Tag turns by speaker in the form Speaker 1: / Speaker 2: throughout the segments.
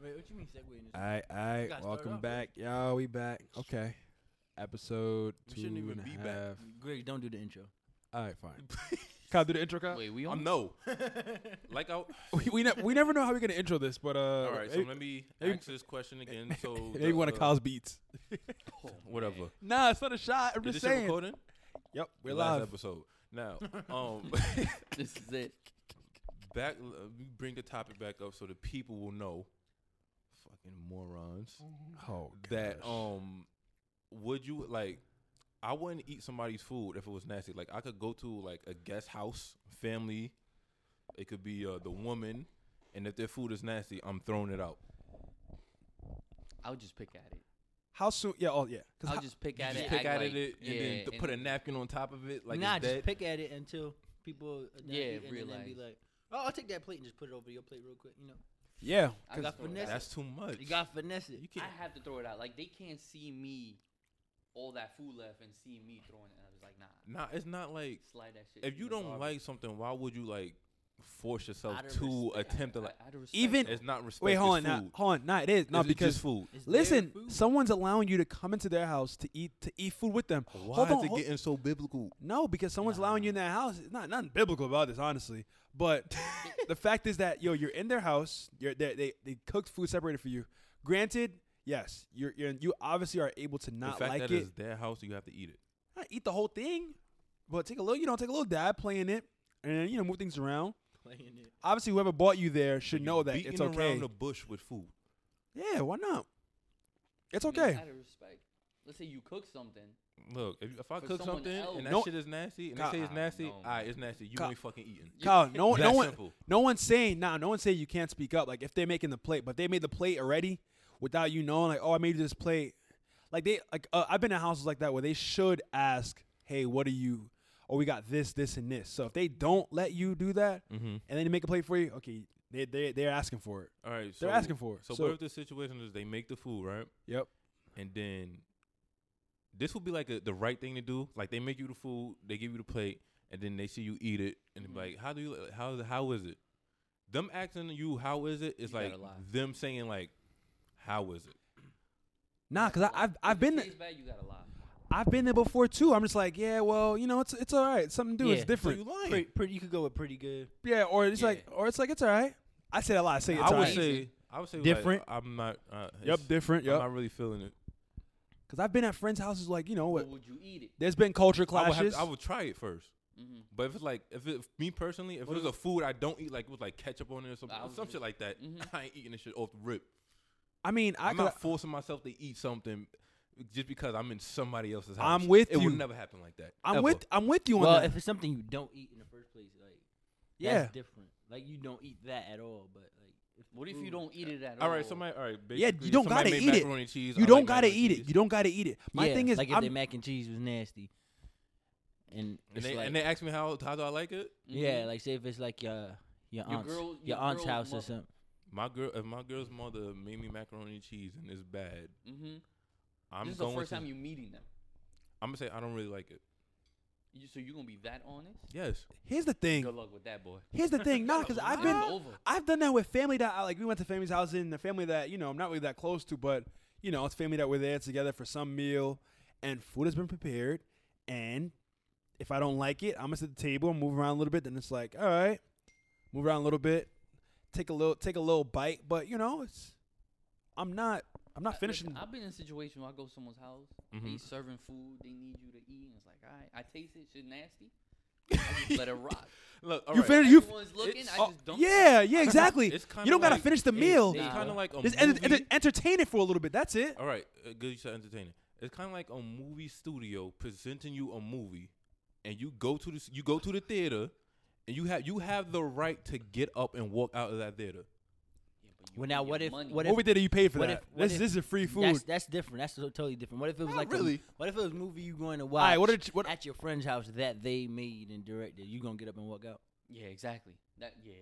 Speaker 1: Wait, what you mean segue? in this?
Speaker 2: All right, all
Speaker 1: You
Speaker 2: right.
Speaker 1: gotta
Speaker 2: Welcome
Speaker 1: start
Speaker 2: back, y'all. We back. Okay. Episode
Speaker 1: We
Speaker 2: two
Speaker 1: shouldn't even
Speaker 2: and
Speaker 1: be
Speaker 2: a
Speaker 1: back.
Speaker 2: half.
Speaker 1: Greg, don't do the intro.
Speaker 2: All right, fine. Can I do the intro, Kyle?
Speaker 3: Wait, we
Speaker 2: I'm
Speaker 3: on?
Speaker 2: no.
Speaker 3: Like I.
Speaker 2: We we, ne- we never know how we're gonna intro this, but uh.
Speaker 3: All right, so
Speaker 2: hey-
Speaker 3: let me
Speaker 2: hey-
Speaker 3: ask this question again. So
Speaker 2: Maybe
Speaker 3: the,
Speaker 2: one
Speaker 3: uh,
Speaker 2: of Kyle's beats.
Speaker 3: whatever.
Speaker 2: Nah, it's not a shot. I'm just
Speaker 3: Is this
Speaker 2: saying.
Speaker 3: shit recording?
Speaker 2: Yep, we're
Speaker 3: The last
Speaker 2: live.
Speaker 3: episode. Now, um,
Speaker 1: This is it.
Speaker 3: back. Uh, bring the topic back up so the people will know. Fucking morons.
Speaker 2: Oh,
Speaker 3: That
Speaker 2: gosh.
Speaker 3: um, would you like? I wouldn't eat somebody's food if it was nasty. Like I could go to like a guest house, family. It could be uh, the woman, and if their food is nasty, I'm throwing it out.
Speaker 4: I would just pick at it.
Speaker 2: How soon? Yeah. Oh, yeah. 'Cause
Speaker 4: I'll
Speaker 2: how-
Speaker 4: just pick
Speaker 3: You
Speaker 4: at
Speaker 3: just
Speaker 4: it.
Speaker 3: pick
Speaker 4: act
Speaker 3: out
Speaker 4: like,
Speaker 3: of it and
Speaker 4: yeah,
Speaker 3: then th- put a
Speaker 4: and-
Speaker 3: napkin on top of it. Like
Speaker 1: nah,
Speaker 3: it's dead.
Speaker 1: just pick at it until people. are done
Speaker 4: Yeah,
Speaker 1: eating and then be
Speaker 4: realize.
Speaker 1: like, oh, I'll take that plate and just put it over your plate real quick. You know,
Speaker 2: yeah.
Speaker 4: I
Speaker 1: 'cause
Speaker 4: got
Speaker 1: finesse
Speaker 4: finesse.
Speaker 3: That's too much.
Speaker 1: you got finesse it.
Speaker 3: You
Speaker 4: I
Speaker 3: can't.
Speaker 4: have to throw it out. Like they can't see me, all that food left, and see me throwing it. I was like, nah,
Speaker 3: Nah, it's not like
Speaker 4: slide that shit.
Speaker 3: if you
Speaker 4: in the
Speaker 3: don't
Speaker 4: garbage.
Speaker 3: like something, why would you like force yourself
Speaker 1: Out of
Speaker 3: to
Speaker 1: respect.
Speaker 3: attempt to like?
Speaker 4: I- out of respect,
Speaker 2: Even-
Speaker 4: though.
Speaker 3: It's not respect.
Speaker 2: Wait, hold on.
Speaker 3: it's
Speaker 2: Nah,
Speaker 3: food.
Speaker 2: hold on. Nah, it is. No,
Speaker 3: Is it
Speaker 2: because
Speaker 3: just food.
Speaker 1: It's their
Speaker 2: listen,
Speaker 1: food.
Speaker 2: someone's allowing you to come into their house to eat to eat food with them.
Speaker 3: Why
Speaker 2: hold
Speaker 3: is
Speaker 2: on.
Speaker 3: it
Speaker 2: hold-
Speaker 3: getting so biblical?
Speaker 2: No, because someone's allowing you in their house. It's not nothing biblical about this, honestly. But the fact is that yo, you're in their house. You're they they, they cooked food separated for you. Granted, yes, you're, you're you obviously are able to not
Speaker 3: the fact
Speaker 2: like
Speaker 3: that
Speaker 2: it.
Speaker 3: it's their house, you have to eat it.
Speaker 2: Not eat the whole thing, but take a little. You know, take a little dab, playing it, and you know, move things around.
Speaker 1: Playing it.
Speaker 2: Obviously, whoever bought you there should
Speaker 3: You
Speaker 2: know that
Speaker 3: beating
Speaker 2: it's okay.
Speaker 3: around the bush with food.
Speaker 2: yeah, why not? It's
Speaker 4: I mean,
Speaker 2: okay.
Speaker 4: Out of respect. Let's say you cook something.
Speaker 3: Look, if, if I
Speaker 4: For
Speaker 3: cook
Speaker 4: someone
Speaker 3: something
Speaker 4: else.
Speaker 3: and that
Speaker 2: No-
Speaker 3: shit is nasty, and
Speaker 2: Ca-
Speaker 3: they say it's
Speaker 4: Ah,
Speaker 3: nasty,
Speaker 4: no,
Speaker 3: all right, it's nasty. You
Speaker 2: Ca-
Speaker 3: ain't fucking eating.
Speaker 2: Kyle, no, no
Speaker 3: That
Speaker 2: one,
Speaker 3: simple.
Speaker 2: no one's saying nah. No one's saying you can't speak up. Like if they're making the plate, but if they made the plate already without you knowing. Like, oh, I made you this plate. Like they, like uh, I've been in houses like that where they should ask, hey, what are you? Oh, we got this, this, and this. So if they don't let you do that,
Speaker 3: Mm-hmm.
Speaker 2: and then they make a plate for you, okay, they they they're asking for it.
Speaker 3: All right, so
Speaker 2: They're asking for it.
Speaker 3: So,
Speaker 2: So,
Speaker 3: what if the situation is they make the food, right?
Speaker 2: Yep.
Speaker 3: And then this would be like a, the right thing to do. Like they make you the food, they give you the plate, and then they see you eat it, and
Speaker 4: Mhm.
Speaker 3: they're like, "How do you? How is it? How is it?" Them asking you how is it is
Speaker 4: You gotta
Speaker 3: like
Speaker 4: lie.
Speaker 3: them saying like, "How is it?"
Speaker 2: nah, cause I, I've I've been
Speaker 4: If it tastes bad, you gotta lie.
Speaker 2: I've been there before too. I'm just like, yeah, well, you know, it's it's all right. It's something to do.
Speaker 1: Yeah.
Speaker 2: It's
Speaker 1: So
Speaker 2: different.
Speaker 3: you lying?
Speaker 1: Pretty, pretty, you could go with pretty good.
Speaker 2: yeah, or it's
Speaker 4: Yeah.
Speaker 2: like, or it's like it's all right. I say that a lot. I say it's
Speaker 3: I
Speaker 2: all
Speaker 3: would
Speaker 2: right.
Speaker 4: alright.
Speaker 3: say I would say like,
Speaker 2: Different.
Speaker 3: I'm not. Uh,
Speaker 2: yep,
Speaker 3: it's-
Speaker 2: different.
Speaker 3: I'm
Speaker 2: Yep.
Speaker 3: not really feeling it.
Speaker 2: Because I've been at friends' houses, like you know
Speaker 4: But
Speaker 2: what?
Speaker 4: would you eat it?
Speaker 2: There's been culture
Speaker 3: I would, have
Speaker 2: clashes.
Speaker 3: to- I would try it first.
Speaker 4: hmm
Speaker 3: But if it's like, if it me personally, if it was a food I don't eat, like it was like ketchup on it or something,
Speaker 4: I was
Speaker 3: some
Speaker 4: just-
Speaker 3: shit like that,
Speaker 4: Mhm.
Speaker 3: I ain't eating this shit off the rip.
Speaker 2: I mean, I
Speaker 3: I'm
Speaker 2: could,
Speaker 3: not forcing myself to eat something just because I'm in somebody else's house.
Speaker 2: I'm with
Speaker 3: it It
Speaker 2: you.
Speaker 3: would never happen like that.
Speaker 2: I'm
Speaker 3: ever.
Speaker 2: with I'm with you on
Speaker 1: Well,
Speaker 2: that.
Speaker 1: if it's something you don't eat in the first place, like
Speaker 2: Yeah.
Speaker 1: that's different. Like you don't eat that at all. But like, if
Speaker 4: What if
Speaker 1: Ooh.
Speaker 4: you don't eat it at all?
Speaker 3: All right, somebody. All right,
Speaker 2: Yeah, you
Speaker 3: basically,
Speaker 2: don't gotta
Speaker 3: somebody made
Speaker 2: eat it.
Speaker 3: macaroni and cheese,
Speaker 2: you
Speaker 3: I
Speaker 2: don't
Speaker 3: like
Speaker 2: gotta
Speaker 3: macaroni
Speaker 2: eat
Speaker 3: and
Speaker 2: it.
Speaker 3: cheese.
Speaker 2: You don't gotta eat it. My
Speaker 1: Yeah,
Speaker 2: thing is,
Speaker 1: like if
Speaker 2: I'm,
Speaker 1: their mac and cheese was nasty, and,
Speaker 3: And
Speaker 1: it's
Speaker 3: they,
Speaker 1: like,
Speaker 3: and they asked me how how do I like it.
Speaker 4: Mm-hmm.
Speaker 1: yeah, like say if it's like your your
Speaker 4: Your
Speaker 1: aunt's
Speaker 4: girl-
Speaker 1: your,
Speaker 4: your
Speaker 1: aunt's
Speaker 4: girl's
Speaker 1: house or
Speaker 4: mother.
Speaker 1: something.
Speaker 3: My girl, if my girl's mother made me macaroni and cheese and it's bad,
Speaker 4: mm-hmm.
Speaker 3: I'm
Speaker 4: this is the
Speaker 3: going.
Speaker 4: first
Speaker 3: to,
Speaker 4: time you meeting them.
Speaker 3: I'm gonna say I don't really like it.
Speaker 4: You, so you gonna be that honest?
Speaker 3: Yes,
Speaker 2: here's the thing.
Speaker 4: Good luck with that, boy.
Speaker 2: Here's the thing. Nah, because
Speaker 4: It's
Speaker 2: I've been
Speaker 4: over.
Speaker 2: I've done that with family that I, like we went to family's house and the family that you know I'm not really that close to, but you know it's family that we're there together for some meal, and food has been prepared, and if I don't like it, I'm gonna sit at the table and move around a little bit. Then it's like, all right, move around a little bit, take a little take a little bite, but you know it's I'm not I'm not
Speaker 4: I-
Speaker 2: finishing. Mm-hmm.
Speaker 4: Listen, I've been in a situation where I go to someone's house,
Speaker 3: Mhm.
Speaker 4: they serving food, they need you to eat, and it's like, all right, I taste it, shit nasty. I just let it rock.
Speaker 3: look, all
Speaker 2: you
Speaker 3: right.
Speaker 2: finish you.
Speaker 4: Everyone's looking, I
Speaker 2: Oh,
Speaker 4: just dump it.
Speaker 2: yeah, yeah, exactly.
Speaker 3: It's kinda
Speaker 2: you don't gotta
Speaker 3: like-
Speaker 2: finish the
Speaker 3: it-
Speaker 2: meal.
Speaker 3: It's
Speaker 4: Nah.
Speaker 3: kind of like a
Speaker 2: Just enter-
Speaker 3: movie.
Speaker 2: enter- entertain it for a little bit. That's it.
Speaker 3: All right, uh, good you said entertaining. It's kind of like a movie studio presenting you a movie, and you go to the s- you go to the theater, and you have you have the right to get up and walk out of that theater.
Speaker 4: Yeah, but you
Speaker 1: Well, now
Speaker 4: eat your
Speaker 1: what if-
Speaker 4: money.
Speaker 1: what
Speaker 2: What we did, you paid for
Speaker 1: what
Speaker 2: that.
Speaker 1: if- what
Speaker 2: this,
Speaker 1: if-
Speaker 2: this is free food.
Speaker 1: That's that's different. That's so- totally different. What if it was
Speaker 3: Not
Speaker 1: like a-
Speaker 3: really.
Speaker 1: what if it was a movie you going to watch?
Speaker 2: All right, what did you- what-
Speaker 1: at your friend's house that they made and directed? You gonna get up and walk out?
Speaker 4: Yeah, exactly. That yeah.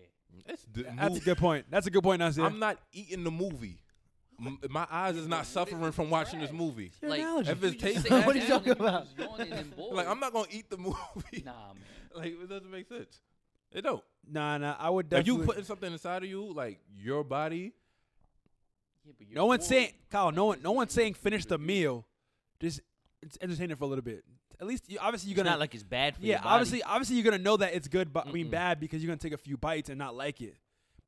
Speaker 3: That's the
Speaker 2: That's a
Speaker 3: movie.
Speaker 2: good point. That's a good point, Nazir.
Speaker 3: I'm not eating the movie. M- my eyes is not suffering from watching this movie.
Speaker 2: Your
Speaker 4: like,
Speaker 2: analogy.
Speaker 3: If it's
Speaker 4: you just
Speaker 3: tasty,
Speaker 4: sit down
Speaker 1: What are you
Speaker 4: and
Speaker 1: talking
Speaker 4: just
Speaker 1: about?
Speaker 4: yawning and bored.
Speaker 3: Like I'm not gonna eat the movie.
Speaker 4: Nah, man.
Speaker 3: Like it doesn't make sense. It don't.
Speaker 2: nah, nah. I would
Speaker 3: If
Speaker 2: definitely.
Speaker 3: you putting something inside of you, like your body,
Speaker 4: Yeah, but you're
Speaker 2: No one's
Speaker 4: bored.
Speaker 2: saying, Kyle. No one,
Speaker 4: It's
Speaker 2: no
Speaker 4: like
Speaker 2: one's
Speaker 4: you
Speaker 2: saying
Speaker 4: want
Speaker 2: finish
Speaker 4: food
Speaker 2: the
Speaker 4: to eat.
Speaker 2: meal. Just it's entertain it for a little bit. At least, you, obviously, you're
Speaker 1: It's
Speaker 2: gonna
Speaker 1: not like it's bad for
Speaker 2: yeah.
Speaker 1: your body.
Speaker 2: Obviously, obviously, you're gonna know that it's good, but I mean
Speaker 1: Mm-mm.
Speaker 2: bad because you're gonna take a few bites and not like it.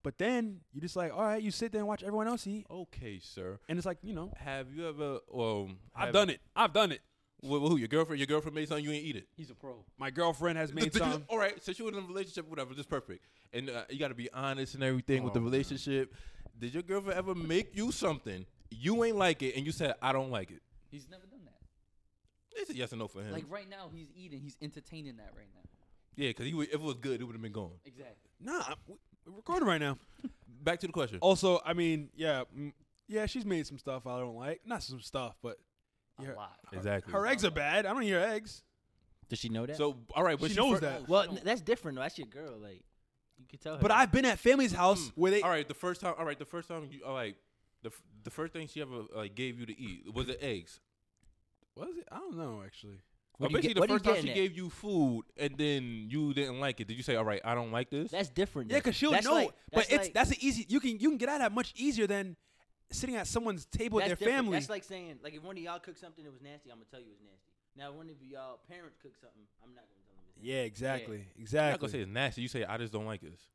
Speaker 2: But then you just like, all right, you sit there and watch everyone else eat,
Speaker 3: Okay, sir.
Speaker 2: and it's like, you know,
Speaker 3: Have you ever? Um,
Speaker 2: I've done it. I've done it.
Speaker 3: With, who? Your girlfriend? Your girlfriend made something you ain't eat it.
Speaker 4: He's a pro.
Speaker 2: My girlfriend has made some.
Speaker 3: All right, so she was in a relationship, whatever, just perfect. And uh, you got to be honest and everything with the relationship. Did your girlfriend ever make you something you ain't like it, and you said I don't like it?
Speaker 4: He's never done that.
Speaker 3: It's a yes or no for him.
Speaker 4: Like right now, he's eating. He's entertaining that right now.
Speaker 3: yeah, because if it was good, it would have been gone.
Speaker 4: Exactly.
Speaker 2: Nah, I'm- we're recording right now.
Speaker 3: Back to the question.
Speaker 2: Also, I mean, yeah, mm, yeah, she's made some stuff I don't like. Not some stuff, but
Speaker 4: A
Speaker 2: Yeah.
Speaker 4: lot.
Speaker 3: exactly.
Speaker 2: her eggs are bad. I don't eat her eggs.
Speaker 1: Does she know that?
Speaker 3: So all right, but
Speaker 2: She
Speaker 3: she
Speaker 2: knows
Speaker 3: fir-
Speaker 2: that.
Speaker 1: well,
Speaker 4: she
Speaker 1: n-
Speaker 4: don't.
Speaker 1: that's different. though. That's your girl. Like you could tell her.
Speaker 2: But
Speaker 1: that.
Speaker 2: I've been at family's
Speaker 1: Mm.
Speaker 2: house where they.
Speaker 3: um, All right, the first time. All right, the first time you all like the f- the first thing she ever like gave you to eat was the eggs.
Speaker 2: Was it? I don't know actually.
Speaker 1: What
Speaker 3: Well,
Speaker 1: do you
Speaker 3: basically,
Speaker 1: get-
Speaker 3: the
Speaker 1: what do you
Speaker 3: first time
Speaker 1: get
Speaker 3: she
Speaker 1: in that?
Speaker 3: gave you food and then you didn't like it, did you say, "All right, I don't like this"?
Speaker 1: That's different.
Speaker 2: Yeah,
Speaker 1: though.
Speaker 2: because she'll
Speaker 1: That's
Speaker 2: know.
Speaker 1: like-
Speaker 2: but it's
Speaker 1: like-
Speaker 2: that's an easy. You can you can get out of that much easier than sitting at someone's table with
Speaker 1: that's
Speaker 2: their
Speaker 1: different.
Speaker 2: family.
Speaker 1: That's like saying like if one of y'all cocooked something that was nasty, I'm gonna tell you it's nasty. Now, if one of y'all parents cook something, I'm not gonna tell them. It's nasty.
Speaker 2: yeah, exactly,
Speaker 3: I'm not gonna say
Speaker 2: exactly.
Speaker 3: it's nasty. You say, "I just don't like this."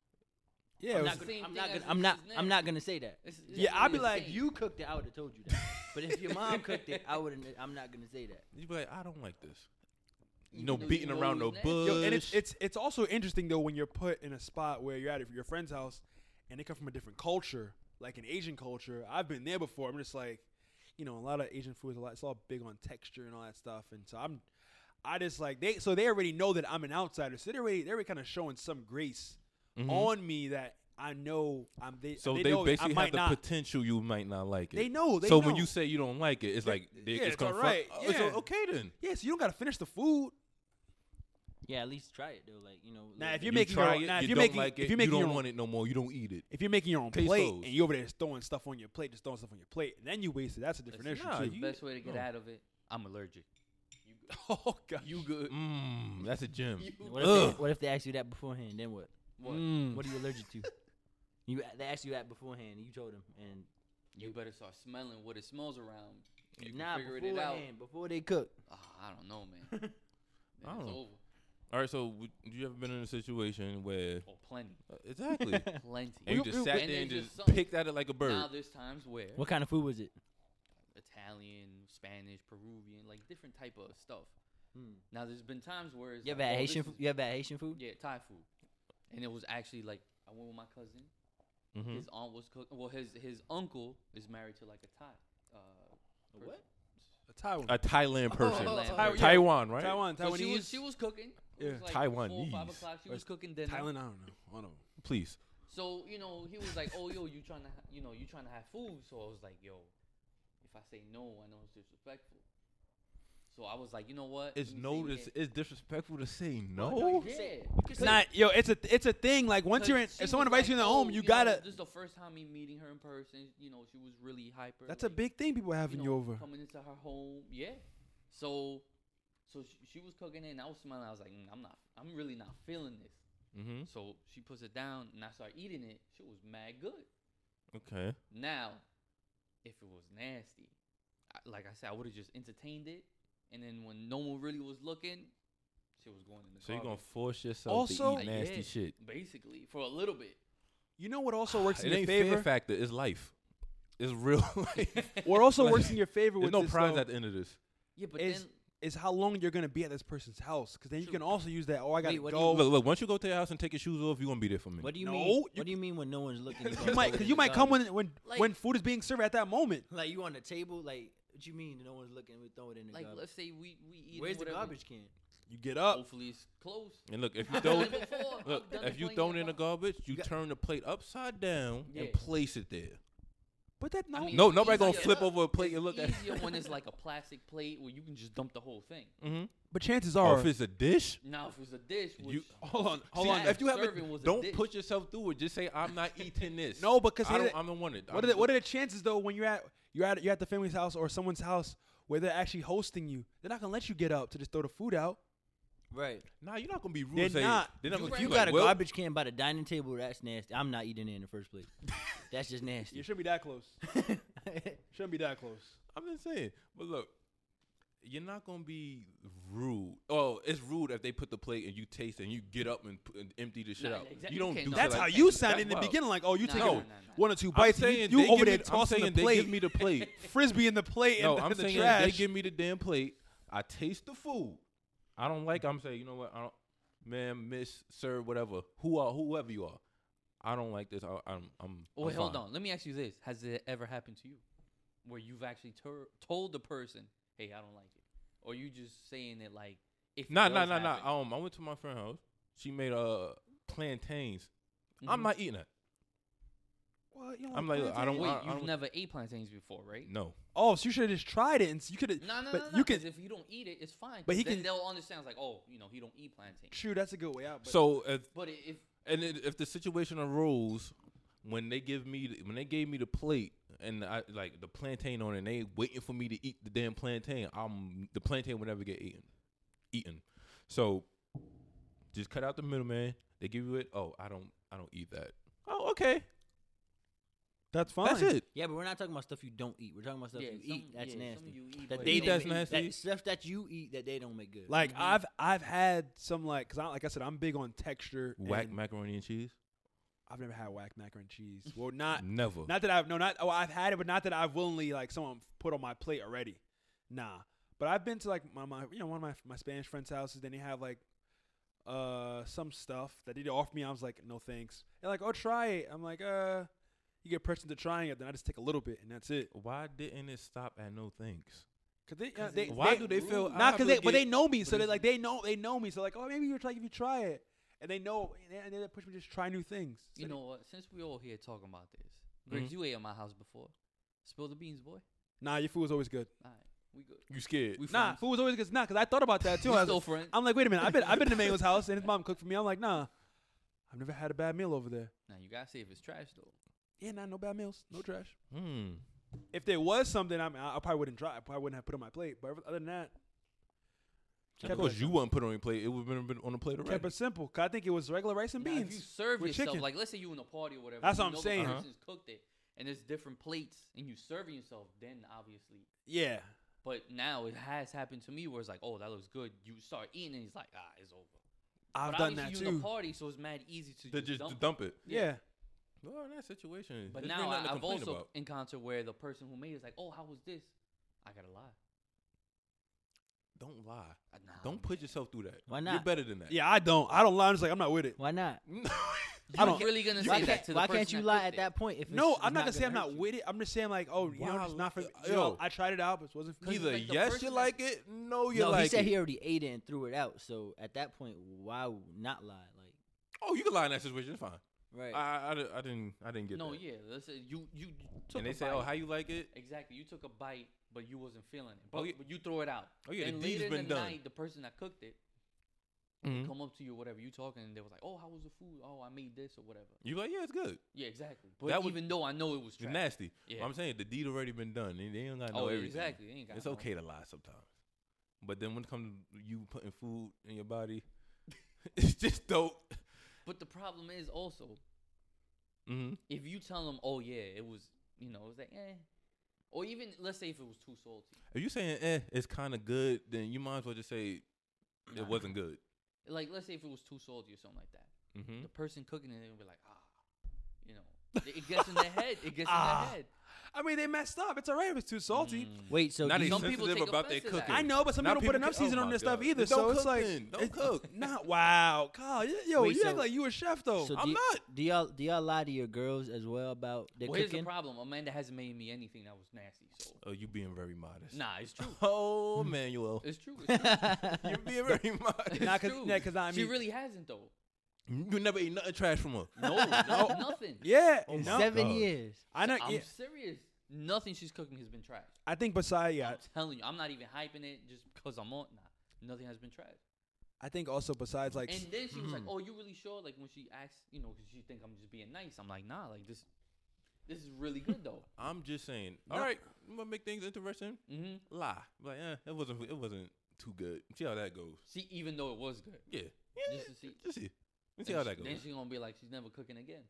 Speaker 2: Yeah,
Speaker 1: I'm
Speaker 2: it
Speaker 1: not
Speaker 2: was-
Speaker 1: gonna.
Speaker 4: Same
Speaker 1: I'm
Speaker 4: thing
Speaker 1: not
Speaker 4: as
Speaker 1: gonna.
Speaker 4: if
Speaker 1: I'm not.
Speaker 4: it's
Speaker 1: I'm
Speaker 4: nasty.
Speaker 1: not gonna say that.
Speaker 4: It's- it's
Speaker 2: Yeah,
Speaker 4: not
Speaker 2: I'd be
Speaker 4: even
Speaker 2: like,
Speaker 1: If
Speaker 4: insane.
Speaker 1: you cooked it, I would have told you that. But if your mom cooked it, I wouldn't. I'm not gonna say that.
Speaker 3: You be like, "I don't like this." You
Speaker 4: Even
Speaker 3: know,
Speaker 4: though you
Speaker 3: beating
Speaker 4: know
Speaker 3: around
Speaker 4: it's
Speaker 3: no
Speaker 4: nasty.
Speaker 3: bush.
Speaker 2: Yo, and it's it's it's also interesting though when you're put in a spot where you're at your friend's house, and they come from a different culture, like an Asian culture. I've been there before. I'm just like, you know, a lot of Asian food is a lot. It's all big on texture and all that stuff, and so I'm, I just like they. So they already know that I'm an outsider. So they're already they're already kind of showing some grace
Speaker 3: Mhm.
Speaker 2: on me that I know I'm. They,
Speaker 3: so
Speaker 2: they,
Speaker 3: they,
Speaker 2: know I
Speaker 3: basically
Speaker 2: might
Speaker 3: have the
Speaker 2: not.
Speaker 3: potential you might not like it.
Speaker 2: They know. They
Speaker 3: so when
Speaker 2: know.
Speaker 3: you say you don't like it, it's
Speaker 2: They-
Speaker 3: like they,
Speaker 2: yeah,
Speaker 3: it's,
Speaker 2: it's
Speaker 3: confront-
Speaker 2: alright,
Speaker 3: Oh, it's
Speaker 2: yeah.
Speaker 3: okay then.
Speaker 2: yeah, so you don't gotta finish the food.
Speaker 1: Yeah, at least try it though. Like you know.
Speaker 2: Nah,
Speaker 1: like-
Speaker 2: if you're making your
Speaker 3: try
Speaker 2: own-
Speaker 3: it,
Speaker 2: nah, if
Speaker 3: you
Speaker 2: you're
Speaker 3: don't
Speaker 2: making-
Speaker 3: like
Speaker 2: if
Speaker 3: it,
Speaker 2: you're making
Speaker 3: you
Speaker 2: your
Speaker 3: don't
Speaker 2: own-
Speaker 3: want it no more. You don't eat it.
Speaker 2: If you're making your own
Speaker 3: Taste
Speaker 2: plate
Speaker 3: those.
Speaker 2: and you over there just throwing stuff on your plate, just throwing stuff on your plate, and then you waste it. That's a different
Speaker 4: Listen,
Speaker 2: issue
Speaker 3: nah,
Speaker 2: too.
Speaker 4: The
Speaker 3: you-
Speaker 4: best way to get
Speaker 3: no.
Speaker 4: out of it, I'm allergic.
Speaker 2: oh god, you
Speaker 3: good? Mmm, that's a
Speaker 4: Mm.
Speaker 3: gem.
Speaker 1: What if,
Speaker 3: Ugh.
Speaker 1: they, what if they ask you that beforehand? Then what?
Speaker 4: What?
Speaker 1: What are you allergic to? You they asked you that beforehand. and You told them, and
Speaker 4: You better start smelling what it smells around. You
Speaker 1: nah,
Speaker 4: can figure it out.
Speaker 1: beforehand, before they cook.
Speaker 4: Ah, I don't know, man. Then
Speaker 3: I
Speaker 4: it's
Speaker 3: don't know.
Speaker 4: over.
Speaker 3: All right, so would, you ever been in a situation where
Speaker 4: Oh, plenty,
Speaker 3: uh, exactly, and
Speaker 4: plenty.
Speaker 3: you just sat
Speaker 4: and
Speaker 3: there
Speaker 4: there's
Speaker 3: and just
Speaker 4: some-
Speaker 3: picked at it like a bird?
Speaker 4: Now there's times where
Speaker 1: What kind of food was it?
Speaker 4: Italian, Spanish, Peruvian, like different type of stuff.
Speaker 1: Hmm.
Speaker 4: Now there's been times where it's
Speaker 1: You
Speaker 4: like,
Speaker 1: ever had
Speaker 4: oh, this
Speaker 1: Haitian?
Speaker 4: is-
Speaker 1: food? You ever had Haitian food?
Speaker 4: Yeah, Thai food, and it was actually like I went with my cousin.
Speaker 3: Mhm.
Speaker 4: His aunt was cooking. Well, his his uncle is married to like a Thai. Uh, person.
Speaker 1: what?
Speaker 2: a Taiwan,
Speaker 3: A Thailand person,
Speaker 4: Thailand
Speaker 3: Taiwan,
Speaker 4: person.
Speaker 3: right?
Speaker 2: Taiwan,
Speaker 4: So
Speaker 2: Taiwanese,
Speaker 4: she was she was cooking. It
Speaker 2: Yeah.
Speaker 4: was like Taiwanese. Four, five
Speaker 3: Taiwanese.
Speaker 4: o'clock. She
Speaker 2: Or
Speaker 4: was
Speaker 2: is-
Speaker 4: cooking dinner.
Speaker 2: Thailand. I don't know. One of them.
Speaker 3: Please.
Speaker 4: So you know, he was like, "Oh, yo, you trying to, you know, you trying to have food?" So I was like, "Yo, if I say no, I know it's disrespectful." So I was like, "You know what?
Speaker 3: It's
Speaker 4: Let me
Speaker 3: no,
Speaker 4: say
Speaker 3: it's,
Speaker 4: yeah."
Speaker 3: it's disrespectful to say
Speaker 1: Oh,
Speaker 3: no.
Speaker 1: you
Speaker 4: Yeah.
Speaker 1: said-
Speaker 4: You
Speaker 1: you
Speaker 4: could
Speaker 1: could
Speaker 2: It's
Speaker 1: say-
Speaker 2: not yo. It's a it's a thing. Like once you're in,
Speaker 4: Because she
Speaker 2: if someone
Speaker 4: was
Speaker 2: invites you in
Speaker 4: like,
Speaker 2: the
Speaker 4: "Oh,
Speaker 2: home, you,
Speaker 4: know,
Speaker 2: gotta.
Speaker 4: this is the first time me meeting her in person. You know, she was really hyper.
Speaker 2: That's a
Speaker 4: like,
Speaker 2: big thing. People having
Speaker 4: know,
Speaker 2: you, over.
Speaker 4: Coming into her home, yeah. So, so she, she was cooking it, and I was smiling. I was like, mm, I'm not, I'm really not feeling this.
Speaker 2: Hmm?
Speaker 3: Mm-hmm.
Speaker 4: So she puts it down, and I start eating it. She was mad good.
Speaker 3: Okay.
Speaker 4: Now, if it was nasty, I, like I said, I would have just entertained it, and then when no one really was looking, she was going in the.
Speaker 3: So you're gonna
Speaker 4: garbage.
Speaker 3: force yourself
Speaker 2: Also-
Speaker 3: to eat nasty
Speaker 4: Yeah,
Speaker 3: shit.
Speaker 4: basically for a little bit.
Speaker 2: You know what also works in
Speaker 3: it
Speaker 2: your
Speaker 3: ain't fear
Speaker 2: favor.
Speaker 3: factor. It's life. It's real. life.
Speaker 2: What also
Speaker 3: Like,
Speaker 2: works in your favor with
Speaker 3: There's no
Speaker 2: this,
Speaker 3: prize
Speaker 2: though,
Speaker 3: at the end of this.
Speaker 4: Yeah, but
Speaker 2: Is-
Speaker 4: then
Speaker 2: is how long you're gonna be at this person's house. Because then you
Speaker 4: True.
Speaker 2: can also use that. Oh, I gotta
Speaker 1: Wait, what do you-
Speaker 2: go.
Speaker 3: Look, look. Once you go to your house and take your shoes off, you're gonna be there for me.
Speaker 1: What do you
Speaker 2: No,
Speaker 1: mean?
Speaker 2: you-
Speaker 1: what do you mean when no one's looking?
Speaker 3: You
Speaker 1: gonna
Speaker 2: you
Speaker 1: throw
Speaker 2: might
Speaker 1: it in
Speaker 2: because
Speaker 1: the
Speaker 2: you might come
Speaker 1: garbage?
Speaker 2: when when
Speaker 4: Like-
Speaker 2: when food is being served at that moment.
Speaker 1: like you on the table. Like what you mean? No one's looking. We throw it in the
Speaker 4: like
Speaker 1: garbage.
Speaker 4: let's say we we eat.
Speaker 1: Where's the garbage can?
Speaker 2: You get up.
Speaker 4: Hopefully it's close.
Speaker 3: And look, if you
Speaker 4: I've done
Speaker 3: throw
Speaker 4: it
Speaker 3: it,
Speaker 4: before. I've
Speaker 3: look,
Speaker 4: done
Speaker 3: if you
Speaker 4: playing
Speaker 3: throw it in the
Speaker 4: guitar.
Speaker 3: garbage, you
Speaker 1: got-
Speaker 3: turn the plate upside down
Speaker 4: Yeah.
Speaker 3: and place it there.
Speaker 2: But that
Speaker 4: I
Speaker 2: no.
Speaker 4: mean,
Speaker 3: No,
Speaker 4: it's
Speaker 3: nobody gonna
Speaker 4: easier.
Speaker 3: flip over a plate and look at.
Speaker 4: It's easier when it's like a plastic plate where you can just dump the whole thing.
Speaker 3: Mm-hmm.
Speaker 2: But chances
Speaker 3: Or
Speaker 2: are,
Speaker 3: if it's a dish,
Speaker 4: Now if it's a dish, which
Speaker 3: you hold on, hold
Speaker 4: See,
Speaker 3: on. If you have
Speaker 4: serving
Speaker 3: a,
Speaker 4: was a
Speaker 3: don't
Speaker 4: dish.
Speaker 3: put yourself through it. Just say I'm not eating this.
Speaker 2: No, because
Speaker 3: I
Speaker 2: here
Speaker 3: don't,
Speaker 2: the-
Speaker 3: I'm the one. that-
Speaker 2: What are
Speaker 3: I'm-
Speaker 2: the, what are the chances though when you're at you're at you're at the family's house or someone's house where they're actually hosting you? They're not gonna let you get up to just throw the food out.
Speaker 1: Right.
Speaker 3: Nah, you're not gonna be rude.
Speaker 2: They're
Speaker 3: and say,
Speaker 2: not.
Speaker 3: They're not
Speaker 4: You
Speaker 3: gonna
Speaker 4: right.
Speaker 1: You
Speaker 3: be like,
Speaker 1: got a
Speaker 3: well,
Speaker 1: garbage can by the dining table. That's nasty. I'm not eating it in the first place. That's just
Speaker 2: You
Speaker 1: nasty.
Speaker 2: shouldn't be that close. Shouldn't be that close.
Speaker 3: I'm just saying. But look, you're not gonna be rude. Oh, it's rude if they put the plate and you taste it and you get up and, put, and empty the shit
Speaker 4: Nah,
Speaker 3: out.
Speaker 4: exact-
Speaker 3: you
Speaker 4: you
Speaker 3: don't
Speaker 4: can't
Speaker 3: do
Speaker 4: do
Speaker 3: that.
Speaker 2: That's
Speaker 4: like
Speaker 2: how
Speaker 4: that.
Speaker 2: you sounded in the
Speaker 3: Wow.
Speaker 2: beginning, like, oh, you
Speaker 4: Nah,
Speaker 2: taking
Speaker 4: nah,
Speaker 2: it-
Speaker 4: nah, nah.
Speaker 2: one or two
Speaker 3: I'm
Speaker 2: bites, and
Speaker 3: saying
Speaker 2: you,
Speaker 3: they
Speaker 2: you over
Speaker 3: give
Speaker 2: there
Speaker 3: me, I'm
Speaker 2: tossing
Speaker 3: saying
Speaker 2: the
Speaker 3: they
Speaker 2: plate,
Speaker 3: give me the plate.
Speaker 2: frisbee in the plate,
Speaker 3: no,
Speaker 2: and
Speaker 3: I'm
Speaker 2: the
Speaker 3: saying they
Speaker 2: trash.
Speaker 3: give me the damn plate. I taste the food. I don't like. I'm saying, you know what? I don't, ma'am, miss, sir, whatever. Who are whoever you are. I don't like this. I, I'm. I'm.
Speaker 4: Oh,
Speaker 3: I'm
Speaker 4: wait, hold
Speaker 3: fine.
Speaker 4: on. Let me ask you this: Has it ever happened to you, where you've actually tur told the person, "Hey, I don't like it," or you just saying it like, "If it
Speaker 3: Nah, nah,
Speaker 4: does
Speaker 3: nah,
Speaker 4: happen.
Speaker 3: nah. Um, I went to my friend's house. She made uh plantains. I'm
Speaker 4: Mhm.
Speaker 3: not eating it.
Speaker 2: What? You don't
Speaker 3: I'm like, look, I don't
Speaker 4: Wait,
Speaker 3: want. I
Speaker 4: you've
Speaker 3: don't-
Speaker 4: never ate plantains before, right?
Speaker 3: No.
Speaker 2: Oh, so you should have just tried it, and s- you could have.
Speaker 4: No, no,
Speaker 2: but you
Speaker 4: no, no.
Speaker 2: can.
Speaker 4: Because if you don't eat it, it's fine.
Speaker 2: But he
Speaker 4: then
Speaker 2: can-
Speaker 4: They'll understand. It's like, oh, you know, he don't eat plantains.
Speaker 2: True, that's a good way out. But
Speaker 3: So if
Speaker 4: But i- if
Speaker 3: and it, if the situation arose when they give me the, when they gave me the plate and I like the plantain on it, and they waiting for me to eat the damn plantain. I'm the plantain will never get eaten. Eaten. So just cut out the middleman. They give you it. Oh, I don't. I don't eat that. Oh, okay.
Speaker 2: that's fine.
Speaker 3: That's it.
Speaker 1: Yeah, but we're not talking about stuff you don't eat. We're talking about stuff
Speaker 4: yeah,
Speaker 1: you
Speaker 4: some,
Speaker 1: eat that's
Speaker 4: yeah, some
Speaker 1: nasty.
Speaker 4: you eat,
Speaker 1: That
Speaker 4: but
Speaker 1: they
Speaker 4: you
Speaker 3: Eat
Speaker 1: don't
Speaker 4: don't
Speaker 3: that's
Speaker 1: make-
Speaker 4: eat.
Speaker 3: nasty.
Speaker 1: That stuff that you eat that they don't make good. Mm-hmm.
Speaker 2: Like
Speaker 4: Mhm.
Speaker 3: Mm-hmm.
Speaker 2: I've I've had some like because I, like I said I'm big on texture.
Speaker 3: Whack
Speaker 2: and
Speaker 3: macaroni and cheese.
Speaker 2: I've never had whack macaroni and cheese. Well, not
Speaker 3: Never.
Speaker 2: not that I've no not oh I've had it, but not that I've willingly like someone put on my plate already. Nah, but I've been to like my, my you know one of my my Spanish friends' houses. Then they have like uh some stuff that they offer me. I was like no thanks. They're like oh try it. I'm like uh you get pressured to trying it. Then I just take a little bit and that's it.
Speaker 3: Why didn't it stop at no thanks?
Speaker 2: Cause they, uh,
Speaker 4: 'Cause
Speaker 2: they
Speaker 4: it's
Speaker 3: Why
Speaker 2: they-
Speaker 3: do they feel?
Speaker 4: rude.
Speaker 2: not
Speaker 3: I have
Speaker 2: because they,
Speaker 3: to
Speaker 2: but they
Speaker 3: get-
Speaker 2: know me, so
Speaker 3: but
Speaker 2: they're
Speaker 3: it's-
Speaker 2: like they know they know me, so like oh maybe you try if you try it, and they know and they, and they push me to just try new things. So
Speaker 4: You
Speaker 2: they-
Speaker 4: know what? Since we all here talking about this, Griggs,
Speaker 3: Mhm.
Speaker 4: you ate at my house before. Spill the beans, boy.
Speaker 2: nah, your food was always good.
Speaker 4: All right, we good.
Speaker 3: you scared.
Speaker 4: We
Speaker 2: Nah,
Speaker 4: friends.
Speaker 2: food was always good. Nah, because I thought about that too.
Speaker 4: We
Speaker 2: I was,
Speaker 4: still friends.
Speaker 2: I'm like, wait a minute, I've been I've been to Mango's house and his mom cooked for me. I'm like, nah, I've never had a bad meal over there.
Speaker 4: Now you gotta say if it's trash though.
Speaker 2: Yeah, nah, no bad meals, no trash.
Speaker 3: Hmm.
Speaker 2: If there was something, I mean, I, I probably wouldn't try. I probably wouldn't have put it on my plate. But other than that,
Speaker 3: Of
Speaker 2: Kept
Speaker 3: course,
Speaker 2: it-
Speaker 3: you wouldn't put it on your plate. It would have been on the plate already.
Speaker 2: kept it simple. 'cause I think it was regular rice and
Speaker 4: Now,
Speaker 2: beans.
Speaker 4: if you serve
Speaker 2: with
Speaker 4: yourself,
Speaker 2: chicken.
Speaker 4: like let's say you in a party or whatever,
Speaker 2: That's
Speaker 4: you
Speaker 2: what I'm
Speaker 4: know the
Speaker 2: saying.
Speaker 3: Uh-huh.
Speaker 4: person's cooked it, and there's different plates, and you serving yourself, then obviously.
Speaker 2: yeah,
Speaker 4: But now it has happened to me where it's like, oh, that looks good. You start eating, and it's like, ah, it's over.
Speaker 2: I've
Speaker 4: but
Speaker 2: done that
Speaker 4: obviously you in
Speaker 2: too.
Speaker 4: a party, so it's mad easy to
Speaker 3: They
Speaker 4: just,
Speaker 3: just
Speaker 4: dump. it.
Speaker 3: dump it.
Speaker 2: Yeah.
Speaker 3: Well, in that situation,
Speaker 4: But
Speaker 3: there's
Speaker 4: now
Speaker 3: really
Speaker 4: I,
Speaker 3: nothing to
Speaker 4: I've
Speaker 3: complain
Speaker 4: also
Speaker 3: about.
Speaker 4: encountered where the person who made it is like, oh, how was this? I gotta lie.
Speaker 3: don't lie.
Speaker 4: Uh, nah,
Speaker 3: Don't put
Speaker 4: man.
Speaker 3: yourself through that.
Speaker 1: Why
Speaker 3: You're
Speaker 1: not?
Speaker 3: better than that.
Speaker 2: Yeah, I don't. I don't lie. I'm just like I'm not with it.
Speaker 1: Why not?
Speaker 4: You're
Speaker 2: don't-
Speaker 4: really gonna
Speaker 1: why
Speaker 4: say
Speaker 1: can't,
Speaker 4: that to the
Speaker 1: why
Speaker 4: person
Speaker 1: can't you
Speaker 4: that
Speaker 1: lie
Speaker 4: cooked
Speaker 1: at
Speaker 4: it?
Speaker 1: that point? If it's-
Speaker 2: No,
Speaker 1: it's
Speaker 2: I'm not gonna say I'm
Speaker 1: hurt
Speaker 2: not
Speaker 1: you?
Speaker 2: with it. I'm just saying like, oh, you know,
Speaker 3: Wow,
Speaker 2: it's not for.
Speaker 3: look,
Speaker 2: you know,
Speaker 3: yo.
Speaker 2: I tried it out, but it wasn't for. me.
Speaker 3: Either
Speaker 4: like the
Speaker 3: yes,
Speaker 4: person
Speaker 3: you
Speaker 4: that-
Speaker 3: like it. No, you
Speaker 1: No,
Speaker 3: like
Speaker 1: he said
Speaker 3: it.
Speaker 1: he already ate it and threw it out. So at that point, why would not lie? Like,
Speaker 3: Oh, you can lie in that situation. It's fine.
Speaker 1: right?
Speaker 3: I, I, di- I didn't I didn't get
Speaker 4: No,
Speaker 3: that.
Speaker 4: yeah. Let's say you you you took
Speaker 3: And they
Speaker 4: a
Speaker 3: say,
Speaker 4: bite.
Speaker 3: oh, how you like it?
Speaker 4: Exactly. You took a bite, but you wasn't feeling it. But,
Speaker 3: Oh, yeah.
Speaker 4: but you throw it out.
Speaker 3: Oh, yeah, the
Speaker 4: Then
Speaker 3: deed's
Speaker 4: later
Speaker 3: been
Speaker 4: in the
Speaker 3: done.
Speaker 4: night, the person that cooked it
Speaker 3: Mhm.
Speaker 4: come up to you, whatever you talking, and they was like, "Oh, how was the food? Oh, I made this or whatever."
Speaker 3: You like yeah, it's good.
Speaker 4: Yeah, exactly. But
Speaker 3: That would-
Speaker 4: even though I know it was
Speaker 3: It's
Speaker 4: trash.
Speaker 3: nasty.
Speaker 4: Yeah.
Speaker 3: I'm saying the deed already been done. They, they don't got to know
Speaker 4: oh, yeah,
Speaker 3: everything.
Speaker 4: exactly. They ain't got
Speaker 3: It's
Speaker 4: no-
Speaker 3: okay to lie sometimes. But then when it comes to you putting food in your body, it's just dope.
Speaker 4: But the problem is also
Speaker 3: Mm-hmm.
Speaker 4: if you tell them, "Oh yeah, it was," you know, it was like, eh. Or even let's say if it was too salty,
Speaker 3: If you saying eh, it's kind of good, then you might as well just say it wasn't good.
Speaker 4: like let's say if it was too salty or something like that,
Speaker 3: Mm-hmm.
Speaker 4: the person cooking it they would be like, ah, you know, it gets in their head. It gets
Speaker 2: Ah.
Speaker 4: in their head. Mm.
Speaker 2: I mean, they messed up. It's alright if it's too salty.
Speaker 1: Wait, so
Speaker 3: Not
Speaker 1: do
Speaker 3: they
Speaker 1: you-
Speaker 4: Some people
Speaker 3: sensitive
Speaker 4: take
Speaker 3: about their
Speaker 4: offense to that.
Speaker 3: cooking.
Speaker 2: I know, but some
Speaker 3: Mm. Now
Speaker 2: people, put
Speaker 3: people
Speaker 2: enough
Speaker 3: can- oh
Speaker 2: season on
Speaker 3: my
Speaker 2: their stuff
Speaker 3: God.
Speaker 2: either.
Speaker 3: Don't
Speaker 2: so
Speaker 3: cook
Speaker 2: it's like,
Speaker 3: then. Don't
Speaker 2: it's-
Speaker 3: cook.
Speaker 2: Not wow, Kyle. y- Yo,
Speaker 1: Wait,
Speaker 2: you act
Speaker 1: so-
Speaker 2: like you a chef though.
Speaker 1: so
Speaker 3: I'm
Speaker 1: do you,
Speaker 3: not.
Speaker 1: Do y'all do y'all lie to your girls as well about their
Speaker 4: Well, here's the
Speaker 1: cooking?
Speaker 4: problem. Amanda hasn't made me anything that was nasty. So
Speaker 3: Oh, you being very modest.
Speaker 4: nah, it's true.
Speaker 3: Oh, Manuel.
Speaker 4: It's true. It's true.
Speaker 3: You're being very modest.
Speaker 2: Mm. Nah,
Speaker 4: It's
Speaker 2: 'cause-
Speaker 4: true.
Speaker 2: nah, 'cause I
Speaker 4: she
Speaker 2: mean-
Speaker 4: really hasn't though.
Speaker 3: You never ate nothing trash from her.
Speaker 4: No, no, nothing.
Speaker 2: yeah,
Speaker 3: Oh
Speaker 2: no.
Speaker 3: my
Speaker 1: Seven
Speaker 3: God.
Speaker 1: years.
Speaker 2: I know.
Speaker 4: I'm
Speaker 2: yeah,
Speaker 4: serious. Nothing she's cooking has been trash.
Speaker 2: I think besides, yeah,
Speaker 4: I'm telling you, I'm not even hyping it just because I'm on. Nah, nothing has been trash.
Speaker 2: I think also besides like,
Speaker 4: And then she was like,
Speaker 2: Mm-hmm.
Speaker 3: Mhm.
Speaker 4: "Oh, you really sure?" Like when she asked, you know, 'cause she think I'm just being nice. I'm like, "Nah, like this, this is really good though."
Speaker 3: I'm just saying.
Speaker 2: No.
Speaker 3: All right, you want to make things interesting?
Speaker 4: hmm
Speaker 3: Lie. Like, eh, it wasn't. It wasn't too good. See how that goes.
Speaker 4: See, even though it was good,
Speaker 3: Yeah.
Speaker 4: Just to see.
Speaker 3: Just see. Let's see
Speaker 4: And
Speaker 3: how
Speaker 4: sh-
Speaker 3: that goes.
Speaker 4: Then she's gonna be like, "She's never cooking again."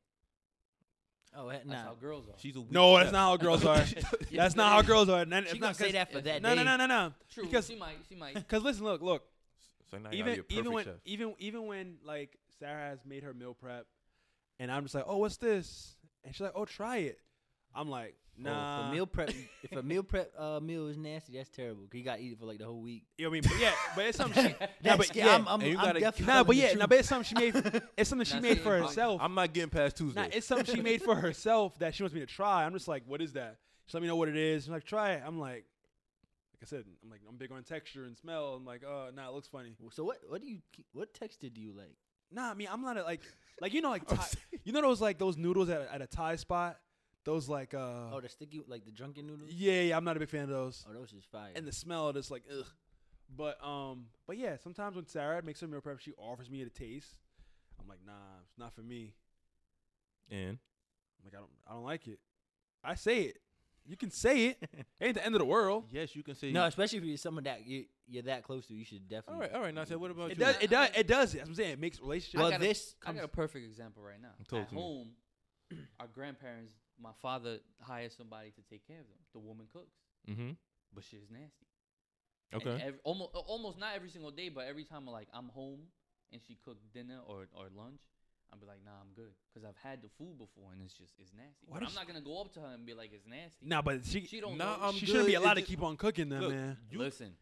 Speaker 1: Oh,
Speaker 5: eh,
Speaker 1: he-
Speaker 4: That's
Speaker 1: nah.
Speaker 4: how girls are.
Speaker 3: She's a weak
Speaker 2: No, that's
Speaker 3: chef.
Speaker 2: not how girls are. that's not how girls are. None-
Speaker 5: She
Speaker 2: it's
Speaker 5: gonna
Speaker 2: not
Speaker 5: say that for
Speaker 4: it's-
Speaker 5: that
Speaker 2: No,
Speaker 5: day.
Speaker 2: no, no, no, no.
Speaker 4: True.
Speaker 2: because-
Speaker 4: she might. She might.
Speaker 2: Because listen, look, look.
Speaker 3: So now you gotta
Speaker 2: even
Speaker 3: be a
Speaker 2: even
Speaker 3: perfect
Speaker 2: when
Speaker 3: chef.
Speaker 2: even even when like Sarah has made her meal prep, and I'm just like, oh, what's this? And she's like, oh, try it. I'm like,
Speaker 3: Oh,
Speaker 1: No, if
Speaker 2: nah.
Speaker 1: a meal prep, if a meal prep uh, meal is nasty, that's terrible. 'cause you got to eat it for like the whole week.
Speaker 2: You know what I mean? But yeah, but it's something. She, nah,
Speaker 1: That's-
Speaker 2: but
Speaker 1: yeah,
Speaker 2: yeah,
Speaker 1: I'm, I'm,
Speaker 3: and you
Speaker 1: I'm
Speaker 3: gotta-
Speaker 1: definitely
Speaker 2: nah, but
Speaker 1: telling the
Speaker 2: yeah, nah,
Speaker 1: truth.
Speaker 2: but it's something she made. It's something she
Speaker 4: That's
Speaker 2: made
Speaker 4: it.
Speaker 2: for
Speaker 4: I'm-
Speaker 2: herself.
Speaker 3: I'm not getting past Tuesday.
Speaker 2: Oh. Nah, it's something she made for herself that she wants me to try. I'm just like, what is that? She let me know what it is. She's like, try it. I'm like, like I said, I'm like, I'm big on texture and smell. I'm like, oh, nah, it looks funny.
Speaker 1: So what? What do you? ke- What texture do you like?
Speaker 2: Nah, I mean, I'm not a, like, like you know, like Thai, you know those like those noodles at a, at a Thai spot. Those like, uh,
Speaker 1: Oh, the sticky, like the drunken noodles.
Speaker 2: yeah, yeah, I'm not a big fan of those.
Speaker 1: Oh, those is fire.
Speaker 2: And the smell, just like, ugh. But um, but yeah, sometimes when Sarah makes her meal prep, she offers me to taste. I'm like, nah, it's not for me.
Speaker 3: and
Speaker 2: I'm like, I don't, I don't like it. I say it. You can say it. Ain't the end of the world.
Speaker 3: yes, you can say
Speaker 1: no, especially if you're someone that you, you're that close to, you should definitely.
Speaker 3: All right, all right. Now, I said, what about
Speaker 2: It
Speaker 3: you?
Speaker 2: does. It does. It does. That's what I'm saying. It makes relationships.
Speaker 1: Well,
Speaker 4: gotta-
Speaker 1: this
Speaker 4: I got
Speaker 1: comes-
Speaker 4: a perfect example right now.
Speaker 3: Talk
Speaker 4: At
Speaker 3: to me.
Speaker 4: home, our grandparents, my father hired somebody to take care of them. The woman cooks,
Speaker 3: Mm-hmm.
Speaker 4: but she's nasty.
Speaker 3: Okay.
Speaker 4: almost, almost not every single day, but every time I'm like I'm home and she cooked dinner or, or lunch, I'm be like, nah, I'm good, cause I've had the food before and it's just it's nasty.
Speaker 2: Why does
Speaker 4: But I'm
Speaker 2: she-
Speaker 4: not gonna go up to her and be like it's nasty.
Speaker 2: nah, but she
Speaker 4: she don't.
Speaker 3: nah,
Speaker 4: know.
Speaker 3: I'm
Speaker 2: she shouldn't be
Speaker 3: good. It
Speaker 2: allowed to
Speaker 3: just-
Speaker 2: keep on cooking them,
Speaker 3: Look,
Speaker 2: man.
Speaker 3: you-
Speaker 4: listen,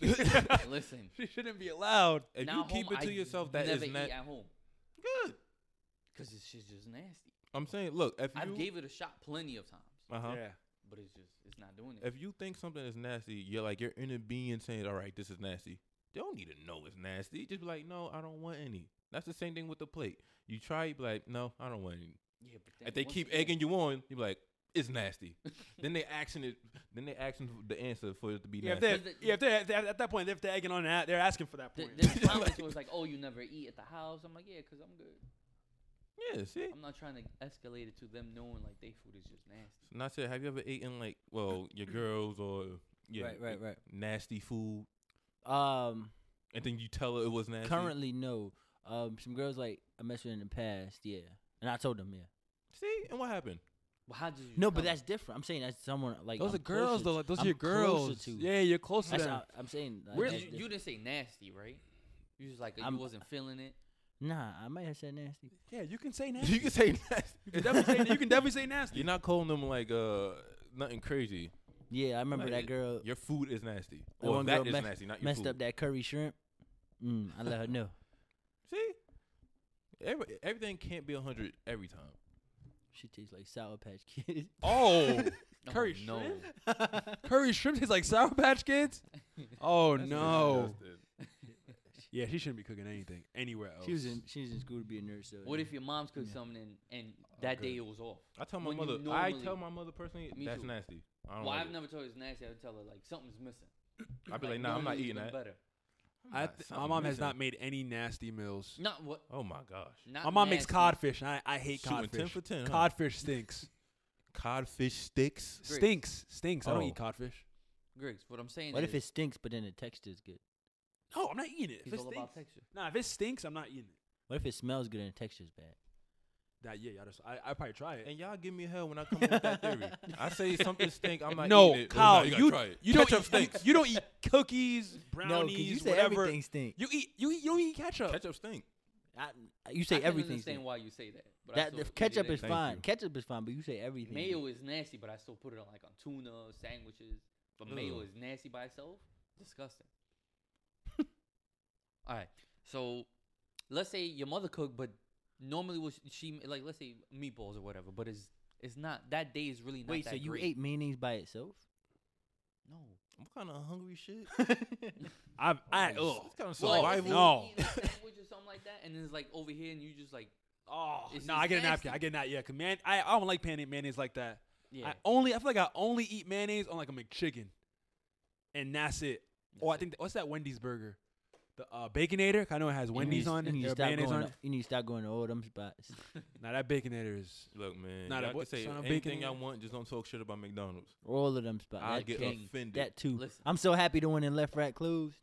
Speaker 4: listen.
Speaker 2: She shouldn't be allowed.
Speaker 3: If
Speaker 4: Oh, Now
Speaker 3: you keep
Speaker 4: home,
Speaker 3: it to
Speaker 4: I
Speaker 3: yourself, that
Speaker 4: never
Speaker 3: is not
Speaker 4: eat at home,
Speaker 3: good.
Speaker 4: cause it's just just nasty.
Speaker 3: I'm saying, look, if
Speaker 4: I
Speaker 3: you
Speaker 4: gave it a shot plenty of times,
Speaker 3: uh-huh,
Speaker 2: Yeah.
Speaker 4: but it's just it's not doing it.
Speaker 3: if you think something is nasty, you're like your inner being saying, "All right, this is nasty." They don't need to know it's nasty. Just be like, "No, I don't want any." That's the same thing with the plate. You try, you be like, "No, I don't want any."
Speaker 4: yeah, but then
Speaker 3: If they
Speaker 4: once
Speaker 3: keep
Speaker 4: again-
Speaker 3: egging you on, you be like, "It's nasty." then they asking it. Then they asking the answer for it to be
Speaker 2: Yeah, if
Speaker 3: nasty.
Speaker 2: they're,
Speaker 4: Because the-
Speaker 2: yeah, if they're, if they're- at that point, if they're egging on that, they're asking for that
Speaker 4: Th-
Speaker 2: point.
Speaker 4: There's comments where it's like, "Oh, you never eat at the house." I'm like, "Yeah, cause I'm good.
Speaker 3: Yeah, see.
Speaker 4: I'm not trying to escalate it to them knowing like they food is just nasty."
Speaker 3: So not sure. Have you ever eaten like, well, your girls or yeah,
Speaker 1: right, right, right.
Speaker 3: nasty food,
Speaker 1: Um,
Speaker 3: and then you tell her it was nasty.
Speaker 1: currently no. Um, some girls like I messed with in the past, yeah, and I told them, yeah.
Speaker 3: See, and what happened?
Speaker 4: Well, how did you?
Speaker 1: No, but
Speaker 4: come?
Speaker 1: that's different. I'm saying that's someone like
Speaker 2: Oh. those
Speaker 1: I'm
Speaker 2: are girls,
Speaker 1: closer
Speaker 2: though.
Speaker 1: to-
Speaker 2: Like, those
Speaker 1: I'm
Speaker 2: are your
Speaker 1: closer
Speaker 2: girls.
Speaker 1: to.
Speaker 2: Yeah, you're close to
Speaker 1: That's
Speaker 2: them.
Speaker 1: how- I'm saying. Like,
Speaker 4: Where
Speaker 1: that's
Speaker 4: you, you
Speaker 1: different.
Speaker 4: didn't say nasty, right? You was like
Speaker 1: I'm-
Speaker 4: you wasn't feeling it.
Speaker 1: Nah, I might have said nasty.
Speaker 2: Yeah, you can say
Speaker 3: you
Speaker 2: nasty.
Speaker 3: can say nasty.
Speaker 2: you, can definitely say, you can definitely say nasty.
Speaker 3: You're not calling them like uh nothing crazy.
Speaker 1: Yeah, I remember
Speaker 3: Like,
Speaker 1: that girl.
Speaker 3: Your food is nasty.
Speaker 1: That
Speaker 3: Well,
Speaker 1: one
Speaker 3: that
Speaker 1: girl
Speaker 3: is
Speaker 1: mess-
Speaker 3: nasty, not your
Speaker 1: messed
Speaker 3: food.
Speaker 1: up that curry shrimp. Mm, I let her know.
Speaker 3: See, Every, everything can't be hundred every time.
Speaker 1: She tastes like Sour Patch Kids.
Speaker 2: Oh,
Speaker 4: Oh,
Speaker 2: Curry
Speaker 4: no.
Speaker 2: curry shrimp tastes like Sour Patch Kids. Oh
Speaker 3: That's
Speaker 2: no.
Speaker 3: disgusting.
Speaker 2: Yeah, she shouldn't be cooking anything anywhere else.
Speaker 1: She was in she was in school to be a nurse. So
Speaker 4: What if your mom's cooked
Speaker 1: Yeah.
Speaker 4: something and, and
Speaker 3: Oh,
Speaker 4: that day it was off?
Speaker 3: I tell my
Speaker 4: When you
Speaker 3: mother. I
Speaker 4: normally-
Speaker 3: tell my mother personally.
Speaker 4: Me
Speaker 3: that's
Speaker 4: too.
Speaker 3: nasty. I don't
Speaker 4: Well,
Speaker 3: like
Speaker 4: I've
Speaker 3: it.
Speaker 4: never told her it's nasty. I would tell her like something's missing.
Speaker 3: I'd be like, nah, I'm
Speaker 4: normally
Speaker 3: not
Speaker 4: it's
Speaker 3: eating
Speaker 4: been
Speaker 3: that.
Speaker 4: Better.
Speaker 2: I
Speaker 3: Nah,
Speaker 2: th- my
Speaker 3: something
Speaker 2: mom has
Speaker 3: missing.
Speaker 2: not made any nasty meals.
Speaker 4: Not what.
Speaker 3: Oh my gosh.
Speaker 4: Not
Speaker 2: My mom makes
Speaker 4: nasty.
Speaker 2: codfish, and I, I hate
Speaker 3: Shooting
Speaker 2: codfish.
Speaker 3: ten for ten. huh?
Speaker 2: Codfish stinks.
Speaker 3: Codfish sticks.
Speaker 4: Great.
Speaker 2: Stinks. Stinks. I don't
Speaker 3: Oh.
Speaker 2: eat codfish.
Speaker 4: Griggs, what I'm saying.
Speaker 1: What
Speaker 4: is
Speaker 1: if it stinks, but then the texture is good?
Speaker 2: No, I'm not eating it. If
Speaker 4: He's
Speaker 2: it
Speaker 4: all about
Speaker 2: stinks,
Speaker 4: texture.
Speaker 2: nah, if it stinks, I'm not eating it.
Speaker 1: What if it smells good and the texture is bad?
Speaker 2: That yeah, y'all just, I I probably try it.
Speaker 3: And y'all give me hell when I come up with that theory. I say something stink. I'm not
Speaker 2: no,
Speaker 3: eating it.
Speaker 2: Kyle,
Speaker 3: Nah,
Speaker 2: you
Speaker 3: gotta try it.
Speaker 2: you don't
Speaker 3: ketchup
Speaker 2: eat, you,
Speaker 3: stinks.
Speaker 2: you don't eat cookies,
Speaker 1: no,
Speaker 2: brownies,
Speaker 1: you say
Speaker 2: whatever.
Speaker 1: everything stinks.
Speaker 2: You eat you eat you don't eat ketchup.
Speaker 3: ketchup stink.
Speaker 1: I, you
Speaker 4: I
Speaker 1: say
Speaker 4: can
Speaker 1: everything
Speaker 4: understand
Speaker 1: stinks.
Speaker 4: why you say that. But I
Speaker 1: That
Speaker 4: still
Speaker 1: the
Speaker 4: eat it
Speaker 1: ketchup is
Speaker 4: anyway.
Speaker 3: Thank
Speaker 1: fine.
Speaker 3: you.
Speaker 1: Ketchup is fine, but you say everything.
Speaker 4: Mayo is nasty, but I still put it on like on tuna sandwiches. But mayo
Speaker 3: Ugh.
Speaker 4: is nasty by itself. Disgusting. All right. So let's say your mother cooked, but normally was she like let's say meatballs or whatever, but it's it's not that day is really not
Speaker 1: Wait,
Speaker 4: that
Speaker 1: so you
Speaker 4: great.
Speaker 1: ate mayonnaise by itself?
Speaker 4: no.
Speaker 3: I'm kind of hungry. Shit.
Speaker 2: I've I
Speaker 3: It's
Speaker 2: ugh.
Speaker 3: kind of
Speaker 4: Well, like, let's
Speaker 3: survival.
Speaker 2: No.
Speaker 4: say you eating a sandwich or something like that, and then it's like over here, and you just like
Speaker 2: Oh
Speaker 4: It's-
Speaker 2: no,
Speaker 4: it's
Speaker 2: I get a
Speaker 4: nasty.
Speaker 2: napkin. I get that. Yeah, 'cause man, I, I don't like mayonnaise, mayonnaise like that.
Speaker 4: yeah.
Speaker 2: I only I feel like I only eat mayonnaise on like a McChicken, and that's it.
Speaker 4: that's
Speaker 2: Oh, I
Speaker 4: it.
Speaker 2: think what's that Wendy's burger? The uh, Baconator. I know it has Wendy's on
Speaker 1: You
Speaker 2: it.
Speaker 1: need to
Speaker 2: or
Speaker 1: stop
Speaker 2: mayonnaise
Speaker 1: going
Speaker 2: on
Speaker 1: to-
Speaker 2: it.
Speaker 1: You need to stop going to all them spots.
Speaker 2: Now that Baconator is.
Speaker 3: Look, man.
Speaker 2: Nah, that
Speaker 3: y'all
Speaker 2: boy-
Speaker 3: can say
Speaker 2: son of
Speaker 3: anything
Speaker 2: bacon.
Speaker 3: y'all want. Just don't talk shit about McDonald's.
Speaker 1: All of them spots.
Speaker 3: I
Speaker 1: That
Speaker 3: get
Speaker 1: too.
Speaker 4: king.
Speaker 3: offended.
Speaker 1: That too.
Speaker 4: Listen.
Speaker 1: I'm so happy the one in left right closed.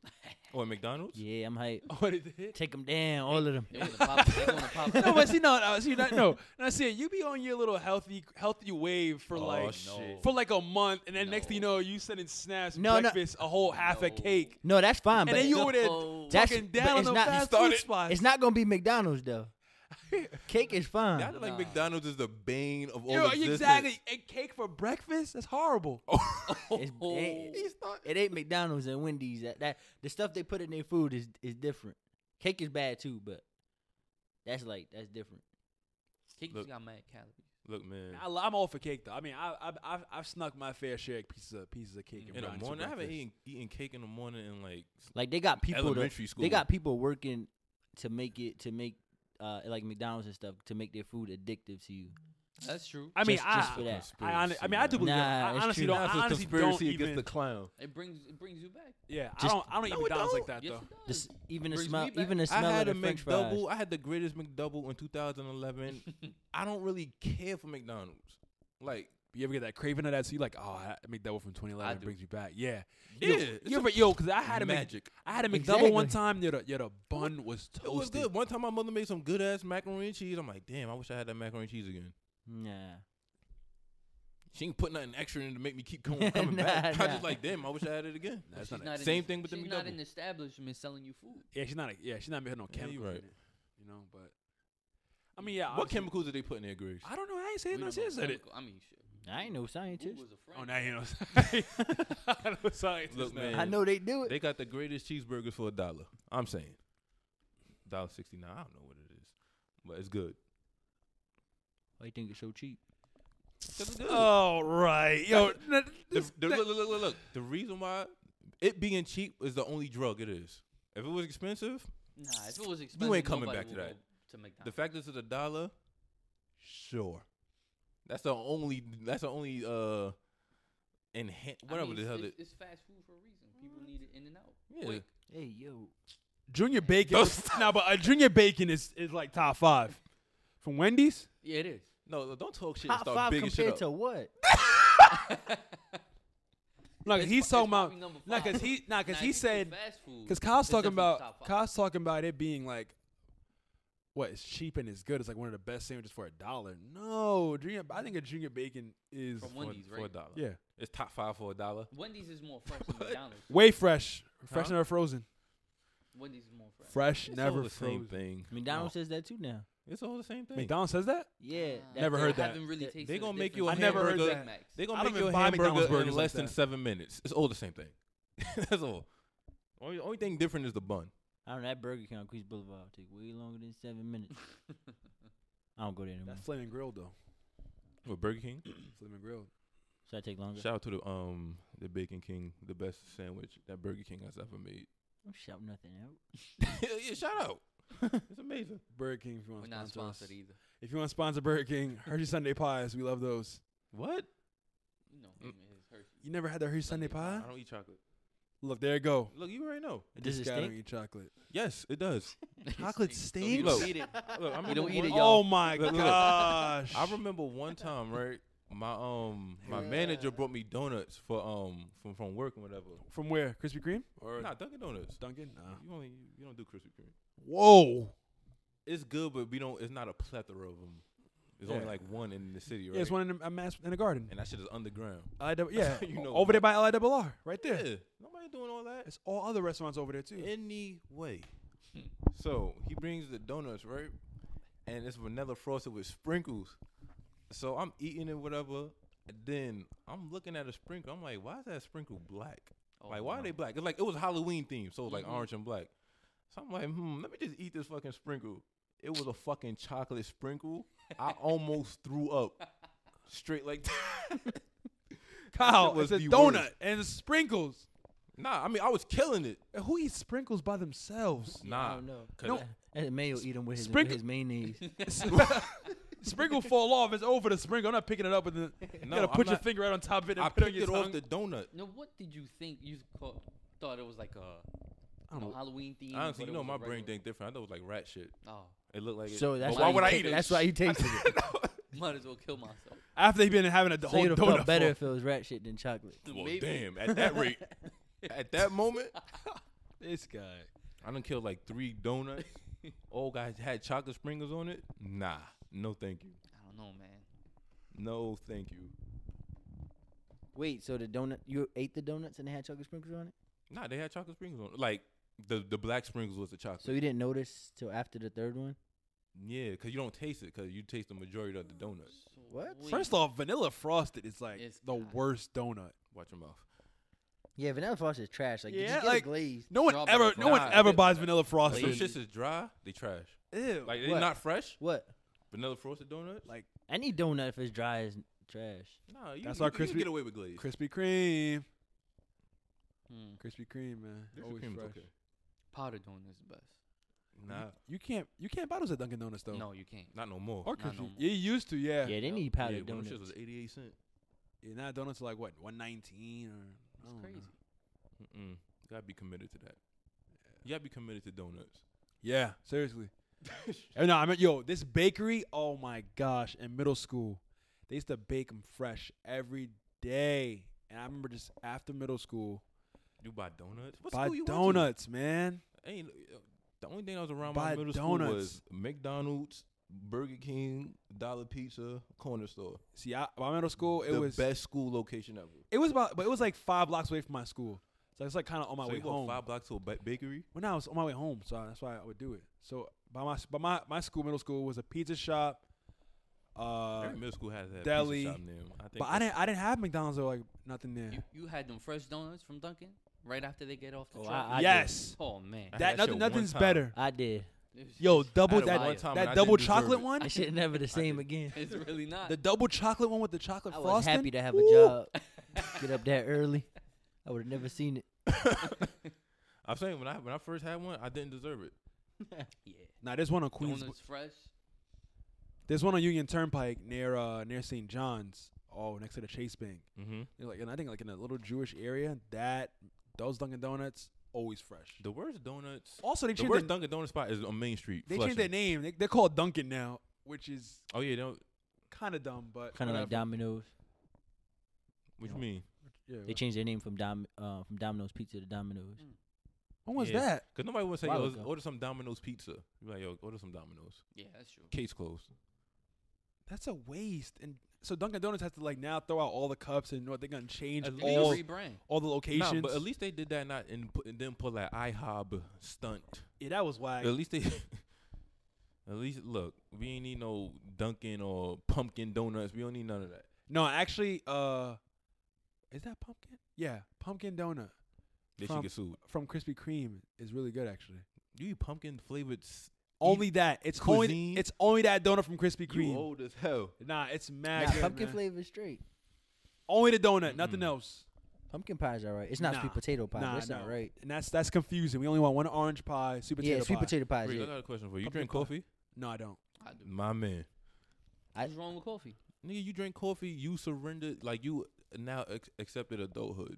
Speaker 3: Or McDonald's?
Speaker 1: Yeah, I'm hype.
Speaker 2: What is it?
Speaker 1: Take them down, all of them.
Speaker 4: They want to pop. They want to pop.
Speaker 2: no, but see, no, no, see, not, no, no, see, you be on your little healthy, healthy wave for
Speaker 3: Oh,
Speaker 2: like,
Speaker 3: shit.
Speaker 4: no.
Speaker 2: for like a month, and then next thing you
Speaker 4: No.
Speaker 2: know, you sending snaps
Speaker 1: No, no.
Speaker 2: breakfast, a whole half a
Speaker 4: No.
Speaker 2: cake,
Speaker 1: No, that's fine.
Speaker 2: and
Speaker 1: but
Speaker 2: then you
Speaker 4: No.
Speaker 2: over there
Speaker 1: That's-
Speaker 2: fucking
Speaker 1: but
Speaker 2: down on
Speaker 1: it's
Speaker 2: the
Speaker 1: not-
Speaker 2: fast
Speaker 3: Started-
Speaker 2: food spot.
Speaker 1: it's not gonna be McDonald's though. Cake is fine.
Speaker 3: Yeah, I feel like
Speaker 4: Nah.
Speaker 3: McDonald's is the bane of all
Speaker 2: Yo,
Speaker 3: existence.
Speaker 2: exactly, and cake for breakfast? That's horrible.
Speaker 1: It's- it-
Speaker 4: Oh.
Speaker 1: It ain't McDonald's and Wendy's. That, that the stuff they put in their food is is different. Cake is bad too, but that's like that's different.
Speaker 4: Cake
Speaker 3: Look.
Speaker 4: just got mad calories.
Speaker 3: Look, man.
Speaker 2: I, am all for cake though. I mean, I, I, I've, I've snuck my fair share of pieces of pieces of cake and
Speaker 3: In the
Speaker 2: brownies for
Speaker 3: morning, I haven't
Speaker 2: breakfast.
Speaker 3: eaten, eaten cake in the morning in like. s-
Speaker 1: Like they got people to,
Speaker 3: Elementary school.
Speaker 1: they got people working to make it to make uh like McDonald's and stuff to make their food addictive to you.
Speaker 4: That's true.
Speaker 2: I mean,
Speaker 1: just-
Speaker 2: I,
Speaker 1: just for that.
Speaker 2: I, hon- I mean, I do
Speaker 1: Nah,
Speaker 2: believe that. I
Speaker 1: it's
Speaker 2: honestly
Speaker 1: true.
Speaker 2: don't. I honestly don't even.
Speaker 3: clown.
Speaker 4: It brings it brings you back.
Speaker 2: yeah, I
Speaker 1: Just-
Speaker 2: don't. I don't eat
Speaker 3: No, it
Speaker 2: McDonald's like
Speaker 3: don't.
Speaker 2: that
Speaker 4: Yes,
Speaker 2: though.
Speaker 4: it does.
Speaker 1: This, even the
Speaker 4: Brings
Speaker 1: smell,
Speaker 4: me back.
Speaker 1: even the
Speaker 3: I
Speaker 1: smell of
Speaker 3: had
Speaker 1: the
Speaker 3: a
Speaker 1: French
Speaker 3: McDouble.
Speaker 1: fries.
Speaker 3: I had the greatest McDouble in 2011. I don't really care for McDonald's. Like,
Speaker 2: You ever get that craving of that? So you like, oh, I make double from 2011
Speaker 4: I
Speaker 2: it
Speaker 4: do.
Speaker 2: brings you back. Yeah,
Speaker 3: yeah,
Speaker 2: Yo,
Speaker 3: it's
Speaker 2: you ever, yo, because I had a Mc,
Speaker 3: magic.
Speaker 2: I had a McDouble one
Speaker 1: Exactly.
Speaker 2: time. Yeah, the, yeah, the bun was toasted.
Speaker 3: It was good. One time my mother made some good ass macaroni and cheese. I'm like, damn, I wish I had that macaroni and cheese again.
Speaker 1: nah,
Speaker 3: She ain't put nothing extra in to make me keep going, coming
Speaker 1: Nah,
Speaker 3: back. I
Speaker 1: nah.
Speaker 3: just like, damn, I wish I had it again.
Speaker 2: Nah, it's
Speaker 4: She's
Speaker 2: not.
Speaker 4: not
Speaker 2: A,
Speaker 4: in
Speaker 3: Same
Speaker 4: the-
Speaker 3: thing with the
Speaker 4: she's not in
Speaker 3: McDouble.
Speaker 4: the establishment selling you food.
Speaker 2: yeah, she's not. A, yeah, she's not making no
Speaker 3: Yeah, you
Speaker 2: chemicals.
Speaker 3: right.
Speaker 2: in it, you know, but I mean, yeah.
Speaker 3: What
Speaker 2: obviously-
Speaker 3: chemicals did they put in there, Griggs?
Speaker 2: I don't know. I ain't
Speaker 4: We
Speaker 2: saying no.
Speaker 4: don't know
Speaker 2: She said it.
Speaker 4: chemical- I mean, shit.
Speaker 1: I ain't no
Speaker 4: Who
Speaker 1: scientist.
Speaker 4: was a friend?
Speaker 2: Oh, now you know. I know scientists
Speaker 3: Look,
Speaker 2: now.
Speaker 3: man.
Speaker 1: I know they do it.
Speaker 3: They got the greatest cheeseburgers for a dollar. I'm saying. Dollar sixty nine. I don't know what it is. But it's good.
Speaker 1: Why you think it's so cheap?
Speaker 2: All right, yo. n-
Speaker 3: The,
Speaker 2: this-
Speaker 3: the,
Speaker 2: that-
Speaker 3: look, look, look, look, look. The reason why it being cheap is the only drug it is. If it was expensive,
Speaker 4: Nah, if it was expensive,
Speaker 3: coming
Speaker 4: nobody
Speaker 3: back to
Speaker 4: would
Speaker 3: that.
Speaker 4: go To McDonald's.
Speaker 3: the fact that it's a dollar, sure. That's the only. That's the only. Uh, enhan-
Speaker 4: I
Speaker 3: whatever
Speaker 4: mean,
Speaker 3: the
Speaker 4: it's,
Speaker 3: hell. It,
Speaker 4: it's, it's fast food for a reason. People need it in and out.
Speaker 3: yeah.
Speaker 4: quick.
Speaker 1: Hey yo,
Speaker 2: Junior Bacon. was- nah, but a Junior Bacon is, is like top five. From Wendy's?
Speaker 4: Yeah, it is.
Speaker 3: No, no, don't talk shit. and
Speaker 1: top
Speaker 3: start
Speaker 1: five
Speaker 3: bigging shit
Speaker 1: compared
Speaker 3: up.
Speaker 1: to what?
Speaker 2: No, 'cause
Speaker 4: It's
Speaker 2: he's talking
Speaker 4: pro- it's probably
Speaker 2: about.
Speaker 4: number
Speaker 2: Nah,
Speaker 4: five.
Speaker 2: cause he, nah, cause he
Speaker 4: Nah, if you do
Speaker 2: said.
Speaker 4: fast food.
Speaker 2: Cause Kyle's
Speaker 4: it's
Speaker 2: talking
Speaker 4: definitely
Speaker 2: about
Speaker 4: top five.
Speaker 2: Kyle's talking about it being like, what is cheap and is good. It's like one of the best sandwiches for a dollar. No, Junior. I think a Junior Bacon is
Speaker 4: From
Speaker 3: For-
Speaker 4: Wendy's,
Speaker 3: for a
Speaker 4: right?
Speaker 3: dollar.
Speaker 2: yeah,
Speaker 3: It's top five for a dollar.
Speaker 4: Wendy's is more fresh than McDonald's.
Speaker 2: way fresh, fresh
Speaker 3: Huh?
Speaker 2: never frozen,
Speaker 4: Wendy's is more fresh.
Speaker 2: fresh
Speaker 3: It's all
Speaker 2: never
Speaker 3: the
Speaker 2: frozen.
Speaker 3: same thing.
Speaker 1: McDonald's says that too now.
Speaker 3: It's all the same thing.
Speaker 2: McDonald's says that.
Speaker 1: Yeah,
Speaker 4: Ah.
Speaker 1: that
Speaker 2: Never
Speaker 1: they
Speaker 2: heard
Speaker 4: I
Speaker 2: that.
Speaker 4: haven't really
Speaker 1: They-
Speaker 4: tasted
Speaker 3: they
Speaker 4: the
Speaker 3: gonna make you
Speaker 4: difference
Speaker 2: a I never
Speaker 4: between
Speaker 2: heard
Speaker 4: Big
Speaker 2: that.
Speaker 4: Macs.
Speaker 3: They
Speaker 2: I
Speaker 3: gonna
Speaker 2: don't
Speaker 3: make you a
Speaker 2: even buy McDonald's
Speaker 3: hamburger in
Speaker 2: burgers like
Speaker 3: less than
Speaker 2: that.
Speaker 3: seven minutes. It's all the same thing. That's all. Only, only thing different is the bun.
Speaker 1: I don't know that Burger King on Queens Boulevard take way longer than seven minutes. I don't go there anymore.
Speaker 2: That's flaming grilled though.
Speaker 3: With Burger King,
Speaker 2: flaming grilled.
Speaker 1: Should I take longer?
Speaker 3: shout out to the um the Bacon King, the best sandwich that Burger King has ever made.
Speaker 1: I'm shouting nothing out.
Speaker 3: yeah, shout out. it's amazing.
Speaker 2: Burger King, if you want
Speaker 4: We're
Speaker 2: to sponsor
Speaker 4: not
Speaker 2: us.
Speaker 4: sponsored either.
Speaker 2: If you want to sponsor Burger King, Hershey Sunday pies, we love those.
Speaker 3: What?
Speaker 4: You know,
Speaker 3: Mm.
Speaker 4: him and his Hershey.
Speaker 2: You never had the Hershey Sunday pie?
Speaker 3: I don't eat chocolate.
Speaker 2: Look, there you go.
Speaker 3: Look, you already know.
Speaker 1: Does it
Speaker 2: This guy don't
Speaker 1: stink?
Speaker 2: eat chocolate.
Speaker 3: Yes, it does.
Speaker 2: Chocolate
Speaker 4: So you
Speaker 2: stinks?
Speaker 4: don't
Speaker 3: Look.
Speaker 4: eat it.
Speaker 3: Look, I remember
Speaker 4: You don't eat
Speaker 3: one-
Speaker 4: it, y'all.
Speaker 2: Oh my
Speaker 3: Look, look.
Speaker 2: gosh.
Speaker 3: I remember one time, right? My um my
Speaker 4: Yeah.
Speaker 3: manager brought me donuts for um from from work and whatever.
Speaker 2: From where? Krispy Kreme or
Speaker 3: Nah, Dunkin' Donuts.
Speaker 2: Dunkin'? Nah.
Speaker 3: You only you don't do Krispy Kreme.
Speaker 2: Whoa.
Speaker 3: It's good, but we don't. It's not a plethora of them. There's only
Speaker 2: Yeah.
Speaker 3: like one in the city, right?
Speaker 2: Yeah, it's one in a, a mass in a garden.
Speaker 3: and that shit is underground.
Speaker 2: I double, yeah,
Speaker 3: how you know
Speaker 2: over there
Speaker 3: about
Speaker 2: by LIRR, right there.
Speaker 3: Yeah, nobody doing all that.
Speaker 2: It's all other restaurants over there too.
Speaker 3: Anyway, so he brings the donuts, right? And it's vanilla frosted with sprinkles. So I'm eating it, whatever. And then I'm looking at a sprinkle. I'm like, why is that sprinkle black?
Speaker 4: Oh,
Speaker 3: like, why are
Speaker 4: no.
Speaker 3: they black? It's like it was Halloween themed, so it was like
Speaker 4: Mhm.
Speaker 3: orange and black. So I'm like, hmm, let me just eat this fucking sprinkle. It was a fucking chocolate sprinkle. I almost threw up. Straight like that.
Speaker 2: Kyle,
Speaker 3: That was
Speaker 2: it's a
Speaker 3: the
Speaker 2: donut
Speaker 3: worst.
Speaker 2: and sprinkles.
Speaker 3: Nah, I mean I was killing it.
Speaker 2: And Who eats sprinkles by themselves?
Speaker 1: Yeah, I
Speaker 3: Nah.
Speaker 1: don't know.
Speaker 3: 'cause
Speaker 2: No.
Speaker 3: it-
Speaker 1: And Mayo eat them with his, with
Speaker 2: Sprinkle-
Speaker 1: his mayonnaise.
Speaker 2: sprinkle fall off. It's over the sprinkle. I'm not picking it up. With the, you
Speaker 3: No,
Speaker 2: gotta
Speaker 3: I'm
Speaker 2: put your
Speaker 3: not-
Speaker 2: finger right on top of it and
Speaker 3: I
Speaker 2: put it on
Speaker 3: picked
Speaker 2: your
Speaker 3: it
Speaker 2: tongue.
Speaker 3: off the donut.
Speaker 4: Now, what did you think? You caught, thought it was like a
Speaker 2: I don't
Speaker 4: no,
Speaker 2: know.
Speaker 4: Halloween theme.
Speaker 3: Honestly,
Speaker 4: but it
Speaker 3: you know
Speaker 4: was a
Speaker 3: my brain
Speaker 4: regular-
Speaker 3: think different. I thought it was like rat shit.
Speaker 4: Oh,
Speaker 3: It looked like it.
Speaker 1: So that's
Speaker 3: but why
Speaker 1: why
Speaker 3: would I
Speaker 1: you
Speaker 3: eat
Speaker 1: take-
Speaker 3: it?
Speaker 1: That's why you tasted it.
Speaker 4: might as well kill myself.
Speaker 2: After they've been having a
Speaker 1: so
Speaker 2: whole
Speaker 1: you'd have felt
Speaker 2: donut.
Speaker 1: better
Speaker 2: full.
Speaker 1: if it was rat shit than chocolate.
Speaker 3: well,
Speaker 4: Maybe.
Speaker 3: damn. At that rate, at that moment,
Speaker 2: This guy.
Speaker 3: I done killed like three donuts. Old guys had chocolate sprinkles on it. Nah, no thank you.
Speaker 4: I don't know, man.
Speaker 3: No thank you.
Speaker 1: Wait, so the donut you ate the donuts and they had chocolate sprinkles on it?
Speaker 3: Nah, they had chocolate sprinkles on it. Like the the black sprinkles was the chocolate.
Speaker 1: So you didn't notice till after the third one?
Speaker 3: yeah, cause you don't taste it, cause you taste the majority of the donuts.
Speaker 4: So
Speaker 1: What?
Speaker 2: First off, vanilla frosted is like
Speaker 4: It's
Speaker 2: the
Speaker 4: not.
Speaker 2: worst donut.
Speaker 3: Watch your mouth.
Speaker 1: Yeah, vanilla frosted is trash. Like,
Speaker 2: Yeah,
Speaker 1: yeah,
Speaker 2: like-
Speaker 1: like glazed.
Speaker 2: No one
Speaker 4: Strawberry
Speaker 2: ever, no one
Speaker 3: frosted.
Speaker 2: ever
Speaker 3: Nah,
Speaker 2: buys vanilla
Speaker 3: Like, them
Speaker 2: frosted.
Speaker 3: shits is dry. They trash.
Speaker 2: Ew.
Speaker 3: Like they
Speaker 1: What?
Speaker 3: not fresh.
Speaker 1: What?
Speaker 3: Vanilla frosted donuts.
Speaker 2: Like-
Speaker 1: Any donut if it's dry is trash.
Speaker 3: nah, you,
Speaker 2: That's
Speaker 3: you,
Speaker 2: why
Speaker 3: you can
Speaker 2: crispy-
Speaker 3: get away with glaze.
Speaker 2: Krispy Kreme,
Speaker 4: Hmm.
Speaker 2: Krispy Kreme, man,
Speaker 3: Krispy
Speaker 2: always
Speaker 3: Kreme's
Speaker 2: fresh.
Speaker 3: okay.
Speaker 4: powder donut is the best.
Speaker 3: Nah,
Speaker 2: You can't, you can't buy those at Dunkin' Donuts though.
Speaker 4: No, you can't.
Speaker 3: not no more.
Speaker 2: Or
Speaker 4: Not no
Speaker 2: Krispy.
Speaker 4: more.
Speaker 2: you used to, yeah.
Speaker 1: Yeah, they
Speaker 4: Yep.
Speaker 1: need
Speaker 3: yeah,
Speaker 1: powdered
Speaker 3: when them
Speaker 1: donuts.
Speaker 3: shits was eighty eight cent.
Speaker 2: Yeah, now donuts are like what, one nineteen or? I
Speaker 4: It's
Speaker 2: don't know.
Speaker 4: crazy.
Speaker 3: Mm-mm. You gotta be committed to that. You gotta be committed to donuts.
Speaker 2: Yeah, seriously. Eh, no, I mean, yo, this bakery. Oh my gosh! In middle school, they used to bake them fresh every day, and I remember just after middle school,
Speaker 3: You buy donuts. What
Speaker 2: buy
Speaker 3: school you went to?
Speaker 2: donuts, man.
Speaker 3: Ain't uh, the only thing that was around
Speaker 2: Buy
Speaker 3: my middle
Speaker 2: donuts.
Speaker 3: school was McDonald's, Burger King, Dollar Pizza, Corner Store.
Speaker 2: See, I, my middle school, Oh, it
Speaker 3: the
Speaker 2: was
Speaker 3: best school location ever.
Speaker 2: it was about, but it was like five blocks away from my school, so it's like kind of on my
Speaker 3: so
Speaker 2: way
Speaker 3: you go
Speaker 2: home.
Speaker 3: five blocks to a ba- bakery.
Speaker 2: Well, now I was on my way home, so that's why I would do it. So by my by my, my school, middle school was a pizza shop. Uh,
Speaker 3: Every middle school has that
Speaker 2: deli,
Speaker 3: Pizza shop name. I think
Speaker 2: but I didn't I didn't have McDonald's or like nothing there.
Speaker 4: You, you had them fresh donuts from Dunkin' right after they get off the
Speaker 1: Oh,
Speaker 4: truck.
Speaker 1: I- I-
Speaker 2: yes,
Speaker 4: oh man.
Speaker 3: I-
Speaker 2: that
Speaker 3: had that
Speaker 2: nothing
Speaker 3: shit one
Speaker 2: nothing's
Speaker 3: time.
Speaker 2: better.
Speaker 1: I did.
Speaker 4: It's-
Speaker 2: Yo, double
Speaker 3: had it
Speaker 2: that
Speaker 3: one time and I
Speaker 2: that
Speaker 3: didn't
Speaker 2: double
Speaker 3: deserve
Speaker 2: chocolate
Speaker 3: it.
Speaker 2: one,
Speaker 1: I should never the same
Speaker 3: did.
Speaker 1: again.
Speaker 4: It's really not.
Speaker 2: the double chocolate one with the chocolate
Speaker 1: I was
Speaker 2: frosting.
Speaker 1: happy to have a
Speaker 2: Ooh.
Speaker 1: job. Get up that early. I would have never seen it.
Speaker 3: I'm saying when I when I first had one, I didn't deserve it.
Speaker 4: yeah.
Speaker 2: Now there's one on Queens.
Speaker 4: Donuts fresh.
Speaker 2: There's one on Union Turnpike near uh near St. John's. Oh, next to the Chase Bank.
Speaker 3: Mm-hmm.
Speaker 2: They're Like, and I think like in a little Jewish area, that those Dunkin' Donuts always fresh.
Speaker 3: The worst donuts.
Speaker 2: Also, Oh, they
Speaker 3: The
Speaker 2: changed
Speaker 3: worst
Speaker 2: their
Speaker 3: Dunkin' Donut spot is on Main Street.
Speaker 2: They
Speaker 3: Flushing.
Speaker 2: changed their name. They, they're called Dunkin' now, which is
Speaker 3: Oh yeah, they don't.
Speaker 2: kind of dumb, but
Speaker 1: Kind of like
Speaker 2: whatever.
Speaker 1: Domino's.
Speaker 3: What
Speaker 1: No.
Speaker 2: Oh.
Speaker 3: you mean?
Speaker 2: Yeah,
Speaker 1: They changed their name from Dom uh, from Domino's Pizza to Domino's.
Speaker 2: when was
Speaker 3: Yeah.
Speaker 2: that?
Speaker 3: Cause nobody would say,
Speaker 1: While
Speaker 3: yo, let's
Speaker 1: ago.
Speaker 3: order some Domino's pizza. You're like, yo, order some Domino's.
Speaker 4: Yeah, that's true.
Speaker 3: Case closed.
Speaker 2: That's a waste. And so Dunkin' Donuts has to like now throw out all the cups and what they're gonna change
Speaker 3: At least-
Speaker 2: all,
Speaker 4: rebrand.
Speaker 2: all the locations.
Speaker 3: Nah, but at least they did that not and, put, and didn't pull that IHOB stunt.
Speaker 2: yeah, that was whack.
Speaker 3: at least they. at least look, we ain't need no Dunkin' or pumpkin donuts. We don't need none of that.
Speaker 2: No, actually, uh, is that pumpkin? Yeah, pumpkin donut
Speaker 3: They
Speaker 2: From-
Speaker 3: should get sued.
Speaker 2: from Krispy Kreme is really good actually.
Speaker 3: You eat pumpkin flavored. s-
Speaker 2: Only that. It's only
Speaker 3: cuisine.
Speaker 2: it's only that donut from Krispy
Speaker 3: You
Speaker 2: Kreme.
Speaker 3: old as hell.
Speaker 2: Nah, it's mad.
Speaker 1: Nah,
Speaker 2: good,
Speaker 1: pumpkin
Speaker 2: man.
Speaker 1: flavor is straight.
Speaker 2: Only the donut, nothing
Speaker 1: Mm-hmm.
Speaker 3: Mm-mm.
Speaker 2: else.
Speaker 1: Pumpkin pie is all right. It's not
Speaker 2: Nah.
Speaker 1: sweet potato pie.
Speaker 2: Nah,
Speaker 1: That's not
Speaker 2: no.
Speaker 1: right.
Speaker 2: And that's that's confusing. We only want one orange pie, sweet potato
Speaker 1: yeah, sweet
Speaker 2: pie.
Speaker 1: potato pie is
Speaker 3: Rick, I
Speaker 1: it.
Speaker 3: got a question for you. You
Speaker 2: Pumpkin
Speaker 3: drink
Speaker 2: pie.
Speaker 3: coffee?
Speaker 2: No, I don't.
Speaker 4: I do.
Speaker 3: My man.
Speaker 1: I-
Speaker 4: What's wrong with coffee?
Speaker 3: Nigga, you drink coffee, you surrendered, like you now ex- accepted adulthood.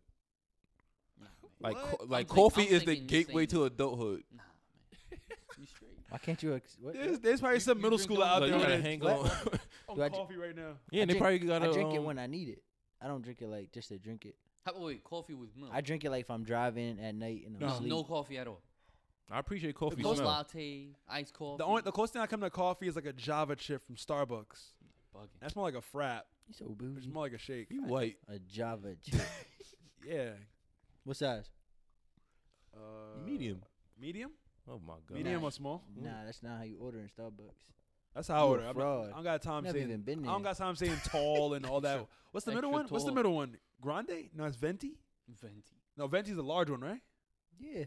Speaker 4: Nah, man.
Speaker 3: Like,
Speaker 2: What?
Speaker 3: co- like
Speaker 4: think-
Speaker 3: coffee
Speaker 4: I'm
Speaker 3: is the
Speaker 4: thinking the
Speaker 3: gateway
Speaker 4: same.
Speaker 3: to adulthood.
Speaker 4: Nah, man. You straight.
Speaker 1: Why can't you? Ex- what?
Speaker 2: There's, there's probably
Speaker 4: You-
Speaker 2: some
Speaker 4: you
Speaker 2: middle
Speaker 4: drink
Speaker 2: schooler out
Speaker 3: Like,
Speaker 2: there
Speaker 3: you
Speaker 2: with
Speaker 3: gotta
Speaker 2: a-
Speaker 3: hang
Speaker 1: What?
Speaker 3: on.
Speaker 2: on
Speaker 1: Do I ju-
Speaker 2: coffee right now.
Speaker 3: yeah,
Speaker 1: I
Speaker 3: they
Speaker 1: drink-
Speaker 3: probably got.
Speaker 1: I drink it
Speaker 3: um,
Speaker 1: when I need it. I don't drink it like just to drink it.
Speaker 4: How about wait, coffee with milk?
Speaker 1: I drink it like if I'm driving at night and I'm
Speaker 2: No.
Speaker 4: no,
Speaker 1: asleep.
Speaker 4: no coffee at all.
Speaker 3: I appreciate coffee
Speaker 4: Cold
Speaker 2: Coast
Speaker 3: smell.
Speaker 4: latte, iced coffee.
Speaker 2: The only the closest thing I come to coffee is like a Java chip from Starbucks.
Speaker 4: bugging.
Speaker 2: That's more like a frap.
Speaker 1: You so
Speaker 2: It's
Speaker 1: bougie.
Speaker 2: more like a shake.
Speaker 3: You white?
Speaker 1: A Java chip.
Speaker 2: Yeah.
Speaker 1: what size?
Speaker 2: Uh,
Speaker 3: Medium.
Speaker 2: Medium.
Speaker 3: Oh my god.
Speaker 2: Medium
Speaker 1: Nah.
Speaker 2: or small. Mm.
Speaker 1: Nah, that's not how you order in Starbucks.
Speaker 2: That's how I
Speaker 1: You a
Speaker 2: order. I'm not,
Speaker 1: fraud.
Speaker 2: I don't got time
Speaker 1: Never
Speaker 2: saying.
Speaker 1: even been
Speaker 2: I don't
Speaker 1: there.
Speaker 2: got time saying tall and all that. What's the middle
Speaker 4: Extra
Speaker 2: one? What's the
Speaker 4: tall.
Speaker 2: middle one? Grande? No, it's venti.
Speaker 4: Venti.
Speaker 2: No, venti's the large one, right?
Speaker 1: Yeah.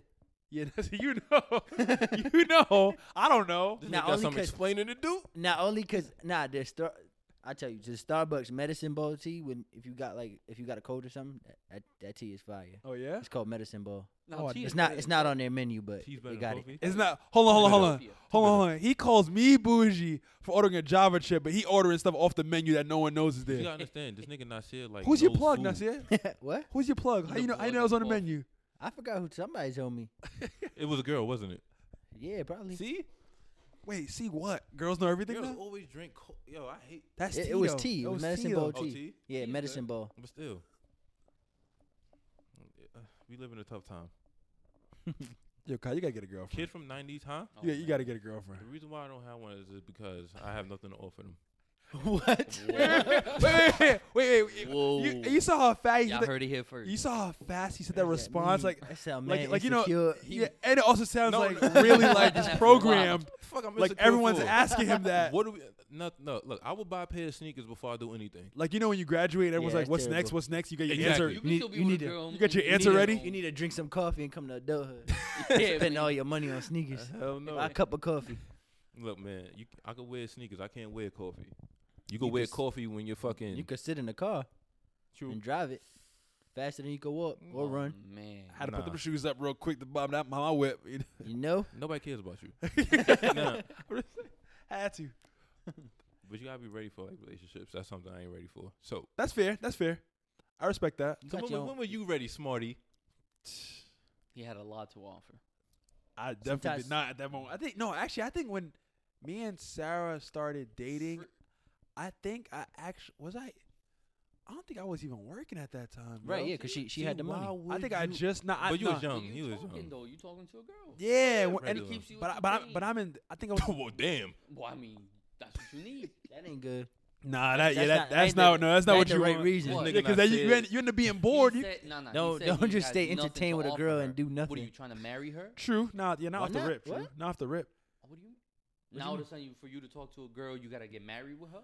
Speaker 2: Yeah, that's, you know, you know. I don't know.
Speaker 3: This
Speaker 1: Nah,
Speaker 3: nigga got
Speaker 1: only
Speaker 3: some
Speaker 1: 'cause-
Speaker 3: explaining to do.
Speaker 1: Not only because nah, the star. I tell you, the Starbucks medicine ball tea. When if you got like if you got a cold or something, that that, that tea is fire.
Speaker 2: Oh yeah,
Speaker 1: It's called medicine ball.
Speaker 4: No,
Speaker 2: Oh,
Speaker 4: tea
Speaker 2: it's
Speaker 1: It's
Speaker 4: is
Speaker 1: not.
Speaker 4: better.
Speaker 1: It's not on their menu, but
Speaker 3: Tea's
Speaker 1: they
Speaker 3: better
Speaker 1: got
Speaker 3: than
Speaker 1: it.
Speaker 3: coffee.
Speaker 2: it's not. Hold on, hold on, hold on,
Speaker 4: Coffee.
Speaker 2: hold on, hold on. He calls me bougie for ordering a Java chip, but he ordering stuff off the menu that no one knows is
Speaker 3: You gotta
Speaker 2: there.
Speaker 3: understand, this nigga not share like.
Speaker 2: Who's your
Speaker 3: no
Speaker 2: plug,
Speaker 3: food.
Speaker 2: Nasir?
Speaker 1: what?
Speaker 2: Who's your plug? How
Speaker 4: The
Speaker 2: you know? How you
Speaker 4: plug
Speaker 2: know it was on the
Speaker 4: is off.
Speaker 2: menu?
Speaker 1: I forgot who somebody told me.
Speaker 3: It was a girl, wasn't it?
Speaker 1: Yeah, probably.
Speaker 2: See? Wait, see what? Girls know everything.
Speaker 3: Girls
Speaker 2: now?
Speaker 3: always drink. Co- Yo, I hate.
Speaker 2: That's
Speaker 1: it,
Speaker 2: tea,
Speaker 1: it was
Speaker 2: though.
Speaker 1: tea. It
Speaker 2: That
Speaker 1: was, medicine
Speaker 2: tea,
Speaker 1: ball
Speaker 2: though.
Speaker 3: Oh,
Speaker 1: tea.
Speaker 3: tea?
Speaker 1: Yeah,
Speaker 4: Tea's
Speaker 1: medicine ball.
Speaker 3: But still, Uh, we live in a tough time.
Speaker 2: Yo, Kyle, you gotta get a girlfriend.
Speaker 3: Kid from '90s, huh?
Speaker 4: Oh,
Speaker 2: Yeah, you
Speaker 4: man.
Speaker 2: gotta get a girlfriend.
Speaker 3: The reason why I don't have one is just because I have nothing to offer them.
Speaker 1: What?
Speaker 2: wait, wait, wait, wait, wait.
Speaker 4: Whoa.
Speaker 2: You, you saw how fast he
Speaker 4: Y'all
Speaker 2: said that,
Speaker 4: heard it here first.
Speaker 2: you saw how fast he said that response, like,
Speaker 1: That sound
Speaker 2: like,
Speaker 1: man
Speaker 2: like you know,
Speaker 1: insecure. He-
Speaker 2: yeah, and it also sounds
Speaker 3: No,
Speaker 2: like
Speaker 3: no.
Speaker 2: really like it's
Speaker 4: That's
Speaker 2: programmed.
Speaker 3: Fuck, I'm
Speaker 2: Like
Speaker 3: insecure
Speaker 2: everyone's
Speaker 3: for.
Speaker 2: asking him that.
Speaker 3: What do we? No, no. Look, I will buy a pair of sneakers before I do anything.
Speaker 2: Like you know when you graduate, everyone's
Speaker 1: Yeah,
Speaker 2: like,
Speaker 1: that's
Speaker 2: "What's next?
Speaker 1: terrible.
Speaker 2: What's next?" You got your
Speaker 3: Exactly.
Speaker 2: answer.
Speaker 4: You can
Speaker 1: need-
Speaker 4: still be
Speaker 1: you
Speaker 4: with
Speaker 1: need
Speaker 4: a
Speaker 1: to-
Speaker 4: girl.
Speaker 2: you got your
Speaker 4: and-
Speaker 2: answer
Speaker 4: and-
Speaker 2: ready?
Speaker 1: You need to drink some coffee and come to adulthood.
Speaker 4: Yeah,
Speaker 1: Spend
Speaker 4: man.
Speaker 1: all your money on sneakers.
Speaker 2: Uh-huh.
Speaker 3: Uh, Hell
Speaker 1: Buy a cup of coffee.
Speaker 3: Look, man, you I could wear sneakers. I can't wear coffee. You can
Speaker 1: You
Speaker 3: wear
Speaker 1: just-
Speaker 3: coffee when you're fucking.
Speaker 1: You could sit in the car
Speaker 3: true.
Speaker 1: and drive it faster than you could walk or
Speaker 4: Oh,
Speaker 1: run.
Speaker 4: Man.
Speaker 2: I had to put
Speaker 3: Nah.
Speaker 2: them shoes up real quick to bomb that my whip. you know?
Speaker 1: You know,
Speaker 3: Nobody cares about you.
Speaker 2: I
Speaker 3: nah,
Speaker 2: had to.
Speaker 3: but you gotta be ready for like relationships. That's something I ain't ready for. So,
Speaker 2: That's fair. That's fair. I respect that.
Speaker 1: You
Speaker 3: so
Speaker 1: got
Speaker 3: when,
Speaker 1: your
Speaker 3: when
Speaker 1: own-
Speaker 3: were you ready, Smarty?
Speaker 4: He had a lot to offer.
Speaker 2: I definitely
Speaker 1: Sometimes-
Speaker 2: did not at that moment. I think no, actually, I think when me and Sarah started dating, I think I actually was I. I don't think I was even working at that time. bro.
Speaker 1: right? Yeah, because she she had the money.
Speaker 2: I think I just not. I,
Speaker 3: But you was
Speaker 2: nah.
Speaker 3: young.
Speaker 4: But
Speaker 3: He
Speaker 4: you
Speaker 3: was
Speaker 4: talking
Speaker 3: young.
Speaker 4: though. You talking to a girl.
Speaker 2: Yeah,
Speaker 3: Yeah,
Speaker 2: wh- and,
Speaker 3: regular.
Speaker 4: Keeps you
Speaker 2: but
Speaker 4: with
Speaker 2: I,
Speaker 4: the
Speaker 2: but I, but
Speaker 4: game.
Speaker 2: I'm in. I think I was.
Speaker 3: well, damn.
Speaker 4: Well, I mean, that's what you need.
Speaker 1: That ain't good.
Speaker 2: Nah, that, yeah,
Speaker 1: That's
Speaker 2: that,
Speaker 1: not-
Speaker 2: that's
Speaker 1: that
Speaker 2: not.
Speaker 1: ain't the-
Speaker 2: no, that's
Speaker 1: that
Speaker 2: not
Speaker 1: ain't
Speaker 2: what
Speaker 1: the
Speaker 2: you
Speaker 1: right
Speaker 2: want.
Speaker 1: reason.
Speaker 4: What?
Speaker 2: Yeah,
Speaker 3: Nigga
Speaker 2: because
Speaker 3: not
Speaker 2: then you, you
Speaker 3: serious.
Speaker 2: end, you end up being bored.
Speaker 4: He
Speaker 2: You,
Speaker 4: said, nah, nah, Uh, he
Speaker 1: Don't-
Speaker 4: said
Speaker 1: don't
Speaker 4: he
Speaker 1: just
Speaker 4: has
Speaker 1: stay
Speaker 4: nothing to
Speaker 1: entertained with a
Speaker 4: offer
Speaker 1: girl
Speaker 4: her.
Speaker 1: and do
Speaker 4: What are
Speaker 1: nothing.
Speaker 4: you trying to marry her?
Speaker 2: true. Nah, yeah, not
Speaker 1: Why
Speaker 2: off the
Speaker 1: not?
Speaker 2: rip. True.
Speaker 1: What?
Speaker 2: Not off the rip.
Speaker 4: What do you? mean?
Speaker 1: What
Speaker 4: now
Speaker 1: you
Speaker 4: all of
Speaker 1: mean?
Speaker 4: a sudden, you, for you to talk to a girl, you gotta get married with her.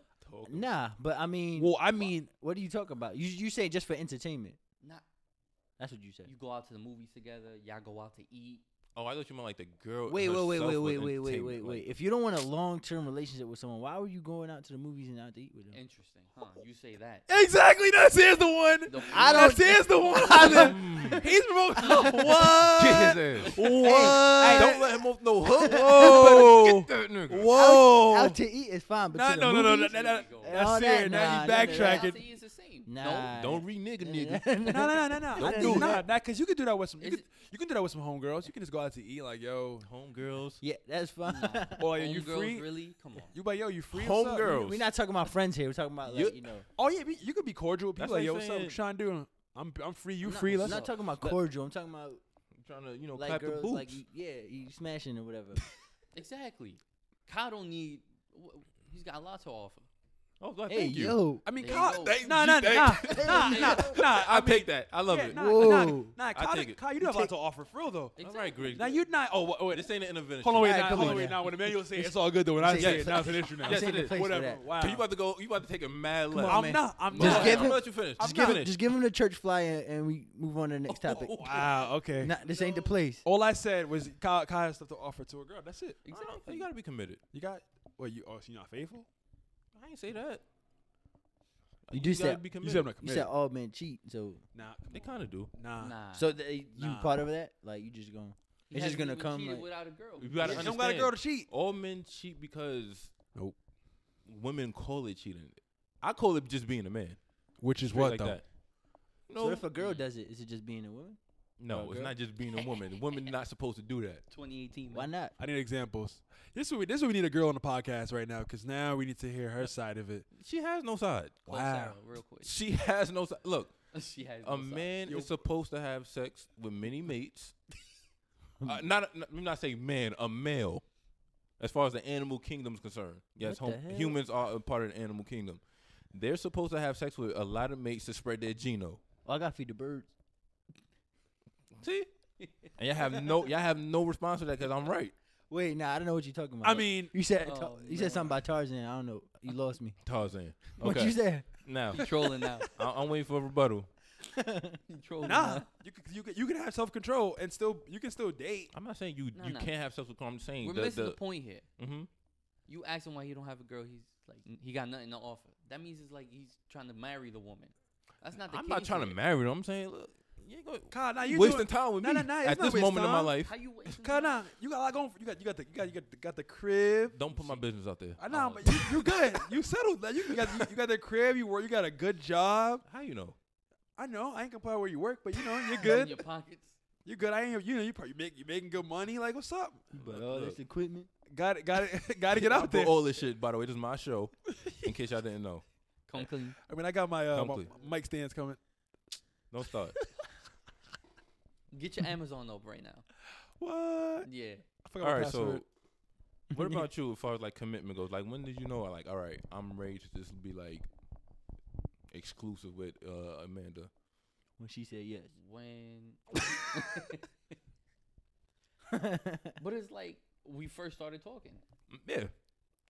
Speaker 1: Nah, but I mean,
Speaker 2: Well, I mean,
Speaker 1: what do you talk about? You you say just for entertainment.
Speaker 4: Not
Speaker 1: That's what you say.
Speaker 4: you go out to the movies together. Y'all go out to eat.
Speaker 3: Oh, I thought you meant like the girl.
Speaker 1: Wait, wait, wait,
Speaker 3: herself
Speaker 1: wait,
Speaker 3: was
Speaker 1: wait, wait, wait, wait,
Speaker 3: entertainment,
Speaker 1: wait.
Speaker 3: like-
Speaker 1: If you don't want a long term relationship with someone, why were you going out to the movies and out to eat with them?
Speaker 4: Interesting, huh? You say that.
Speaker 2: exactly. That's here's the one.
Speaker 4: The
Speaker 1: I
Speaker 2: That's
Speaker 1: don't-
Speaker 2: here's the one.
Speaker 3: Mm.
Speaker 2: He's promoting. what?
Speaker 3: Get his ass.
Speaker 2: What?
Speaker 3: Don't let him off no hook.
Speaker 2: Whoa.
Speaker 3: Get that nigga.
Speaker 2: Whoa.
Speaker 1: Out to eat is fine, but
Speaker 2: Nah,
Speaker 1: to the
Speaker 2: no, no, no, no,
Speaker 1: movies?
Speaker 2: no, no.
Speaker 4: There you go.
Speaker 1: All
Speaker 2: That's
Speaker 1: that,
Speaker 2: it.
Speaker 1: nah,
Speaker 2: Now you
Speaker 1: none of that.
Speaker 4: Y'all
Speaker 2: backtracking.
Speaker 4: say it's the same. No.
Speaker 1: Nah.
Speaker 3: Don't re nigga nigga.
Speaker 2: No, no, no, no, no.
Speaker 1: Don't
Speaker 2: I didn't-
Speaker 1: do
Speaker 2: nah,
Speaker 1: that.
Speaker 2: Nah, because you can do that with some. You
Speaker 4: Is
Speaker 2: can,
Speaker 4: it-
Speaker 2: you can do that with some homegirls. You can just go out to eat, like, yo.
Speaker 3: Homegirls.
Speaker 1: Yeah, that's fine.
Speaker 4: No.
Speaker 2: Boy, are Oh, you
Speaker 4: Homegirls,
Speaker 2: free?
Speaker 4: Really? Come on.
Speaker 2: You like, yo, you free? What's up?
Speaker 3: Homegirls.
Speaker 1: We're not talking about friends here. We're talking about like
Speaker 3: You-
Speaker 1: you know.
Speaker 2: Oh yeah, we- you could be cordial. with
Speaker 3: That's
Speaker 2: People like,
Speaker 3: like
Speaker 2: yo, what's up?
Speaker 3: saying-
Speaker 2: What you trying to do? I'm, I'm free. You
Speaker 4: I'm not-
Speaker 2: free?
Speaker 1: I'm
Speaker 2: Let's.
Speaker 1: not talking about cordial. I'm talking about
Speaker 3: Trying to, you know,
Speaker 1: like
Speaker 3: clap
Speaker 1: girls,
Speaker 3: the boots.
Speaker 1: like you, yeah, you smashing or whatever.
Speaker 4: Exactly. Kyle don't need. wh- He's got a lot to offer.
Speaker 3: oh, God,
Speaker 1: hey
Speaker 3: thank you.
Speaker 1: yo,
Speaker 2: I mean,
Speaker 4: There you
Speaker 2: Kyle,
Speaker 4: go.
Speaker 2: they- nah, nah, nah, nah, nah, nah, nah.
Speaker 3: I take that. I love
Speaker 2: Yeah,
Speaker 3: it.
Speaker 2: nah,
Speaker 1: Whoa.
Speaker 2: nah, nah. Kyle,
Speaker 3: take it.
Speaker 2: Kyle, you do have a lot to offer, for real though.
Speaker 3: All right, Greg.
Speaker 2: Now you're not. Oh, wait, wait,
Speaker 3: this ain't an intervention.
Speaker 2: hold on, wait,
Speaker 1: Alright,
Speaker 2: now,
Speaker 1: come
Speaker 2: hold
Speaker 1: on
Speaker 2: on, wait.
Speaker 1: now.
Speaker 2: Now when Emmanuel say it's all good though, when I
Speaker 1: Yes,
Speaker 2: say
Speaker 3: yes.
Speaker 2: it, now it's an issue now.
Speaker 1: I'm
Speaker 3: Yes,
Speaker 1: saying
Speaker 3: it
Speaker 1: the
Speaker 3: is.
Speaker 1: place for
Speaker 2: Whatever.
Speaker 1: that.
Speaker 2: Wow.
Speaker 3: So you about to go? You about to take a mad left?
Speaker 2: I'm not. I'm
Speaker 1: Just
Speaker 2: not.
Speaker 1: give
Speaker 3: I'm
Speaker 1: him-
Speaker 3: gonna let you finish.
Speaker 2: I'm
Speaker 1: just give him,
Speaker 3: finish.
Speaker 1: just give him the church fly and, and we move on to the next topic.
Speaker 2: Wow. Okay. Oh,
Speaker 1: Nah, this ain't the place.
Speaker 2: All I said was Kyle, Kyle has stuff to offer to a girl. That's it.
Speaker 3: I don't know, You gotta be committed.
Speaker 2: You got. Wait, you. Oh, so you're not faithful?
Speaker 3: I ain't say that.
Speaker 1: You do
Speaker 3: gotta
Speaker 1: said-
Speaker 3: be
Speaker 2: You said I'm not
Speaker 3: committed.
Speaker 1: You said
Speaker 2: committed.
Speaker 1: all men cheat, so
Speaker 2: Nah.
Speaker 3: They kind of do.
Speaker 2: Nah.
Speaker 4: Nah.
Speaker 1: so they, you
Speaker 2: Nah.
Speaker 1: part of that? Like you just going?
Speaker 4: He
Speaker 1: It's just
Speaker 4: hasn't
Speaker 1: gonna
Speaker 4: even
Speaker 1: come.
Speaker 4: cheated
Speaker 1: like-
Speaker 4: without a girl.
Speaker 3: You gotta
Speaker 2: You
Speaker 3: understand.
Speaker 2: don't got a girl to cheat.
Speaker 3: All men cheat because
Speaker 2: Nope.
Speaker 3: women call it cheating. I call it just being a man.
Speaker 2: Which is
Speaker 3: Straight
Speaker 2: what
Speaker 3: like
Speaker 2: though?
Speaker 3: that. No,
Speaker 1: So if a girl does it, is it just being a woman?
Speaker 3: no,
Speaker 1: Oh,
Speaker 3: it's
Speaker 1: girl.
Speaker 3: not just being a woman. Women not supposed to do that.
Speaker 4: 2018.
Speaker 1: Why
Speaker 4: man.
Speaker 1: not?
Speaker 2: I need examples. This is what we, this is what we need a girl on the podcast right now because now we need to hear her side of it.
Speaker 3: She has no side.
Speaker 4: Call
Speaker 2: Wow.
Speaker 4: Sarah real quick.
Speaker 3: She has no side. Look,
Speaker 4: she has no
Speaker 3: a
Speaker 4: side.
Speaker 3: man
Speaker 2: Yo.
Speaker 3: is supposed to have sex with many mates. uh, not, not, I'm not saying man, a male. As far as the animal kingdom's concerned, yes,
Speaker 1: What the
Speaker 3: hom-
Speaker 1: hell?
Speaker 3: humans are a part of the animal kingdom. They're supposed to have sex with a lot of mates to spread their genome.
Speaker 1: Well, I gotta feed the birds.
Speaker 3: See, and y'all have no, y'all have no response to that because I'm right.
Speaker 1: Wait, nah, I don't know what you're talking about.
Speaker 2: I mean,
Speaker 1: you said
Speaker 4: Oh,
Speaker 1: ta- you
Speaker 4: man.
Speaker 1: said something about Tarzan. I don't know. You lost me.
Speaker 3: Tarzan.
Speaker 1: What you
Speaker 3: Okay,
Speaker 1: said?
Speaker 3: now
Speaker 4: He trolling now.
Speaker 3: I- I'm waiting for a rebuttal.
Speaker 4: He trolling
Speaker 2: nah,
Speaker 4: now.
Speaker 2: you could, you could, you can have self control and still you can still date.
Speaker 3: I'm not saying you
Speaker 4: No,
Speaker 3: you
Speaker 4: no.
Speaker 3: can't have sex with. I'm saying
Speaker 4: We're
Speaker 3: the,
Speaker 4: missing the
Speaker 3: the,
Speaker 4: point here.
Speaker 3: mhm.
Speaker 4: You ask him why he don't have a girl. He's like, n- he got nothing to offer. That means it's like he's trying to marry the woman. That's not the
Speaker 3: I'm
Speaker 4: case.
Speaker 3: not trying to
Speaker 4: here.
Speaker 3: marry them. I'm saying, look, you ain't going
Speaker 2: Kyle, now you
Speaker 3: wasting
Speaker 2: doing-
Speaker 3: time with
Speaker 2: Nah,
Speaker 3: me
Speaker 2: nah, nah, it's
Speaker 3: at
Speaker 2: not
Speaker 3: this
Speaker 2: waste
Speaker 3: moment in my
Speaker 2: time.
Speaker 3: life.
Speaker 4: How you wasting
Speaker 2: Kyle,
Speaker 4: time?
Speaker 2: nah, you got a lot going. For, you got you got the you got you got the, got the crib.
Speaker 3: Don't put my business out there.
Speaker 2: I know,
Speaker 4: Oh.
Speaker 2: but you, you good. You settled. Like, you, you got you, you got the crib. You work. You got a good job.
Speaker 3: How you know?
Speaker 2: I know. I ain't gonna play where you work, but you know you're
Speaker 4: In your
Speaker 2: good.
Speaker 4: pockets.
Speaker 2: You good. I ain't. You know you probably make you making good money. Like what's up?
Speaker 1: But
Speaker 3: Look,
Speaker 1: all
Speaker 3: look.
Speaker 1: this equipment.
Speaker 2: Got it. Got it. got to get
Speaker 3: I
Speaker 2: out
Speaker 3: put
Speaker 2: there.
Speaker 3: all this shit, by the way, this is my show. in case y'all didn't know,
Speaker 4: Come clean.
Speaker 2: I mean, I got my, uh,
Speaker 3: Come
Speaker 2: my
Speaker 3: clean.
Speaker 2: my mic stands coming.
Speaker 3: don't start.
Speaker 4: Get your Amazon up right now.
Speaker 2: What? I
Speaker 4: Yeah.
Speaker 2: forgot
Speaker 3: All
Speaker 2: my
Speaker 3: right,
Speaker 2: password.
Speaker 3: so what about you as far as like commitment goes? Like, when did you know? Like, all right, I'm ready to just be like exclusive with uh, Amanda.
Speaker 1: when she said yes.
Speaker 4: When. but it's like we first started talking.
Speaker 3: Mm, Yeah,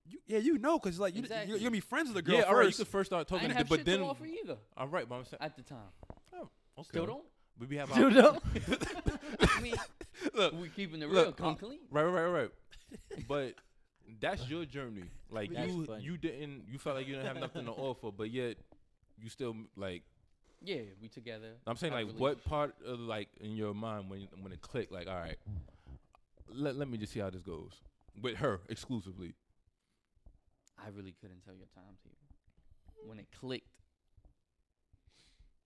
Speaker 2: you, yeah, you know, cause like you,
Speaker 4: Exactly.
Speaker 2: you're gonna be friends with the girl
Speaker 3: yeah. All right, you
Speaker 2: first.
Speaker 3: could first start
Speaker 4: I
Speaker 3: talking,
Speaker 4: didn't
Speaker 3: and
Speaker 4: have
Speaker 3: th-
Speaker 4: shit
Speaker 3: but then
Speaker 4: to offer either
Speaker 3: all right, but I'm saying
Speaker 4: at the time.
Speaker 3: okay.
Speaker 4: Still don't.
Speaker 3: But we have
Speaker 1: Dude,
Speaker 3: our,
Speaker 1: no.
Speaker 4: I mean,
Speaker 3: look,
Speaker 4: we keeping it real,
Speaker 3: Look, uh,
Speaker 4: come
Speaker 3: I-
Speaker 4: clean.
Speaker 3: Right, right, right, right. But that's your journey. Like
Speaker 1: That's
Speaker 3: you,
Speaker 1: funny.
Speaker 3: you didn't. You felt like you didn't have nothing to offer, but yet you still like.
Speaker 4: Yeah, we together.
Speaker 3: I'm saying,
Speaker 4: have
Speaker 3: like,
Speaker 4: a
Speaker 3: what part of like in your mind when when it clicked? Like, all right, let let me just see how this goes with her exclusively.
Speaker 4: I really couldn't tell your timetable when it clicked.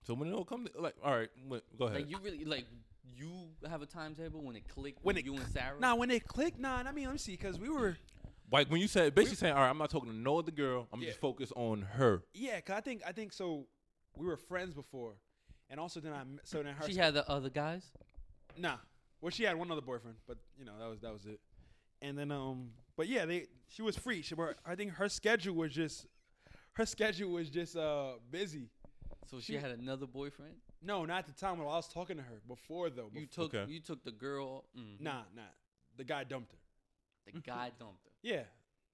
Speaker 3: So when it all come, to, like, all right, when, go ahead.
Speaker 4: Like you really like you have a timetable when it clicked
Speaker 2: When
Speaker 4: when
Speaker 2: it
Speaker 4: you and Sarah.
Speaker 2: nah, when it clicked, nah. I mean, let me see, cause we were.
Speaker 3: like when you said basically saying, all right, I'm not talking to no other girl. I'm
Speaker 2: Yeah.
Speaker 3: just focused on her.
Speaker 2: Yeah, cause I think I think so. We were friends before, and also then I m- so then her
Speaker 4: she had the other guys.
Speaker 2: nah. Well, she had one other boyfriend, but you know that was that was it. And then um, but yeah, they she was free. She were, I think her schedule was just her schedule was just uh busy.
Speaker 4: So she,
Speaker 2: She-
Speaker 4: had another boyfriend.
Speaker 2: No, not at the time. While I was talking to her before though.
Speaker 4: You
Speaker 2: bef-
Speaker 4: took
Speaker 3: Okay.
Speaker 4: you took the girl. Mm,
Speaker 2: nah, nah. The guy dumped her.
Speaker 4: the guy dumped her.
Speaker 2: Yeah.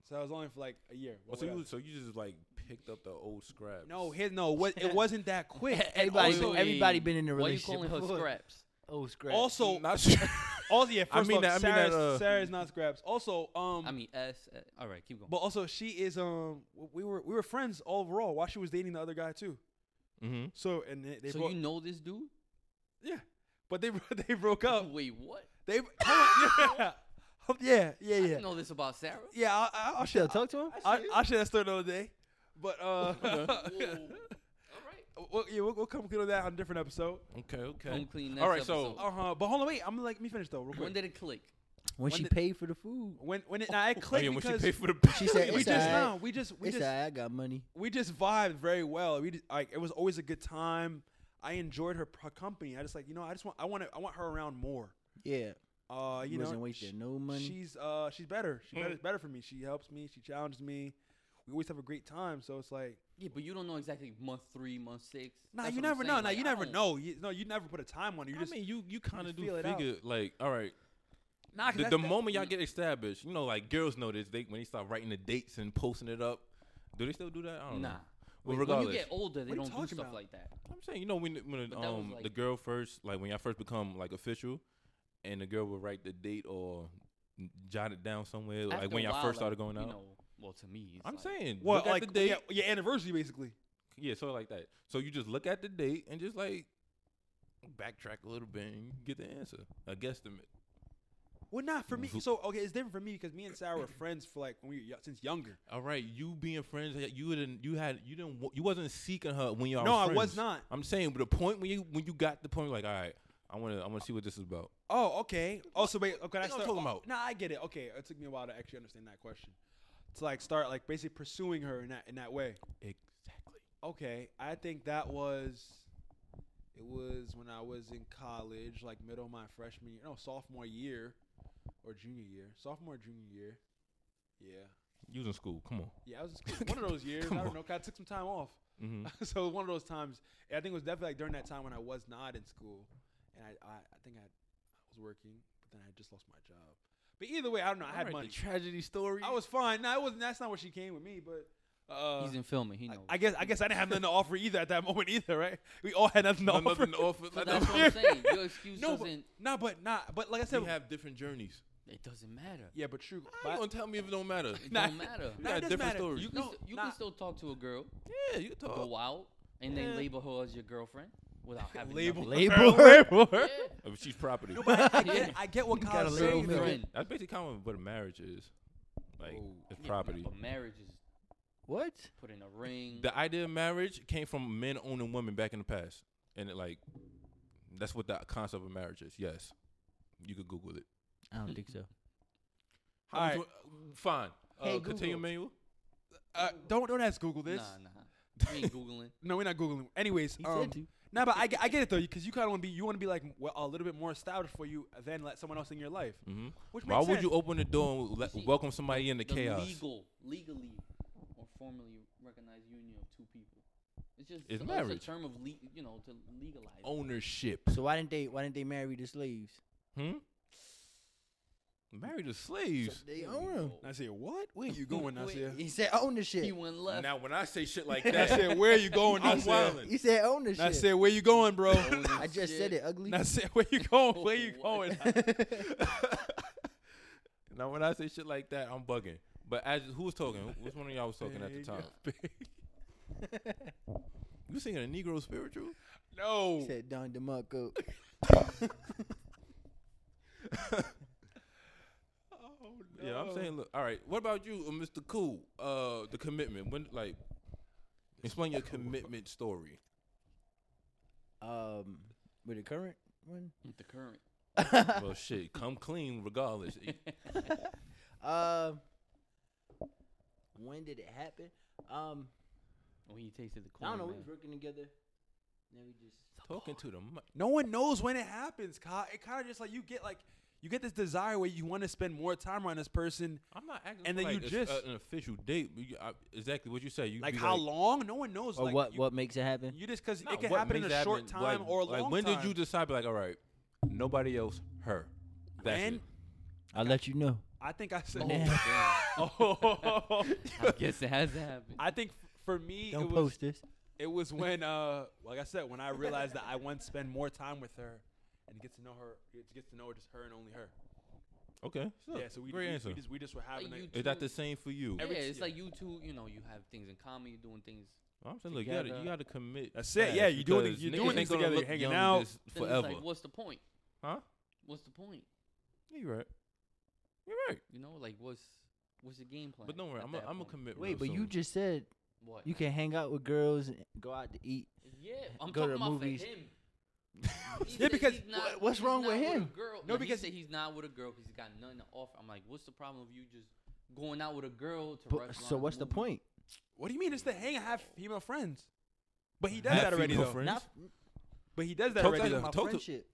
Speaker 2: So I was only for like a year.
Speaker 3: Well,
Speaker 2: but
Speaker 3: so you
Speaker 2: whatever.
Speaker 3: so you just like picked up the old scraps.
Speaker 2: no, his, no, what, it wasn't that quick. And
Speaker 1: Everybody,
Speaker 2: also-
Speaker 4: wait,
Speaker 1: everybody been in a
Speaker 4: Why you
Speaker 1: relationship.
Speaker 4: calling her
Speaker 1: before.
Speaker 4: scraps?
Speaker 1: Oh, scrap.
Speaker 2: Also,
Speaker 3: not sure.
Speaker 2: also, yeah. First
Speaker 3: I mean
Speaker 2: off,
Speaker 3: that- I mean that,
Speaker 2: Sarah's,
Speaker 3: uh,
Speaker 2: Sarah's not scraps. Also, um,
Speaker 4: I mean S. uh, all right, keep going.
Speaker 2: but also she is um, w- we were we were friends overall while she was dating the other guy too.
Speaker 3: hmm
Speaker 2: So and they, they
Speaker 4: so
Speaker 2: broke,
Speaker 4: you know this dude?
Speaker 2: yeah, but they they broke up.
Speaker 4: Wait, what?
Speaker 2: They hold on, yeah. Hold- yeah yeah
Speaker 4: I
Speaker 2: yeah
Speaker 4: didn't know this about Sarah.
Speaker 2: yeah. I, I, I'll
Speaker 1: you
Speaker 2: share
Speaker 1: still talk to him?
Speaker 2: I, I'll share that story another day. But uh,
Speaker 4: Whoa. all right.
Speaker 2: we'll, yeah, we'll, we'll come clear that on a different episode.
Speaker 3: Okay, okay.
Speaker 4: Come clean next
Speaker 3: All right,
Speaker 4: episode.
Speaker 3: so
Speaker 2: Uh huh. But hold on, wait. I'm gonna like, let me finish though, real quick.
Speaker 4: When did it click?
Speaker 1: when,
Speaker 2: when
Speaker 1: she
Speaker 2: the-
Speaker 1: paid for the food,
Speaker 2: when when it, now it
Speaker 3: Oh,
Speaker 2: clicked
Speaker 3: yeah, when she
Speaker 2: because
Speaker 3: paid for the
Speaker 1: she said,
Speaker 2: we
Speaker 1: "It's
Speaker 2: just
Speaker 1: alright.
Speaker 2: no, we just we
Speaker 1: it's
Speaker 2: just
Speaker 1: alright, I got money.
Speaker 2: we just vibed very well. We just, like it was always a good time. I enjoyed her, her company. I just like you know I just want I want to, I want her around more.
Speaker 1: Yeah,
Speaker 2: Uh, you
Speaker 1: you wasn't
Speaker 2: know,
Speaker 1: wasting
Speaker 2: sh-
Speaker 1: no money.
Speaker 2: she's uh she's better. She's
Speaker 3: Mm.
Speaker 2: better, better for me. She helps me. She challenges me. We always have a great time. So it's like
Speaker 4: Yeah, but you don't know exactly month three, month six.
Speaker 2: nah,
Speaker 4: That's
Speaker 2: you
Speaker 4: what I'm
Speaker 2: never
Speaker 4: saying.
Speaker 2: know. Nah,
Speaker 4: Like,
Speaker 2: you
Speaker 4: I
Speaker 2: never
Speaker 4: don't-
Speaker 2: know. You, no, you never put a time on it. You just
Speaker 3: I mean, you you kind of do
Speaker 2: feel it out.
Speaker 3: figure like, all right,
Speaker 2: nah. 'cause
Speaker 3: the,
Speaker 2: that's-
Speaker 3: the
Speaker 2: that-
Speaker 3: moment
Speaker 4: mm.
Speaker 3: y'all get established, you know, like girls know this. They when they start writing the dates and posting it up, do they still do that? I don't know.
Speaker 4: Nah.
Speaker 3: Well,
Speaker 4: When
Speaker 3: regardless,
Speaker 4: you get older,
Speaker 2: What
Speaker 4: they
Speaker 2: are you
Speaker 4: don't do
Speaker 2: talking
Speaker 4: stuff
Speaker 2: about?
Speaker 4: like that.
Speaker 3: I'm saying you know when the-
Speaker 4: But
Speaker 3: when the,
Speaker 4: that was
Speaker 3: um the
Speaker 4: like-
Speaker 3: girl first like when y'all first become like official, and the girl will write the date or jot it down somewhere like
Speaker 4: After a
Speaker 3: when y'all
Speaker 4: while,
Speaker 3: first
Speaker 4: like,
Speaker 3: started going out.
Speaker 4: You know, well, to me, it's
Speaker 3: I'm
Speaker 4: like,
Speaker 3: saying
Speaker 2: Well,
Speaker 3: look
Speaker 2: like
Speaker 3: at the date.
Speaker 2: yeah, yeah, anniversary basically.
Speaker 3: Yeah, sort of like that. So you just look at the date and just like backtrack a little bit and you get the answer. A guesstimate.
Speaker 2: Well, not for me.
Speaker 3: Who-
Speaker 2: So okay, it's different for me because me and Sarah were friends for like when we were, yo- since younger.
Speaker 3: All right, you being friends, like, you didn't, you had, you didn't, wa- you wasn't seeking her when y'all.
Speaker 2: No,
Speaker 3: was
Speaker 2: I was
Speaker 3: friends.
Speaker 2: not.
Speaker 3: I'm saying, but the point when you when you got the point, like, all right, I want to, I want to see what this is about.
Speaker 2: Oh, okay. Oh, so wait. Okay, I
Speaker 3: I'm
Speaker 2: start oh,
Speaker 3: talking about.
Speaker 2: Nah, I get it. Okay, it took me a while to actually understand that question. To like start like basically pursuing her in that in that way.
Speaker 3: Exactly.
Speaker 2: Okay, I think that was. It was when I was in college, like middle of my freshman year, no sophomore year, or junior year, sophomore junior year. Yeah,
Speaker 3: You was in school. Come on.
Speaker 2: yeah, I was in school. one of those years.
Speaker 3: Come
Speaker 2: I don't
Speaker 3: on.
Speaker 2: know. 'cause I took some time off.
Speaker 3: hmm
Speaker 2: so one of those times, I think it was definitely like during that time when I was not in school, and I, I, I think I, I was working, but then I just lost my job. But either way, I don't know. I had money.
Speaker 3: tragedy story.
Speaker 2: I was fine. No, it wasn't. That's not what she came with me. But uh,
Speaker 4: he's in filming. He
Speaker 2: I,
Speaker 4: knows.
Speaker 2: I guess I guess I didn't have nothing to offer either at that moment either, right? We all had nothing to
Speaker 3: Nothing
Speaker 2: offer.
Speaker 3: to offer.
Speaker 4: so
Speaker 3: Like,
Speaker 4: that's what
Speaker 3: we
Speaker 4: I'm saying. Your excuse
Speaker 2: No, but
Speaker 4: doesn't.
Speaker 2: nah, but not. But like I said,
Speaker 3: have different journeys.
Speaker 4: It doesn't matter.
Speaker 2: yeah, but true.
Speaker 3: How
Speaker 2: But-
Speaker 3: you gonna tell me if it don't matter?
Speaker 4: It
Speaker 2: Nah.
Speaker 4: don't matter.
Speaker 3: We
Speaker 2: Nah, it doesn't
Speaker 3: got different
Speaker 2: matter.
Speaker 3: stories.
Speaker 4: You, can,
Speaker 2: no,
Speaker 4: st- you
Speaker 2: nah.
Speaker 4: can still talk to a girl,
Speaker 3: Yeah, you can talk.
Speaker 4: go out, and
Speaker 3: Uh, Yeah.
Speaker 4: then label her as your girlfriend without having
Speaker 2: Label.
Speaker 4: nothing.
Speaker 1: Label her.
Speaker 4: Yeah.
Speaker 3: If she's property.
Speaker 2: No, but I, I get, I get what
Speaker 1: You
Speaker 2: Kyle's
Speaker 1: gotta
Speaker 4: Your
Speaker 1: label
Speaker 2: saying.
Speaker 1: me.
Speaker 2: though.
Speaker 4: friend.
Speaker 3: That's basically kind of what a marriage is. Like
Speaker 2: Oh.
Speaker 3: it's
Speaker 4: Yeah,
Speaker 3: property.
Speaker 4: But marriage is
Speaker 1: What?
Speaker 4: put in a ring.
Speaker 3: The idea of marriage came from men owning women back in the past, and it like that's what the concept of marriage is. Yes, you could Google it.
Speaker 1: I don't think so.
Speaker 3: How
Speaker 2: All
Speaker 3: much
Speaker 2: right.
Speaker 3: wa- fine. Uh,
Speaker 1: Hey,
Speaker 3: continue,
Speaker 1: Google.
Speaker 3: manual.
Speaker 2: Uh, don't don't ask Google
Speaker 4: nah,
Speaker 2: this.
Speaker 4: nah. We ain't googling.
Speaker 2: No, we're not googling. Anyways,
Speaker 1: He
Speaker 2: um,
Speaker 1: said to.
Speaker 2: No, but I, get- I get it though, because you kind of want to be you want to be like well, a little bit more established for you than let someone else in your life.
Speaker 3: Mm-hmm.
Speaker 2: Which
Speaker 3: Why
Speaker 2: makes
Speaker 3: would
Speaker 2: sense.
Speaker 3: you open the door and let,
Speaker 4: See,
Speaker 3: welcome somebody into
Speaker 4: the
Speaker 3: chaos?
Speaker 4: legal, legally, or formally recognized union of two people. It's just
Speaker 3: It's
Speaker 4: it's
Speaker 3: marriage.
Speaker 4: a term of le- you know to legalize. it.
Speaker 3: Ownership.
Speaker 1: So why didn't they? Why didn't they marry the slaves?
Speaker 3: Hmm? Married to
Speaker 1: So
Speaker 3: slaves.
Speaker 1: they
Speaker 4: There
Speaker 1: own
Speaker 4: you
Speaker 1: them.
Speaker 4: go.
Speaker 2: Nasir, what? Where you going, Nasir?
Speaker 1: He said
Speaker 4: He
Speaker 1: ownership.
Speaker 4: went left.
Speaker 3: Now, when I say shit like that,
Speaker 2: Nasir, where you going,
Speaker 3: I'm
Speaker 2: Nasir?
Speaker 3: wildin'.
Speaker 1: He said ownership.
Speaker 2: Nasir, where you going, bro?
Speaker 1: I just said it, ugly.
Speaker 2: Nasir, where you going? Where you
Speaker 4: What?
Speaker 2: going?
Speaker 3: now when I say shit like that, I'm bugging. But as who was talking? Which one of y'all was talking at the time? You singing a Negro spiritual?
Speaker 1: He
Speaker 2: No.
Speaker 1: said Don DeMarco.
Speaker 3: Yeah, I'm saying, look, all right. What about you, uh, Mr. Cool? Uh, the commitment. When, like, explain your commitment story.
Speaker 1: Um, with the current one.
Speaker 4: The current.
Speaker 3: well, shit, come clean regardless.
Speaker 1: Um, when did it happen? Um,
Speaker 4: When he tasted the corn.
Speaker 1: I don't know. We
Speaker 4: man.
Speaker 1: was working together. Then we just
Speaker 3: Talking to the mic.
Speaker 2: No one knows when it happens, Kyle. It kind of just like you get like you get this desire where you want to spend more time on this person.
Speaker 3: I'm not asking
Speaker 2: And
Speaker 3: for,
Speaker 2: then you
Speaker 3: like, it's,
Speaker 2: just-
Speaker 3: uh, an official date. but you- I- exactly what you say. You
Speaker 2: Like
Speaker 3: be
Speaker 2: how
Speaker 3: like, "Oh,
Speaker 2: long? No one knows.
Speaker 1: or
Speaker 2: like,
Speaker 1: what?
Speaker 2: You,
Speaker 1: what makes it happen?
Speaker 2: You just because
Speaker 3: nah,
Speaker 2: it can
Speaker 3: what
Speaker 2: happen in a
Speaker 3: makes that
Speaker 2: short
Speaker 3: happen?
Speaker 2: time
Speaker 3: Like-
Speaker 2: or a
Speaker 3: like,
Speaker 2: long
Speaker 3: when
Speaker 2: time.
Speaker 3: did you decide? be Like, all right, nobody else, her. That's
Speaker 2: When?
Speaker 3: it.
Speaker 1: I'll let you know.
Speaker 2: I think I
Speaker 4: Oh,
Speaker 2: said.
Speaker 1: Nah.
Speaker 4: damn.
Speaker 2: Oh.
Speaker 4: I guess it has to happen.
Speaker 2: I think f- for me
Speaker 1: Don't
Speaker 2: it was
Speaker 1: post this.
Speaker 2: it was when uh like I said when I realized that I want to spend more time with her and get to know her get- get to know just her and only her.
Speaker 3: Okay. So,
Speaker 2: yeah, so we,
Speaker 3: great
Speaker 2: we,
Speaker 3: answer.
Speaker 2: we just we just were having
Speaker 4: you
Speaker 2: a,
Speaker 4: t-
Speaker 3: Is that the same for you?
Speaker 4: yeah,
Speaker 2: every-
Speaker 4: it's
Speaker 2: yeah.
Speaker 4: like you two. You know, you have things in common. You're doing things.
Speaker 3: I'm saying, look, you gotta, you
Speaker 4: Together.
Speaker 3: gotta commit.
Speaker 2: That's it, yeah,
Speaker 3: fast
Speaker 2: you doing it-
Speaker 3: because
Speaker 2: you
Speaker 3: niggas
Speaker 4: doing
Speaker 3: ain't
Speaker 2: things
Speaker 3: gonna
Speaker 2: together,
Speaker 3: look
Speaker 2: you're hanging
Speaker 3: young
Speaker 2: out.
Speaker 3: this
Speaker 4: Then
Speaker 3: forever.
Speaker 4: It's like, what's the point?
Speaker 3: Huh?
Speaker 4: What's the point?
Speaker 3: Yeah, You're right. You're right.
Speaker 4: You know, like what's what's the game plan?
Speaker 3: But don't worry,
Speaker 4: at
Speaker 3: I'm gonna
Speaker 4: that point?
Speaker 3: commit. real
Speaker 1: Wait, but you
Speaker 3: soon.
Speaker 1: just said
Speaker 4: What?
Speaker 1: you can hang out with girls, and go out to eat.
Speaker 4: yeah, I'm
Speaker 1: go to
Speaker 4: talking about
Speaker 1: movies.
Speaker 4: for him. He
Speaker 2: Yeah,
Speaker 4: said
Speaker 2: because
Speaker 4: he's not-
Speaker 1: wh- what's
Speaker 4: he's
Speaker 1: wrong
Speaker 4: not
Speaker 1: with
Speaker 4: a
Speaker 1: him?
Speaker 4: girl.
Speaker 2: No,
Speaker 4: No,
Speaker 2: because-
Speaker 4: because he said he's not with a girl because he's got nothing to offer. I'm like, what's the problem of you just going out with a girl to
Speaker 1: But,
Speaker 4: restaurants
Speaker 1: so
Speaker 4: and
Speaker 1: what's the
Speaker 4: movies?
Speaker 1: point?
Speaker 2: What do you mean? It's the hang. I have female friends. But he does
Speaker 3: Have
Speaker 2: that already,
Speaker 3: female
Speaker 2: though.
Speaker 3: friends?
Speaker 1: Not
Speaker 2: But he does that
Speaker 3: Talk
Speaker 2: already,
Speaker 3: to
Speaker 2: though.
Speaker 3: him.
Speaker 1: my
Speaker 3: talk to-
Speaker 1: friendship.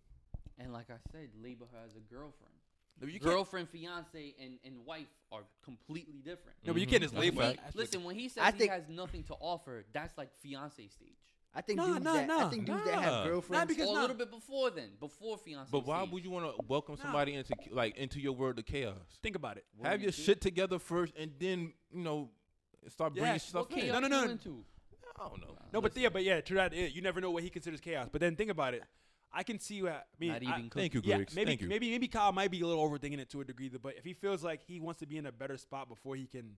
Speaker 4: And like I said, label her as a girlfriend.
Speaker 2: No, but you can't,
Speaker 4: girlfriend, fiance, and, and wife are completely different.
Speaker 2: no, but you can't just
Speaker 3: Mhm.
Speaker 2: label
Speaker 4: He-
Speaker 2: it.
Speaker 3: Right.
Speaker 4: listen, when he says
Speaker 1: I
Speaker 4: he
Speaker 1: think-
Speaker 4: has nothing to offer, that's like fiance stage.
Speaker 1: I think
Speaker 2: Nah,
Speaker 1: dudes
Speaker 2: nah,
Speaker 1: that
Speaker 2: nah,
Speaker 1: I think dudes that
Speaker 3: nah.
Speaker 1: have girlfriends.
Speaker 2: because-
Speaker 4: or
Speaker 2: not-
Speaker 4: a little bit before then, before fiance.
Speaker 3: But why
Speaker 4: stage.
Speaker 3: would you want to welcome
Speaker 2: Nah.
Speaker 3: somebody into ca- like into your world of chaos?
Speaker 2: Think about it.
Speaker 4: What
Speaker 3: Have
Speaker 4: we
Speaker 3: your
Speaker 4: do-
Speaker 3: shit together first, and then you know start bringing
Speaker 2: Yeah.
Speaker 3: stuff
Speaker 4: What
Speaker 3: in.
Speaker 4: chaos
Speaker 2: No, no, no.
Speaker 4: you into?
Speaker 3: I don't know.
Speaker 2: No, but yeah, but yeah, true that. yeah, You never know what he considers chaos. But then think about it. I can see you. At, I mean,
Speaker 4: Not
Speaker 2: I-
Speaker 4: even
Speaker 3: Thank you,
Speaker 2: yeah,
Speaker 3: Griggs.
Speaker 2: maybe
Speaker 3: Thank you.
Speaker 2: maybe maybe Kyle might be a little overthinking it to a degree, but if he feels like he wants to be in a better spot before he can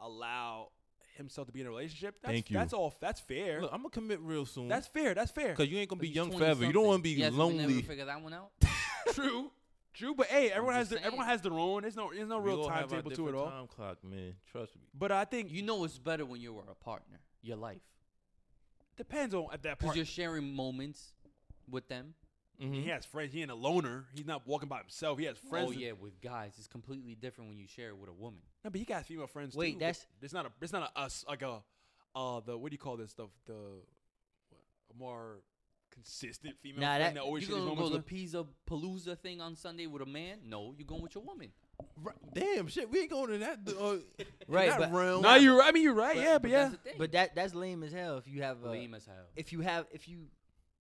Speaker 2: allow himself to be in a relationship, that's,
Speaker 3: Thank you.
Speaker 2: That's all. That's fair.
Speaker 3: Look, I'm gonna commit real soon.
Speaker 2: that's fair. That's fair.
Speaker 3: because you ain't gonna be
Speaker 4: He's
Speaker 3: young
Speaker 4: 20
Speaker 3: forever. You don't want to be
Speaker 4: something. Yes, we
Speaker 3: lonely.
Speaker 4: Never figure that one out.
Speaker 2: True. True. But hey, everyone has
Speaker 4: just
Speaker 2: their, everyone
Speaker 4: saying.
Speaker 2: has their own. There's no there's no
Speaker 3: We
Speaker 2: real
Speaker 3: all have our
Speaker 2: timetable to it
Speaker 3: different
Speaker 2: all.
Speaker 3: Time clock, man. Trust me.
Speaker 2: But I think
Speaker 4: You know it's better when you are a partner. Your life,
Speaker 2: depends on at that
Speaker 4: because
Speaker 2: part.
Speaker 4: you're sharing moments with them.
Speaker 3: Hmm?
Speaker 2: He has friends. He ain't a loner. He's not walking by himself. He has friends.
Speaker 4: Oh yeah, with guys, it's completely different when you share it with a woman.
Speaker 2: No, but he got female friends
Speaker 1: Wait,
Speaker 2: too. but
Speaker 1: that's-
Speaker 2: it's not a it's not a us like a uh the what do you call this the the what, a more consistent female
Speaker 1: Nah,
Speaker 2: friend
Speaker 1: that-
Speaker 2: that always
Speaker 4: you
Speaker 2: shares
Speaker 4: gonna
Speaker 2: moments
Speaker 4: go to
Speaker 2: with.
Speaker 4: Pizza Palooza thing on Sunday with a man? No, you're going with your woman.
Speaker 3: Right. Damn shit, we ain't going to that uh,
Speaker 1: Right,
Speaker 3: that
Speaker 1: but-
Speaker 3: realm.
Speaker 2: No, you're right. I mean you're right. yeah, but, yeah.
Speaker 4: that's the thing.
Speaker 1: But that that's lame as hell. If you have a,
Speaker 4: lame as hell.
Speaker 1: if you have if you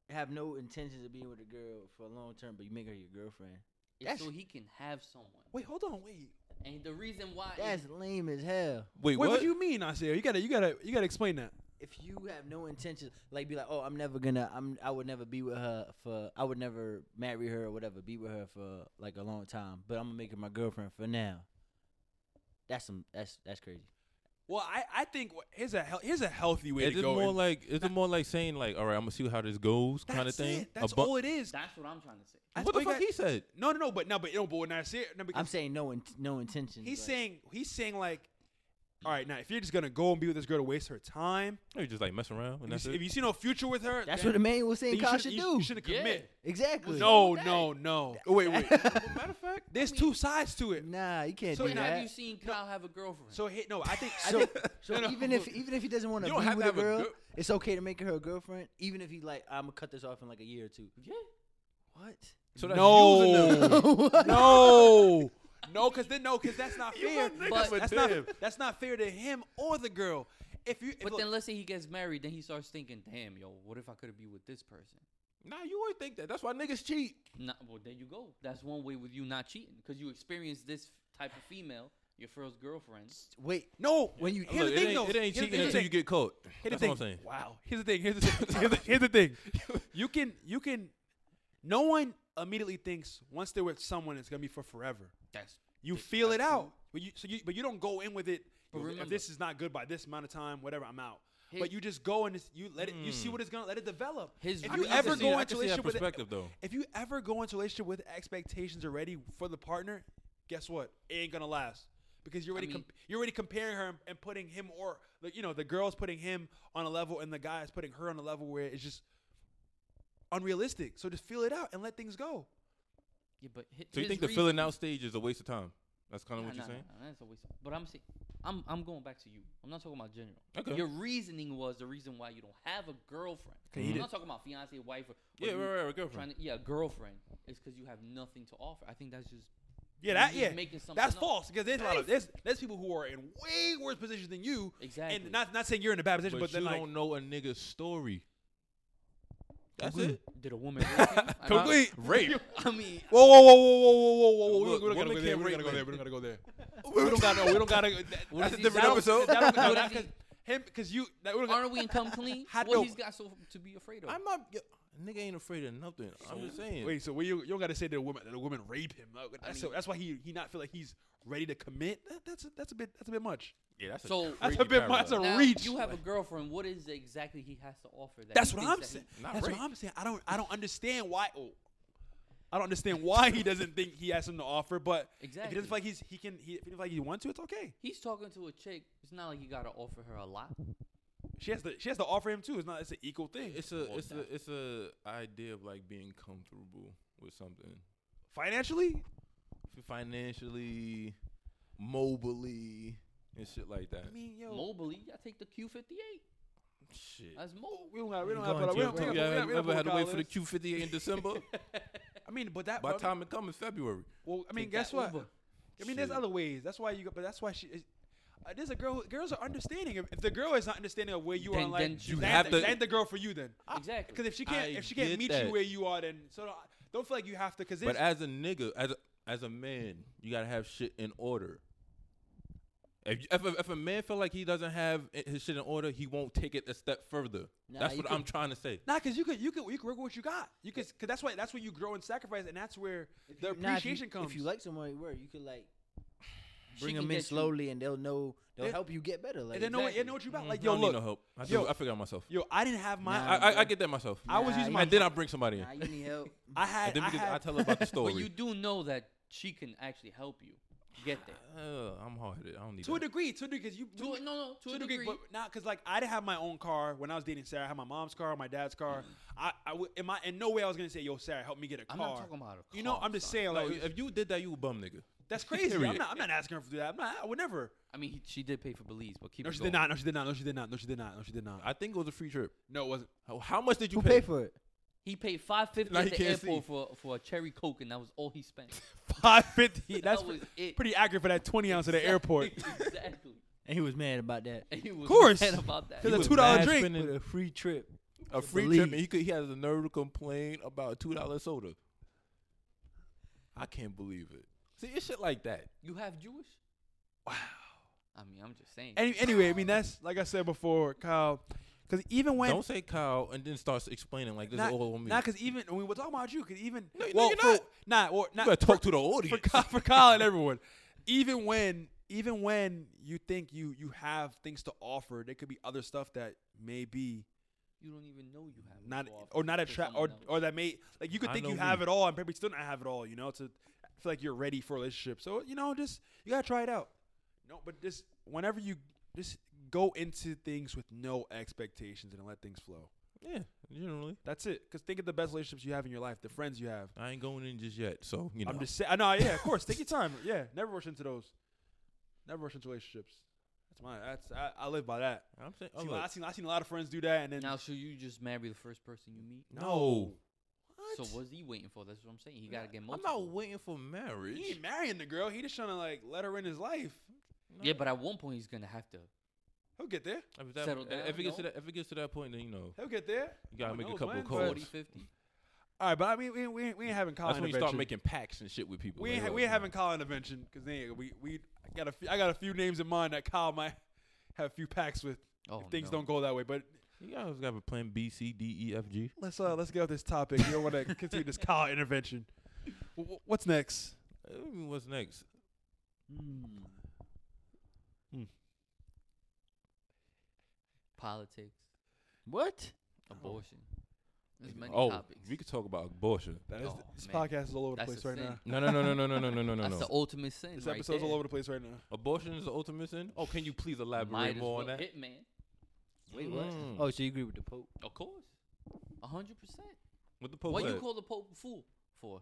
Speaker 1: have no intentions of being with a girl for a long term, but you make her your girlfriend.
Speaker 4: It's so
Speaker 1: that's-
Speaker 4: he can have someone.
Speaker 2: Wait, hold on. Wait.
Speaker 4: And the reason why is-
Speaker 1: That's lame as hell.
Speaker 3: Wait,
Speaker 2: Wait, what do you mean, Nasir? You gotta you gotta you gotta explain that.
Speaker 1: If you have no intentions, like be like, oh, I'm never gonna, I'm, I would never be with her for, I would never marry her or whatever, be with her for like a long time, but I'm gonna make her my girlfriend for now. That's some, that's that's crazy.
Speaker 2: Well, I I think wh- here's a hel- here's a healthy way
Speaker 3: Is
Speaker 2: to
Speaker 3: it
Speaker 2: go.
Speaker 3: more
Speaker 2: and-
Speaker 3: like is it more like saying like, all right, I'm gonna see how this goes, kind of
Speaker 2: That's
Speaker 3: thing?
Speaker 2: it. That's
Speaker 3: A bu-
Speaker 2: all it is.
Speaker 4: that's what I'm trying to say.
Speaker 2: That's
Speaker 3: what
Speaker 2: all
Speaker 3: the
Speaker 2: you
Speaker 3: fuck
Speaker 2: got-
Speaker 3: he said?
Speaker 2: No, no, no. But no, but no. But when I say it, no, because
Speaker 1: I'm saying no, in, no intentions.
Speaker 2: He's
Speaker 1: like,
Speaker 2: saying he's saying like all right, now if you're just gonna go and be with this girl to waste her time,
Speaker 3: You just like mess
Speaker 2: if
Speaker 3: around and
Speaker 2: you,
Speaker 3: that's
Speaker 2: see,
Speaker 3: it.
Speaker 2: if you see no future with her,
Speaker 1: That's
Speaker 2: then-
Speaker 1: what the man was
Speaker 2: then
Speaker 1: saying.
Speaker 2: you
Speaker 1: Kyle
Speaker 2: should-
Speaker 1: should
Speaker 2: you sh- You
Speaker 1: do
Speaker 2: shouldn't
Speaker 4: Yeah.
Speaker 2: commit.
Speaker 1: exactly.
Speaker 2: No,
Speaker 4: that?
Speaker 2: no, no. Oh, wait, wait.
Speaker 4: matter of fact,
Speaker 2: There's
Speaker 4: I mean,
Speaker 2: two sides to it.
Speaker 1: nah, you can't
Speaker 2: So
Speaker 1: do
Speaker 2: now
Speaker 1: that.
Speaker 4: Have you seen Kyle have a girlfriend?
Speaker 2: So hey, no, I think I
Speaker 1: so,
Speaker 2: think
Speaker 1: so
Speaker 2: No, no.
Speaker 1: even if e-, even if he doesn't want
Speaker 3: You
Speaker 1: to
Speaker 3: don't
Speaker 1: be
Speaker 3: have to
Speaker 1: with a
Speaker 3: have a
Speaker 1: girl,
Speaker 3: girl-
Speaker 1: it's okay to make her a girlfriend. Even if he like, I'm gonna cut this off in like a year or two.
Speaker 4: yeah.
Speaker 1: What?
Speaker 3: so that's using them.
Speaker 2: no,
Speaker 1: What?
Speaker 2: no, no, because then no, because that's not
Speaker 3: You
Speaker 2: fair.
Speaker 3: a nigga
Speaker 4: But-
Speaker 3: for
Speaker 2: That's not
Speaker 3: them.
Speaker 2: that's not fair to him or the girl. If you, if
Speaker 4: But
Speaker 2: look,
Speaker 4: then let's say he gets married, then he starts thinking, damn, yo, what if I could have be with this person?
Speaker 3: Nah, you always think that. That's why niggas cheat.
Speaker 4: Not, well, there you go. That's one way with you not cheating because you experience this type of female, your first girlfriend.
Speaker 1: Wait.
Speaker 2: no,
Speaker 1: When you-
Speaker 2: here's
Speaker 3: Look,
Speaker 2: the
Speaker 3: it
Speaker 2: thing
Speaker 3: ain't,
Speaker 2: though,
Speaker 3: it ain't
Speaker 2: here's the
Speaker 3: cheating until
Speaker 2: thing.
Speaker 3: you get caught.
Speaker 2: Here's
Speaker 3: That's
Speaker 2: the
Speaker 3: what I'm
Speaker 2: thing.
Speaker 3: saying.
Speaker 2: Wow. Here's the thing. Here's the thing. Here's the, here's the thing. You can you can. No one immediately thinks once they're with someone it's gonna be for forever.
Speaker 4: That's
Speaker 2: You
Speaker 4: Th-
Speaker 2: feel it
Speaker 4: that's
Speaker 2: out,
Speaker 4: true.
Speaker 2: but you so you but you don't go in with it.
Speaker 4: But
Speaker 2: "Yo, if
Speaker 4: remember-
Speaker 2: this is not good by this amount of time, whatever, I'm out.
Speaker 4: Hey-
Speaker 2: but you just go and it's, you let it. You see
Speaker 3: Mm.
Speaker 2: what it's gonna let it develop.
Speaker 4: Hmm. His
Speaker 2: if
Speaker 4: I
Speaker 2: you
Speaker 4: can
Speaker 2: ever
Speaker 4: see
Speaker 2: go
Speaker 4: that. I
Speaker 2: into
Speaker 3: can see that
Speaker 2: relationship with
Speaker 3: perspective, though.
Speaker 2: if you ever go into relationship with expectations already for the partner, guess what? It ain't gonna last because you're already
Speaker 4: mean-
Speaker 2: comp- you're already comparing her and, and putting him or like you know the girl's putting him on a level and the guy's putting her on a level where it's just unrealistic. So just feel it out and let things go.
Speaker 4: yeah, but hi-
Speaker 3: So you
Speaker 4: his
Speaker 3: think the
Speaker 4: reason-
Speaker 3: filling out stage is a waste of time? That's kind of
Speaker 4: Nah,
Speaker 3: what
Speaker 4: nah,
Speaker 3: you're saying.
Speaker 4: nah, nah, that's a waste. of- But I'm saying, I'm I'm going back to you. I'm not talking about general.
Speaker 3: Okay.
Speaker 4: Your reasoning was the reason why you don't have a girlfriend.
Speaker 2: he
Speaker 4: I'm
Speaker 2: did-
Speaker 4: not talking about fiance, wife. Or, or
Speaker 3: Yeah,
Speaker 4: you
Speaker 3: right, right, right,
Speaker 4: Trying
Speaker 3: girlfriend.
Speaker 4: to, yeah, girlfriend. It's because you have nothing to offer. I think that's just
Speaker 2: Yeah,
Speaker 4: You're
Speaker 2: that
Speaker 4: just
Speaker 2: yeah,
Speaker 4: making something
Speaker 2: that's
Speaker 4: up.
Speaker 2: false because there's a lot of
Speaker 3: Hey.
Speaker 2: there's there's people who are in way worse positions than you,
Speaker 4: exactly.
Speaker 2: and not not saying you're in a bad position,
Speaker 3: But,
Speaker 2: but, then
Speaker 3: you
Speaker 2: like
Speaker 3: don't know a nigga's story. That's
Speaker 2: Complete.
Speaker 3: it.
Speaker 4: Did a woman rape him? I don't-
Speaker 2: Complete.
Speaker 3: Rape.
Speaker 4: I mean,
Speaker 2: Whoa, whoa, whoa, whoa, whoa, whoa, whoa, whoa!
Speaker 3: Look,
Speaker 2: we don't gotta
Speaker 3: women
Speaker 2: go there.
Speaker 3: can't
Speaker 2: We don't gotta
Speaker 3: rape
Speaker 2: go there.
Speaker 3: men.
Speaker 2: We don't gotta go there. We don't gotta. We don't gotta. that-
Speaker 4: What
Speaker 2: That's a
Speaker 4: is he-
Speaker 2: different
Speaker 4: that was-
Speaker 2: episode.
Speaker 4: that was-
Speaker 2: No,
Speaker 4: what
Speaker 2: that-
Speaker 4: is he-
Speaker 2: 'cause Him, because you. That, we don't
Speaker 4: aren't we in come clean?
Speaker 2: Hot
Speaker 4: what
Speaker 2: dope.
Speaker 4: he's got so to be afraid of?
Speaker 3: I'm not. yo, Nigga ain't afraid of nothing. I'm just saying.
Speaker 2: wait, so we, you, you don't gotta say that a woman that a woman rape him. Like, That's, so,
Speaker 4: mean-
Speaker 2: that's why he he not feel like he's ready to commit. That, that's a, that's a bit that's a bit much.
Speaker 3: yeah, that's
Speaker 4: So-
Speaker 3: a
Speaker 2: That's a
Speaker 3: crazy
Speaker 2: bit much. That's
Speaker 3: parallel.
Speaker 2: a
Speaker 4: now,
Speaker 2: reach.
Speaker 4: You have a girlfriend. What is it exactly he has to offer? That
Speaker 2: That's
Speaker 4: he
Speaker 2: what I'm
Speaker 4: thinks
Speaker 2: saying.
Speaker 4: that
Speaker 3: Not
Speaker 2: That's what
Speaker 3: rape.
Speaker 2: I'm saying. I don't I don't understand why. Oh, I don't understand why he doesn't think he has something to offer. But if he
Speaker 4: Exactly.
Speaker 2: doesn't feel like he's he can he, if he doesn't feel like he wants to, it's okay.
Speaker 4: he- he's talking to a chick. It's not like you gotta offer her a lot.
Speaker 2: She has to she has to offer him too. It's not it's an equal thing.
Speaker 3: It's a
Speaker 4: Well,
Speaker 3: it's a it's a idea of like being comfortable with something
Speaker 2: Financially,
Speaker 3: financially, mobily, and shit like that.
Speaker 2: I mean, yo,
Speaker 4: Mobily, I take the Q58.
Speaker 3: shit.
Speaker 4: That's mobile.
Speaker 2: Oh, We don't got. We
Speaker 1: You
Speaker 2: don't have.
Speaker 1: going
Speaker 2: but
Speaker 1: to
Speaker 2: We
Speaker 1: your
Speaker 2: don't, we
Speaker 1: too.
Speaker 2: don't,
Speaker 3: Yeah,
Speaker 2: we don't, we
Speaker 3: I
Speaker 2: don't
Speaker 3: ever had to wait
Speaker 2: $4
Speaker 3: for the Q58 in December.
Speaker 2: I mean, but that.
Speaker 3: By the
Speaker 2: but,
Speaker 3: time it comes in February,
Speaker 2: well, I mean,
Speaker 4: Take
Speaker 2: guess
Speaker 4: that
Speaker 2: what?
Speaker 4: Uber.
Speaker 2: I mean, there's
Speaker 3: Shit.
Speaker 2: other ways. That's why you. go- But that's why she. Is, uh, there's a girl. who- Girls are understanding. If, if the girl is not understanding of where you are
Speaker 4: Then-
Speaker 2: in life,
Speaker 4: then you
Speaker 2: that
Speaker 3: have
Speaker 2: ain't the-
Speaker 3: to-
Speaker 2: that ain't the girl for you then.
Speaker 4: Exactly.
Speaker 2: Because if she can't,
Speaker 3: I
Speaker 2: if she can't
Speaker 3: get
Speaker 2: meet you
Speaker 3: that.
Speaker 2: where you are, then so don't, don't feel like you have to. Because
Speaker 3: but as a nigga, as a, as a man, you gotta have shit in order. If, you- if, a, if a man feel like he doesn't have i- his shit in order, he won't take it a step further.
Speaker 1: Nah,
Speaker 3: That's
Speaker 1: you
Speaker 3: what I'm trying to say.
Speaker 2: Nah, because you could you could you could work with what you got. You could because that's why that's where you grow and sacrifice, and that's where the
Speaker 1: Nah, if you-
Speaker 2: appreciation comes.
Speaker 1: If you like someone, you were you could like
Speaker 4: She
Speaker 1: bring
Speaker 4: can
Speaker 1: them
Speaker 4: get
Speaker 1: in
Speaker 4: you-
Speaker 1: slowly, and they'll know they'll
Speaker 2: They-
Speaker 1: help you get better. Like
Speaker 2: and they know what, they
Speaker 4: Exactly.
Speaker 2: know what you
Speaker 3: Mhm,
Speaker 2: about.
Speaker 4: Mm-hmm.
Speaker 2: Like
Speaker 3: I
Speaker 2: yo,
Speaker 3: don't need
Speaker 2: look,
Speaker 3: no help. I,
Speaker 2: yo.
Speaker 3: do, I figure out myself.
Speaker 2: yo, I didn't have my.
Speaker 1: Nah,
Speaker 3: I, I, I get that myself.
Speaker 2: I was
Speaker 1: Nah,
Speaker 2: using
Speaker 1: you-
Speaker 2: my.
Speaker 3: and then I bring somebody in.
Speaker 1: nah, you need help.
Speaker 2: I had.
Speaker 3: and then
Speaker 2: I,
Speaker 3: we can,
Speaker 2: had
Speaker 3: I tell her about the story.
Speaker 4: but you do know that she can actually help you get there.
Speaker 3: Uh, I'm hard headed. I don't need
Speaker 2: to a
Speaker 3: that.
Speaker 2: degree, to a degree, because you
Speaker 4: To a, no, no, to, a degree.
Speaker 2: but not because like I didn't have my own car when I was dating Sarah. I had my mom's car, my dad's car. I, I w- in my in no way I was gonna say, yo, Sarah, help me get a car.
Speaker 4: Mm-hmm. I'm not talking about a
Speaker 2: You know,
Speaker 4: car,
Speaker 2: I'm just
Speaker 4: son.
Speaker 2: saying
Speaker 3: No,
Speaker 2: like
Speaker 3: if you did that, you a bum nigga.
Speaker 2: that's crazy. I'm
Speaker 3: Period.
Speaker 2: not, I'm not asking her to do that. I'm not. I would never.
Speaker 4: I mean, he, she did pay for Belize, but keep
Speaker 2: No,
Speaker 4: it
Speaker 2: she
Speaker 4: going.
Speaker 2: did not. No, she did not. No, she did not. No, she did not. No, she did not.
Speaker 3: I think it was a free trip.
Speaker 2: No, it wasn't.
Speaker 3: How, how much did you
Speaker 1: Who pay for it?
Speaker 4: He paid five fifty
Speaker 3: Now
Speaker 4: at
Speaker 3: he
Speaker 4: the
Speaker 3: can't
Speaker 4: airport
Speaker 3: see.
Speaker 4: for for a cherry coke, and that was all he spent.
Speaker 2: Five fifty.
Speaker 4: That
Speaker 2: That's
Speaker 4: was
Speaker 2: pre-
Speaker 4: it.
Speaker 2: pretty accurate for that twenty ounce at the airport.
Speaker 4: exactly.
Speaker 1: And he was mad about that.
Speaker 4: And he was
Speaker 2: course.
Speaker 4: mad about that.
Speaker 2: He
Speaker 3: He
Speaker 2: a
Speaker 3: was
Speaker 2: $2
Speaker 3: mad
Speaker 2: drink.
Speaker 3: spending
Speaker 1: With a free trip.
Speaker 3: A free
Speaker 1: Believe.
Speaker 3: trip, and he could, he has the nerve to complain about a two dollar soda. I can't believe it. See, it's shit like that.
Speaker 4: You have Jewish?
Speaker 2: Wow.
Speaker 4: I mean, I'm just saying.
Speaker 2: Any, anyway, I mean that's like I said before, Kyle. Because even when
Speaker 3: Don't say Kyle and then starts explaining like this
Speaker 2: not,
Speaker 3: is all on me.
Speaker 2: because even we were talking about you. Because even
Speaker 3: No, no,
Speaker 2: well,
Speaker 3: you're
Speaker 2: for,
Speaker 3: not.
Speaker 2: Nah, or
Speaker 3: you
Speaker 2: not
Speaker 3: gotta
Speaker 2: for-
Speaker 3: talk to the
Speaker 2: for,
Speaker 3: audience.
Speaker 2: Ky- for Kyle and everyone. Even when even when you think you you have things to offer, there could be other stuff that may be
Speaker 4: you don't even know you have. it
Speaker 2: not
Speaker 4: to offer
Speaker 2: or not
Speaker 4: to
Speaker 2: attract or
Speaker 4: someone else.
Speaker 2: or that may like you could
Speaker 3: I
Speaker 2: think you
Speaker 3: know
Speaker 2: have
Speaker 3: me.
Speaker 2: it all and maybe still not have it all. You know, to feel like you're ready for a relationship. So you know, just you gotta try it out. No, but just whenever you just go into things with no expectations and let things flow.
Speaker 3: Yeah, generally.
Speaker 2: That's it. Because think of the best relationships you have in your life, the friends you have.
Speaker 3: I ain't going in just yet, so you know.
Speaker 2: I'm just saying. No, yeah, of course. Take your time. Yeah, never rush into those. Never rush into relationships. That's my. That's I, I live by that.
Speaker 3: I'm saying.
Speaker 2: i
Speaker 3: oh,
Speaker 2: seen,
Speaker 3: look.
Speaker 2: I seen I seen a lot of friends do that, and then
Speaker 4: Now, should you just marry the first person you meet?
Speaker 3: no.
Speaker 4: So what's he waiting for? That's what I'm saying. He gotta get
Speaker 3: I'm
Speaker 4: multiple.
Speaker 3: not waiting for marriage.
Speaker 2: he ain't marrying the girl. He just trying to like let her in his life.
Speaker 4: Yeah, but at one point he's gonna have to.
Speaker 2: He'll get there.
Speaker 3: If, that,
Speaker 4: Settle
Speaker 3: if it
Speaker 4: down,
Speaker 3: gets to
Speaker 4: no?
Speaker 3: that, if it gets to that point, then you know
Speaker 2: He'll get there.
Speaker 3: you gotta
Speaker 2: Who
Speaker 3: make a
Speaker 2: knows,
Speaker 3: couple
Speaker 2: man?
Speaker 3: calls.
Speaker 4: 40, 50.
Speaker 2: All right, but I mean, we we, ain't- we ain't having Colin.
Speaker 3: That's when you
Speaker 2: intervention.
Speaker 3: start making packs and shit with people.
Speaker 2: We
Speaker 3: like,
Speaker 2: ain't, ha-
Speaker 3: look,
Speaker 2: we ain't
Speaker 3: man.
Speaker 2: having Colin intervention because we we I got a few, I got a few names in mind that Kyle might have a few packs with
Speaker 4: Oh,
Speaker 2: if things
Speaker 4: no.
Speaker 2: don't go that way. But
Speaker 3: You guys gotta have a plan B, C, D, E, F, G.
Speaker 2: let's uh, let's get off this topic. You don't want to continue this Kyle intervention. W- what's next?
Speaker 3: I mean, what's next?
Speaker 1: Mm.
Speaker 4: Politics,
Speaker 1: What?
Speaker 4: abortion. There's many
Speaker 3: oh,
Speaker 4: topics.
Speaker 3: we could talk about abortion.
Speaker 2: That is,
Speaker 4: Oh,
Speaker 2: this
Speaker 4: man.
Speaker 2: podcast is all over the
Speaker 4: That's
Speaker 2: place
Speaker 4: a
Speaker 2: right
Speaker 4: sin.
Speaker 2: now.
Speaker 3: No, no, no, no, no, no, no, no, no, no.
Speaker 4: That's the ultimate sin.
Speaker 2: This
Speaker 4: right
Speaker 2: episode's
Speaker 4: there.
Speaker 2: all over the place right now.
Speaker 3: abortion is the ultimate sin. Oh, can you please
Speaker 4: Might as
Speaker 3: elaborate more on
Speaker 4: well.
Speaker 3: that?
Speaker 4: Hitman,
Speaker 1: Wait, what?
Speaker 3: Mm.
Speaker 1: Oh, so you agree with the Pope?
Speaker 4: of course, a hundred percent.
Speaker 3: What the Pope
Speaker 4: What you
Speaker 3: said.
Speaker 4: call the Pope a fool for?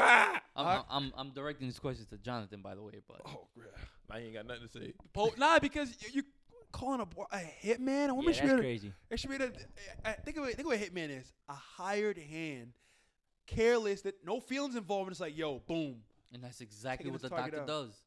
Speaker 4: I'm, I'm, I'm I'm directing this question to Jonathan, by the way, but
Speaker 2: Oh, crap.
Speaker 3: I ain't got nothing to say.
Speaker 2: Pope, nah, because you, you calling a, boy, a hitman. A
Speaker 1: yeah,
Speaker 2: woman should be
Speaker 1: that's
Speaker 2: able to-
Speaker 1: crazy.
Speaker 2: It should be the I- I- think of it, think of what a hitman is a hired hand, careless that no feelings involved. And it's like yo, boom.
Speaker 4: and that's exactly
Speaker 2: Taking
Speaker 4: what the
Speaker 2: his target
Speaker 4: doctor
Speaker 2: out. Ah.
Speaker 4: does.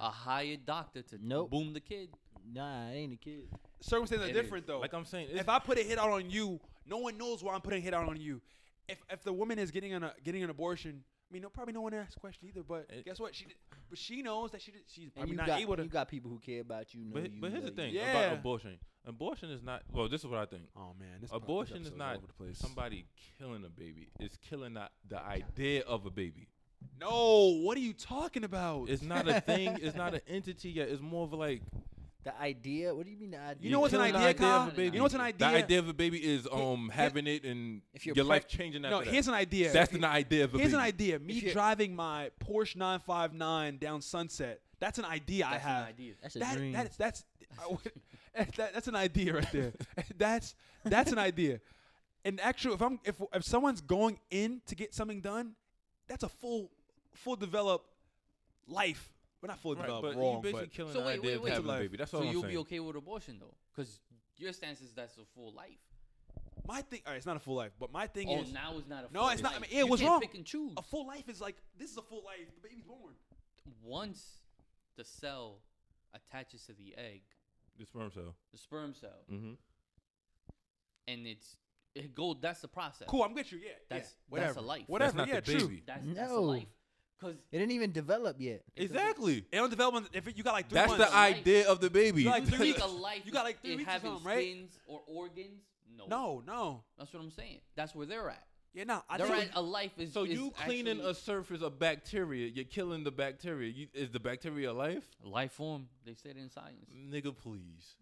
Speaker 1: Uh,
Speaker 4: A hired doctor to
Speaker 1: Nope.
Speaker 4: boom the kid.
Speaker 1: Nah, I ain't a kid.
Speaker 2: Circumstances are
Speaker 4: It
Speaker 2: different though.
Speaker 3: Like I'm saying, it's,
Speaker 2: Oh. if I put a hit out on you, no one knows why I'm putting a hit out on you. If if the woman is getting an a, getting an abortion, I mean, no, probably no one asked the question either. But
Speaker 3: It-
Speaker 2: guess what? She did- but she knows that she did, she's
Speaker 1: And
Speaker 2: probably
Speaker 1: you
Speaker 2: not
Speaker 1: got
Speaker 2: able to.
Speaker 1: you got people who care about you. Know
Speaker 3: but,
Speaker 1: you,
Speaker 3: but here's the
Speaker 1: love
Speaker 3: thing
Speaker 1: you.
Speaker 2: Yeah.
Speaker 3: about abortion. Abortion is not. Well, this is what I think.
Speaker 2: oh man, this
Speaker 3: Abortion is
Speaker 2: episode's all
Speaker 3: not
Speaker 2: over the place.
Speaker 3: somebody killing a baby. It's killing the, the idea of a baby.
Speaker 2: No, what are you talking about?
Speaker 3: It's not a thing. It's not an entity yet. It's more of like
Speaker 1: The idea? What do you mean the idea?
Speaker 2: you know what's an
Speaker 3: killing the
Speaker 2: idea,
Speaker 3: idea of
Speaker 2: Kyle?
Speaker 3: a baby.
Speaker 2: You know what's an
Speaker 3: the
Speaker 2: idea?
Speaker 3: idea of a baby is um having it and
Speaker 1: if you're
Speaker 3: your
Speaker 1: preg-
Speaker 3: life changing after
Speaker 2: no,
Speaker 3: that.
Speaker 2: here's an idea.
Speaker 3: That's the idea of a
Speaker 2: Here's
Speaker 3: baby.
Speaker 2: an idea. Me
Speaker 1: If you-
Speaker 2: driving my Porsche 959 down Sunset. That's an idea
Speaker 4: That's
Speaker 2: I have.
Speaker 4: an idea.
Speaker 1: That's a
Speaker 2: That,
Speaker 1: dream.
Speaker 2: that's that's I would- that, that's an idea right there. that's that's an idea. And actually, if I'm if if someone's going in to get something done, that's a full full developed life. We're not fully
Speaker 3: Right,
Speaker 2: developed.
Speaker 3: but you
Speaker 2: wrong,
Speaker 3: basically
Speaker 2: but
Speaker 3: killing
Speaker 4: So
Speaker 3: the
Speaker 4: wait,
Speaker 3: idea
Speaker 4: wait,
Speaker 3: of
Speaker 4: wait.
Speaker 3: having
Speaker 2: Life.
Speaker 3: a baby. That's all
Speaker 4: so
Speaker 3: I'm
Speaker 4: you'll
Speaker 3: saying.
Speaker 4: be okay with abortion though, because your stance is that's a full life.
Speaker 2: my thing. All right, it's not a full life, but my thing
Speaker 4: Oh,
Speaker 2: is
Speaker 4: now it's not a.
Speaker 2: No,
Speaker 4: full
Speaker 2: it's not- I
Speaker 4: life.
Speaker 2: mean, it
Speaker 4: You
Speaker 2: was
Speaker 4: can't
Speaker 2: wrong.
Speaker 4: Pick and choose.
Speaker 2: a full life is like this is a full life. The baby's born.
Speaker 4: Once the cell attaches to the egg,
Speaker 3: The sperm cell.
Speaker 4: the sperm cell,
Speaker 3: Mm-hmm.
Speaker 4: and it's it go. That's the process.
Speaker 2: Cool, I'm with you. Yeah,
Speaker 4: That's-
Speaker 2: yeah,
Speaker 4: that's
Speaker 2: whatever.
Speaker 4: a life. That's
Speaker 2: Whatever.
Speaker 3: not
Speaker 2: yeah,
Speaker 3: the
Speaker 2: true.
Speaker 3: baby.
Speaker 4: That's, that's a
Speaker 1: No.
Speaker 4: life. Because
Speaker 1: It didn't even develop yet.
Speaker 3: Exactly.
Speaker 2: It don't develop un- if it, you got like three
Speaker 3: That's
Speaker 2: months.
Speaker 3: the idea of the baby.
Speaker 2: You like
Speaker 4: you
Speaker 2: three
Speaker 4: think a
Speaker 2: weeks.
Speaker 4: life,
Speaker 2: You got
Speaker 4: is
Speaker 2: like three
Speaker 4: it
Speaker 2: weeks or
Speaker 4: having
Speaker 2: something, right?
Speaker 4: skins or organs. No,
Speaker 2: No, no.
Speaker 4: That's what I'm saying. That's where they're at.
Speaker 2: Yeah, no. I
Speaker 4: they're oh,
Speaker 2: think
Speaker 4: at a life is.
Speaker 3: So
Speaker 4: is
Speaker 3: you cleaning
Speaker 4: actually
Speaker 3: a surface of bacteria, you're killing the bacteria. You, is the bacteria alive?
Speaker 4: life form. They said in science.
Speaker 3: Nigga, please.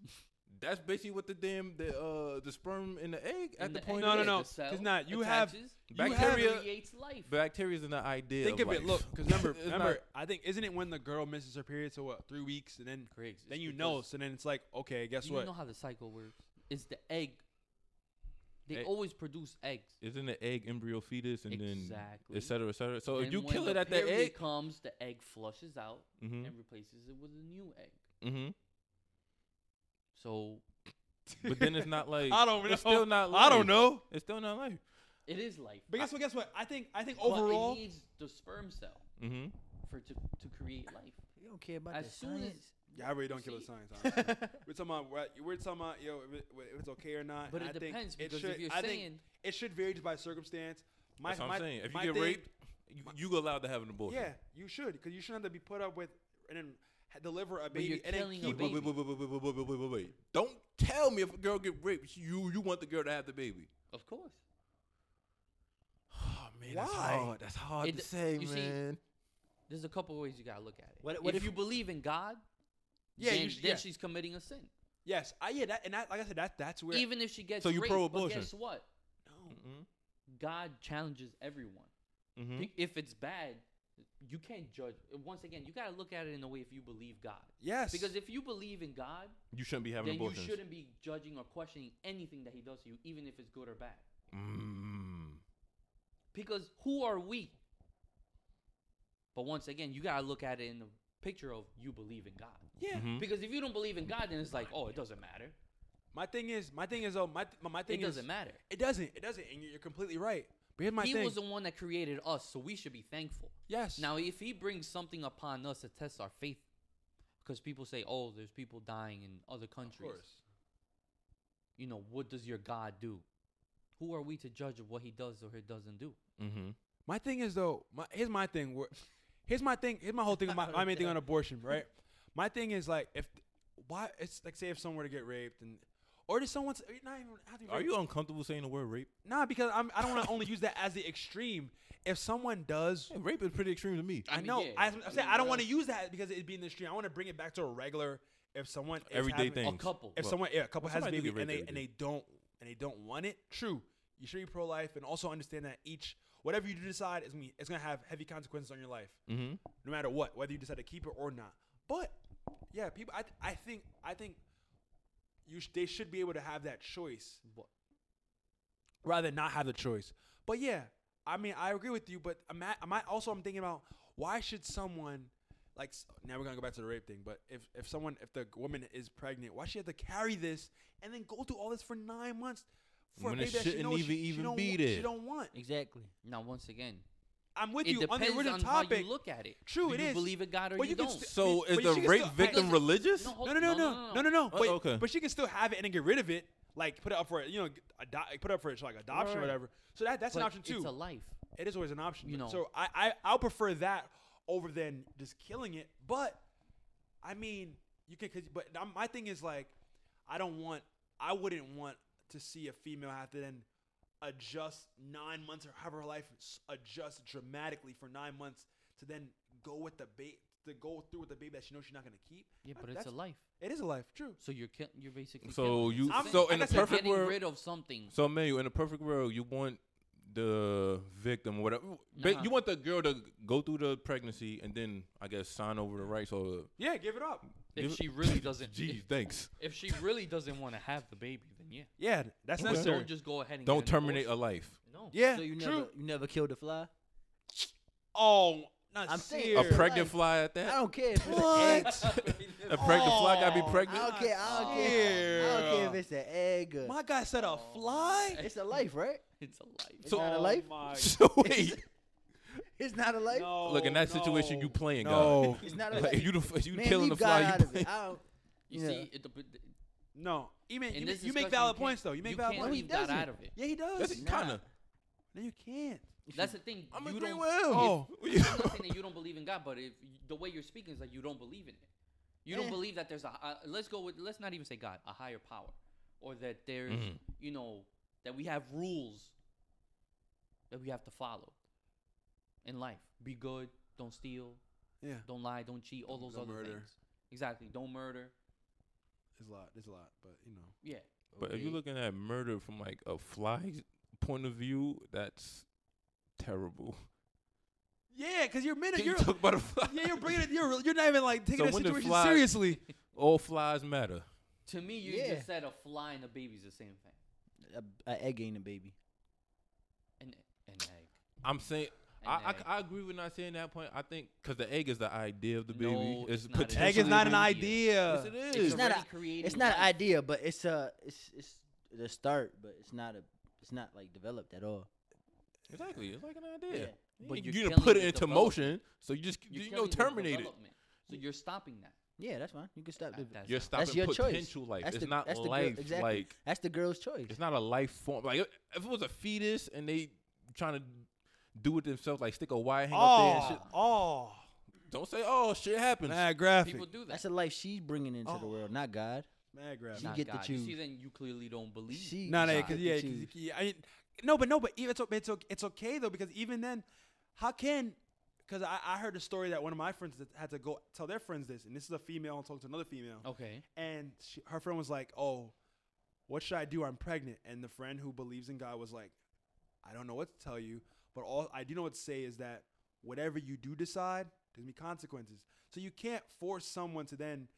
Speaker 3: That's basically what the damn the uh the sperm and the egg at
Speaker 4: And
Speaker 3: the,
Speaker 4: egg
Speaker 3: point.
Speaker 2: No, no,
Speaker 4: is
Speaker 3: is.
Speaker 2: no.
Speaker 4: the cell
Speaker 2: 'Cause nah, you have-
Speaker 4: attaches,
Speaker 2: you
Speaker 3: Bacteria-
Speaker 2: have-
Speaker 4: creates life.
Speaker 3: Bacteria is an idea.
Speaker 2: think of it.
Speaker 3: life.
Speaker 2: Look, because remember,
Speaker 3: It's
Speaker 2: remember.
Speaker 3: not-
Speaker 2: I think isn't it when the girl misses her period? So what? Three weeks, and then
Speaker 4: Creates. It's
Speaker 2: then you
Speaker 4: because-
Speaker 2: know. So then it's like, okay, guess
Speaker 4: you
Speaker 2: what?
Speaker 4: know how the cycle works. It's the egg. They
Speaker 3: Egg.
Speaker 4: always produce eggs.
Speaker 3: isn't the egg embryo fetus and then
Speaker 4: Exactly.
Speaker 3: et cetera, et cetera. So if
Speaker 4: And
Speaker 3: you
Speaker 4: when
Speaker 3: kill
Speaker 4: the
Speaker 3: it at the
Speaker 4: period
Speaker 3: egg,
Speaker 4: comes, the egg flushes out
Speaker 3: Mhm.
Speaker 4: and replaces it with a new egg.
Speaker 3: hmm
Speaker 4: So
Speaker 3: but then it's not like
Speaker 2: I don't know.
Speaker 3: It's still not. Life.
Speaker 2: I don't know.
Speaker 3: It's still not life.
Speaker 4: it is life.
Speaker 2: But guess what? Guess what? I think. I think
Speaker 4: But
Speaker 2: overall.
Speaker 4: it needs the sperm cell
Speaker 3: Mm-hmm.
Speaker 4: for it to, to create life.
Speaker 1: You don't care about
Speaker 4: As
Speaker 1: the
Speaker 4: soon
Speaker 1: science.
Speaker 2: Yeah, I really don't kill the
Speaker 4: See?
Speaker 2: science. honestly. we're talking about. what- We're talking about. Yo, if, it, if it's okay or not.
Speaker 4: But
Speaker 2: and
Speaker 4: it
Speaker 2: I think
Speaker 4: depends
Speaker 2: it
Speaker 4: because
Speaker 2: should,
Speaker 4: if you're
Speaker 2: I think
Speaker 4: saying
Speaker 2: it should vary just by circumstance. My,
Speaker 3: That's what
Speaker 2: my-
Speaker 3: I'm saying. If you
Speaker 2: my
Speaker 3: get
Speaker 2: thing-
Speaker 3: raped, you, you allowed to have an abortion.
Speaker 2: yeah, you should because you shouldn't have to be put up with and then ha- deliver a
Speaker 4: you're
Speaker 2: baby and then
Speaker 4: killing a
Speaker 2: keep
Speaker 3: Wait, wait, wait, wait, wait, wait, wait, wait, wait, wait, wait. Don't tell me if a girl get raped, you you want the girl to have the baby.
Speaker 4: Of course.
Speaker 3: Oh man,
Speaker 2: that's hard.
Speaker 3: That's hard
Speaker 4: It- to say, you see- man. There's a couple ways you gotta look at it.
Speaker 1: What- what
Speaker 4: if,
Speaker 1: if-
Speaker 4: you believe in God,
Speaker 2: Yeah, you
Speaker 4: then,
Speaker 2: sh-
Speaker 4: then
Speaker 2: yeah.
Speaker 4: she's committing a sin.
Speaker 2: Yes, I yeah, that, and that, like I said, that that's where
Speaker 4: Even if she gets
Speaker 3: So you
Speaker 4: raped, but
Speaker 3: pro-abortion.
Speaker 4: guess what?
Speaker 2: no,
Speaker 3: Mm-hmm.
Speaker 4: God challenges everyone.
Speaker 3: Mm-hmm.
Speaker 4: If it's bad, you can't judge. Once again, you got to look at it in a way if you believe God.
Speaker 2: Yes.
Speaker 4: Because if you believe in God,
Speaker 3: You shouldn't be having
Speaker 4: then you
Speaker 3: abortions.
Speaker 4: shouldn't be judging or questioning anything that He does to you, even if it's good or bad.
Speaker 3: Mm.
Speaker 4: Because who are we? But once again, you gotta look at it in the picture of you believe in God.
Speaker 2: yeah.
Speaker 3: Mhm.
Speaker 4: Because if you don't believe in God, then it's like, oh, it doesn't matter.
Speaker 2: My thing is, my thing is, though, my th- my thing
Speaker 4: It doesn't
Speaker 2: is,
Speaker 4: matter.
Speaker 2: It doesn't. It doesn't. And you're you're completely right. But here's my
Speaker 4: he
Speaker 2: thing.
Speaker 4: was the one that created us, so we should be thankful.
Speaker 2: yes.
Speaker 4: Now, if he brings something upon us to test our faith, because people say, oh, there's people dying in other
Speaker 2: of
Speaker 4: countries.
Speaker 2: course.
Speaker 4: You know, what does your God do? Who are we to judge of what he does or he doesn't do?
Speaker 3: Mm-hmm.
Speaker 2: My thing is though. My, here's my thing. Where, here's my thing. Here's my whole thing. My, my main thing on abortion, right? My thing is like, if why it's like, say if someone were to get raped and. Or did someone? Not even, have to be
Speaker 3: Are
Speaker 2: raped.
Speaker 3: you uncomfortable saying the word rape?
Speaker 2: Nah, because I'm, I don't want to only use that as the extreme. If someone does,
Speaker 3: Yeah, rape is pretty extreme to me.
Speaker 4: I
Speaker 2: I
Speaker 4: mean,
Speaker 2: know.
Speaker 4: yeah,
Speaker 2: I,
Speaker 4: I
Speaker 2: am
Speaker 4: mean,
Speaker 2: saying I don't
Speaker 4: what
Speaker 2: want to
Speaker 4: else?
Speaker 2: use that because it'd be in the stream. I want to bring it back to a regular. If someone is
Speaker 3: Everyday
Speaker 2: having-
Speaker 3: thing.
Speaker 4: A couple.
Speaker 2: If
Speaker 3: Well,
Speaker 2: someone, yeah, a couple
Speaker 3: well,
Speaker 2: has a
Speaker 3: somebody do
Speaker 2: baby
Speaker 3: get
Speaker 2: and they
Speaker 3: raped
Speaker 2: and
Speaker 3: every
Speaker 2: they don't and they don't want it, true. You should be pro life and also understand that each whatever you do decide is gonna be- it's gonna have heavy consequences on your life,
Speaker 3: Mm-hmm.
Speaker 2: no matter what, whether you decide to keep it or not. But yeah, people, I th- I think I think you sh- they should be able to have that choice
Speaker 4: What-
Speaker 2: rather than not have the choice. But yeah, I mean, I agree with you. But I'm at, I'm at- also I'm thinking about why should someone like s- now we're gonna go back to the rape thing. But if if someone if the woman is pregnant, why she have to carry this and then go through all this for nine months for
Speaker 3: When
Speaker 2: a
Speaker 3: it
Speaker 2: baby that she
Speaker 3: shouldn't
Speaker 2: knows
Speaker 3: even-
Speaker 2: she,
Speaker 3: even
Speaker 2: she don't
Speaker 3: be
Speaker 2: wa-
Speaker 3: there.
Speaker 2: She don't want.
Speaker 1: Exactly.
Speaker 4: Now, once again,
Speaker 2: I'm with
Speaker 4: it
Speaker 2: you on
Speaker 4: depends
Speaker 2: the
Speaker 4: on,
Speaker 2: original
Speaker 4: how
Speaker 2: topic.
Speaker 4: you look at it.
Speaker 2: True,
Speaker 4: do
Speaker 2: it
Speaker 4: you
Speaker 2: is.
Speaker 4: believe in God or
Speaker 2: But
Speaker 4: you,
Speaker 2: you can
Speaker 4: don't?
Speaker 2: sti-
Speaker 3: So
Speaker 2: but
Speaker 3: is
Speaker 2: you
Speaker 3: the
Speaker 2: should still-
Speaker 3: rape
Speaker 2: I-
Speaker 3: victim
Speaker 4: doesn't-
Speaker 3: religious?
Speaker 4: No,
Speaker 2: No, no, no, no, no, no, no. But,
Speaker 3: Oh, okay.
Speaker 2: but she can still have it and then get rid of it. Like put it up for you know, ado- put up for like adoption or
Speaker 4: Right.
Speaker 2: whatever. So that that's
Speaker 4: But
Speaker 2: an option too.
Speaker 4: It's a life.
Speaker 2: it is always an option.
Speaker 4: You
Speaker 2: You
Speaker 4: know.
Speaker 2: know. So I, I I'll prefer that over than just killing it. But I mean, you can. Cause, but I'm- my thing is like, I don't want. I wouldn't want to see a female have to then adjust nine months or however her life s- adjust dramatically for nine months to then go with the baby to go through with the baby that she knows she's not gonna keep.
Speaker 4: Yeah,
Speaker 2: That-
Speaker 4: but it's a
Speaker 2: that's-
Speaker 4: life.
Speaker 2: It is a life. True.
Speaker 4: So you're kill- you're basically.
Speaker 3: So
Speaker 4: killing it.
Speaker 3: you-
Speaker 4: It's
Speaker 2: I'm-
Speaker 4: the
Speaker 2: so in
Speaker 4: same.
Speaker 2: a
Speaker 4: You're
Speaker 3: perfect
Speaker 4: getting
Speaker 3: world-
Speaker 4: rid of something.
Speaker 3: So man, you in a perfect world, you want the victim, whatever.
Speaker 4: Nah.
Speaker 3: But you want the girl to go through the pregnancy and then I guess sign over the rights or.
Speaker 2: Yeah, give it up.
Speaker 4: If
Speaker 3: give-
Speaker 4: she really doesn't-
Speaker 3: Gee, thanks.
Speaker 4: If she really doesn't want to have the baby, then yeah,
Speaker 2: Yeah, that's
Speaker 3: Okay.
Speaker 2: necessary.
Speaker 4: don't just go ahead and
Speaker 3: Don't
Speaker 4: get an
Speaker 3: terminate a
Speaker 4: abortion.
Speaker 3: life.
Speaker 4: no.
Speaker 2: yeah,
Speaker 1: So you never
Speaker 2: true.
Speaker 1: you never killed a fly?
Speaker 2: Oh, not
Speaker 1: I'm saying-
Speaker 2: serious.
Speaker 3: A pregnant
Speaker 1: Like,
Speaker 3: fly at
Speaker 1: I
Speaker 3: that?
Speaker 1: don't care if it's an egg.
Speaker 2: What?
Speaker 3: A pregnant fly gotta
Speaker 2: Oh,
Speaker 3: be pregnant?
Speaker 1: I don't care. I don't care. I don't care if
Speaker 2: Yeah.
Speaker 1: it's an egg. Or
Speaker 2: My guy said a fly.
Speaker 1: it's a life, right?
Speaker 4: It's a life.
Speaker 1: It's not a
Speaker 2: oh
Speaker 1: life.
Speaker 3: So wait,
Speaker 1: It's not a life.
Speaker 2: No,
Speaker 3: look in that situation, you playing
Speaker 2: Oh, No.
Speaker 3: God.
Speaker 1: It's not a
Speaker 3: Like,
Speaker 1: life.
Speaker 3: if you the, if you
Speaker 1: Man,
Speaker 3: killing
Speaker 1: leave
Speaker 3: the fly,
Speaker 1: God
Speaker 3: you
Speaker 1: out of
Speaker 3: playing.
Speaker 1: it. I don't,
Speaker 4: You
Speaker 1: Yeah.
Speaker 4: see, it, dep- th-
Speaker 2: no. You make
Speaker 4: In
Speaker 2: you,
Speaker 4: this
Speaker 2: make, you make
Speaker 4: discussion, you
Speaker 2: valid
Speaker 4: can't-
Speaker 2: points though. You make
Speaker 4: you
Speaker 2: valid
Speaker 4: can't
Speaker 1: no,
Speaker 2: points.
Speaker 1: he
Speaker 4: leave God
Speaker 1: doesn't.
Speaker 4: out of it.
Speaker 1: Yeah, he does.
Speaker 3: That's
Speaker 1: Nah.
Speaker 3: kind of.
Speaker 2: No, you can't.
Speaker 4: that's the thing.
Speaker 3: I'm
Speaker 4: you
Speaker 3: agreeing
Speaker 4: don't.
Speaker 3: with him.
Speaker 2: Oh.
Speaker 4: I'm not saying that you don't believe in God, but if y- the way you're speaking is like you don't believe in it. You don't
Speaker 1: Eh.
Speaker 4: believe that there's a. Uh, let's go with. Let's not even say God, a higher power, or that there's
Speaker 1: Mm-hmm.
Speaker 3: Mhm.
Speaker 4: you know that we have rules that we have to follow in life. Be good. Don't steal.
Speaker 2: Yeah,
Speaker 4: Don't lie. Don't cheat. All
Speaker 2: Don't-
Speaker 4: those
Speaker 2: don't
Speaker 4: other
Speaker 2: murder.
Speaker 4: things. Exactly. Don't murder.
Speaker 2: there's a lot. There's a lot, but you know.
Speaker 4: Yeah.
Speaker 3: But if you're looking at murder from like a fly's point of view, that's terrible.
Speaker 2: Yeah, because you're minute.
Speaker 3: Can you
Speaker 2: You're
Speaker 3: talk about a fly?
Speaker 2: yeah, you're bringing it. You're you're not even like taking
Speaker 3: So
Speaker 2: the
Speaker 3: when the
Speaker 2: situation
Speaker 3: fly-
Speaker 2: seriously.
Speaker 3: All flies matter.
Speaker 4: To me, you
Speaker 1: Yeah.
Speaker 4: just said a fly and a baby is the same thing.
Speaker 1: a, a egg ain't a baby.
Speaker 4: An an egg.
Speaker 3: I'm saying.
Speaker 4: An
Speaker 3: I,
Speaker 4: egg.
Speaker 3: I, I agree with not saying that point. I think because the egg is the idea of the baby.
Speaker 4: No, it's not.
Speaker 3: potentially
Speaker 2: Egg is not an
Speaker 3: the-
Speaker 2: idea.
Speaker 3: Yes, it is.
Speaker 4: It's
Speaker 1: It's not
Speaker 4: already
Speaker 1: a-
Speaker 4: creating
Speaker 1: It's not an
Speaker 4: life.
Speaker 1: idea, but it's a it's it's the start, but it's not a it's not like developed at all.
Speaker 3: Exactly, it's like an idea.
Speaker 1: Yeah.
Speaker 4: But
Speaker 3: But
Speaker 4: you're
Speaker 3: you didn't
Speaker 4: killing
Speaker 3: put it
Speaker 4: the
Speaker 3: into
Speaker 4: development.
Speaker 3: motion, so you just you know
Speaker 4: killing the
Speaker 3: terminate it.
Speaker 4: development. So you're stopping that.
Speaker 1: Yeah, that's fine. You can stop.
Speaker 4: That-
Speaker 1: living.
Speaker 4: that's
Speaker 3: You're
Speaker 4: not-
Speaker 3: stopping
Speaker 1: your choice.
Speaker 3: potential life.
Speaker 1: That's
Speaker 3: it's
Speaker 1: the-
Speaker 3: not
Speaker 1: that's the girl-
Speaker 3: life.
Speaker 1: exactly.
Speaker 3: Like
Speaker 1: That's the girl's choice.
Speaker 3: it's not a life form. Like if it was a fetus and they trying to do it themselves, like stick a wire hang up there and
Speaker 2: Oh,
Speaker 3: shit.
Speaker 2: oh,
Speaker 3: Don't say oh shit happens.
Speaker 2: mad graphic,
Speaker 4: People do that.
Speaker 1: That's a life she's bringing into the
Speaker 2: Oh.
Speaker 1: world, not God.
Speaker 2: mad graphic.
Speaker 1: She get to
Speaker 4: You see,
Speaker 1: choose.
Speaker 4: then you clearly don't believe.
Speaker 1: She
Speaker 2: No, no,
Speaker 1: she
Speaker 2: because
Speaker 1: get to
Speaker 2: yeah, 'cause
Speaker 1: choose.
Speaker 2: you- yeah, I mean, no, but no, but even- it's o- it's o- it's okay though because even then, how can? Because I, I heard a story that one of my friends that had to go tell their friends this, and this is a female and talking to another female,
Speaker 4: okay.
Speaker 2: and she, her friend was like, "Oh, what should I do? I'm pregnant." And the friend who believes in God was like, "I don't know what to tell you, but all I do know what to say is that whatever you do decide, there's gonna be consequences. So you can't force someone to then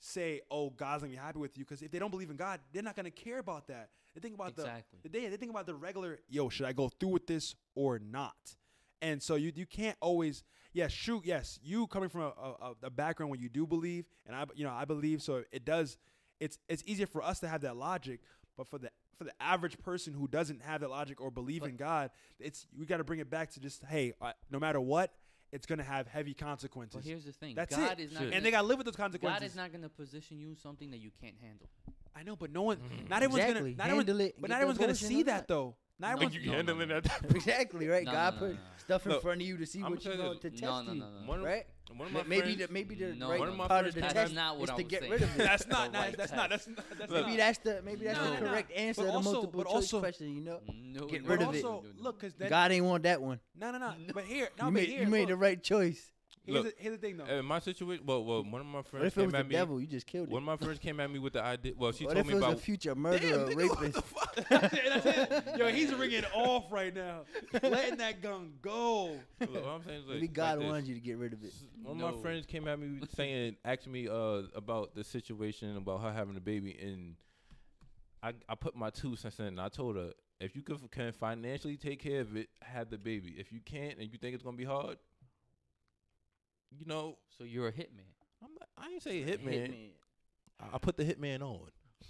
Speaker 2: say, "Oh, God's gonna be happy with you," because if they don't believe in God, they're not gonna care about that. They think about
Speaker 4: Exactly.
Speaker 2: the they, they think about the regular, "Yo, should I go through with this or not?" And so you you can't always, yes, shoot, yes, you coming from a, a, a- a background where you do believe, and I, you know, I believe, so it does. It's it's easier for us to have that logic, but for the for the average person who doesn't have that logic or believe in God, it's we got to bring it back to just hey, uh, no matter what, it's gonna have heavy consequences.
Speaker 4: But here's the thing.
Speaker 2: That's
Speaker 4: God
Speaker 2: it.
Speaker 4: is not
Speaker 3: Shit.
Speaker 4: gonna,
Speaker 2: and they got to live with those
Speaker 4: God
Speaker 2: consequences.
Speaker 4: is not going to position you something that you can't handle.
Speaker 2: I know, but no one,
Speaker 3: Mm-hmm.
Speaker 2: not everyone's
Speaker 1: Exactly.
Speaker 2: gonna, not everyone-
Speaker 1: Handle it and
Speaker 2: but
Speaker 1: get the
Speaker 2: not everyone's gonna
Speaker 1: abortion
Speaker 2: see
Speaker 1: or
Speaker 2: that
Speaker 1: not.
Speaker 2: though. Not
Speaker 4: No.
Speaker 3: Like
Speaker 2: everyone's.
Speaker 3: you
Speaker 4: No, no,
Speaker 3: handling
Speaker 4: no,
Speaker 3: that?
Speaker 1: exactly right.
Speaker 4: No,
Speaker 1: God
Speaker 4: no,
Speaker 1: put
Speaker 4: no, no.
Speaker 1: stuff in
Speaker 3: Look,
Speaker 1: front of you to see
Speaker 3: I'ma
Speaker 1: what you're
Speaker 3: tell you
Speaker 1: going to
Speaker 3: this.
Speaker 1: test
Speaker 4: No, no,
Speaker 1: you.
Speaker 4: no, no, no.
Speaker 3: One of-
Speaker 1: Right?
Speaker 3: One of my
Speaker 1: Ma- maybe
Speaker 3: friends-
Speaker 1: the maybe the
Speaker 4: No,
Speaker 1: right
Speaker 3: One of my
Speaker 1: part
Speaker 3: friends-
Speaker 1: of the
Speaker 3: That's
Speaker 1: test
Speaker 4: not what
Speaker 1: is
Speaker 4: I
Speaker 1: to
Speaker 4: was
Speaker 1: get
Speaker 4: saying.
Speaker 1: rid of it.
Speaker 2: That's not.
Speaker 4: The right
Speaker 2: that's not. That's
Speaker 4: test.
Speaker 2: not. That's
Speaker 3: Look.
Speaker 2: not.
Speaker 1: maybe that's the maybe that's
Speaker 4: No,
Speaker 1: the
Speaker 4: no, Mm. no.
Speaker 1: correct answer
Speaker 2: But
Speaker 1: to the
Speaker 2: also-
Speaker 1: multiple
Speaker 2: but
Speaker 1: choice
Speaker 2: also-
Speaker 1: question. You know,
Speaker 4: No,
Speaker 1: Get
Speaker 4: no,
Speaker 1: rid
Speaker 2: but
Speaker 4: no,
Speaker 1: of it.
Speaker 4: no,
Speaker 2: also,
Speaker 4: no, no.
Speaker 2: look, because then
Speaker 1: God ain't want that one.
Speaker 2: no, no, no. But here, no,
Speaker 1: you
Speaker 2: but
Speaker 1: made
Speaker 2: here,
Speaker 1: you made the
Speaker 2: look,
Speaker 1: right choice.
Speaker 2: here's,
Speaker 3: Look.
Speaker 2: the, here's the thing though.
Speaker 3: uh, In my situation, well, well, one of my
Speaker 1: What
Speaker 3: friends
Speaker 1: if it
Speaker 3: came
Speaker 1: was the
Speaker 3: at me.
Speaker 1: devil? You just killed it.
Speaker 3: One of my friends came at me with the idea. Well, she
Speaker 1: What if
Speaker 3: told me
Speaker 1: it was a
Speaker 3: about.
Speaker 1: future murderer,
Speaker 3: nigga, what
Speaker 1: rapist?
Speaker 3: the fuck?
Speaker 2: Yo, he's ringing off right now, letting that gun go.
Speaker 3: Look, what I'm saying is
Speaker 1: Maybe
Speaker 3: like-
Speaker 1: God
Speaker 3: like this.
Speaker 1: wanted you to get rid of it.
Speaker 3: S- One of
Speaker 4: No.
Speaker 3: my friends came at me saying, asked me uh, about the situation about her having a baby, and I I put my two cents in. And I told her if you can, can financially take care of it, have the baby. If you can't and you think it's gonna be hard, you know,
Speaker 4: So you're a hitman.
Speaker 3: I'm not, I ain't say hitman. I I put the hitman on.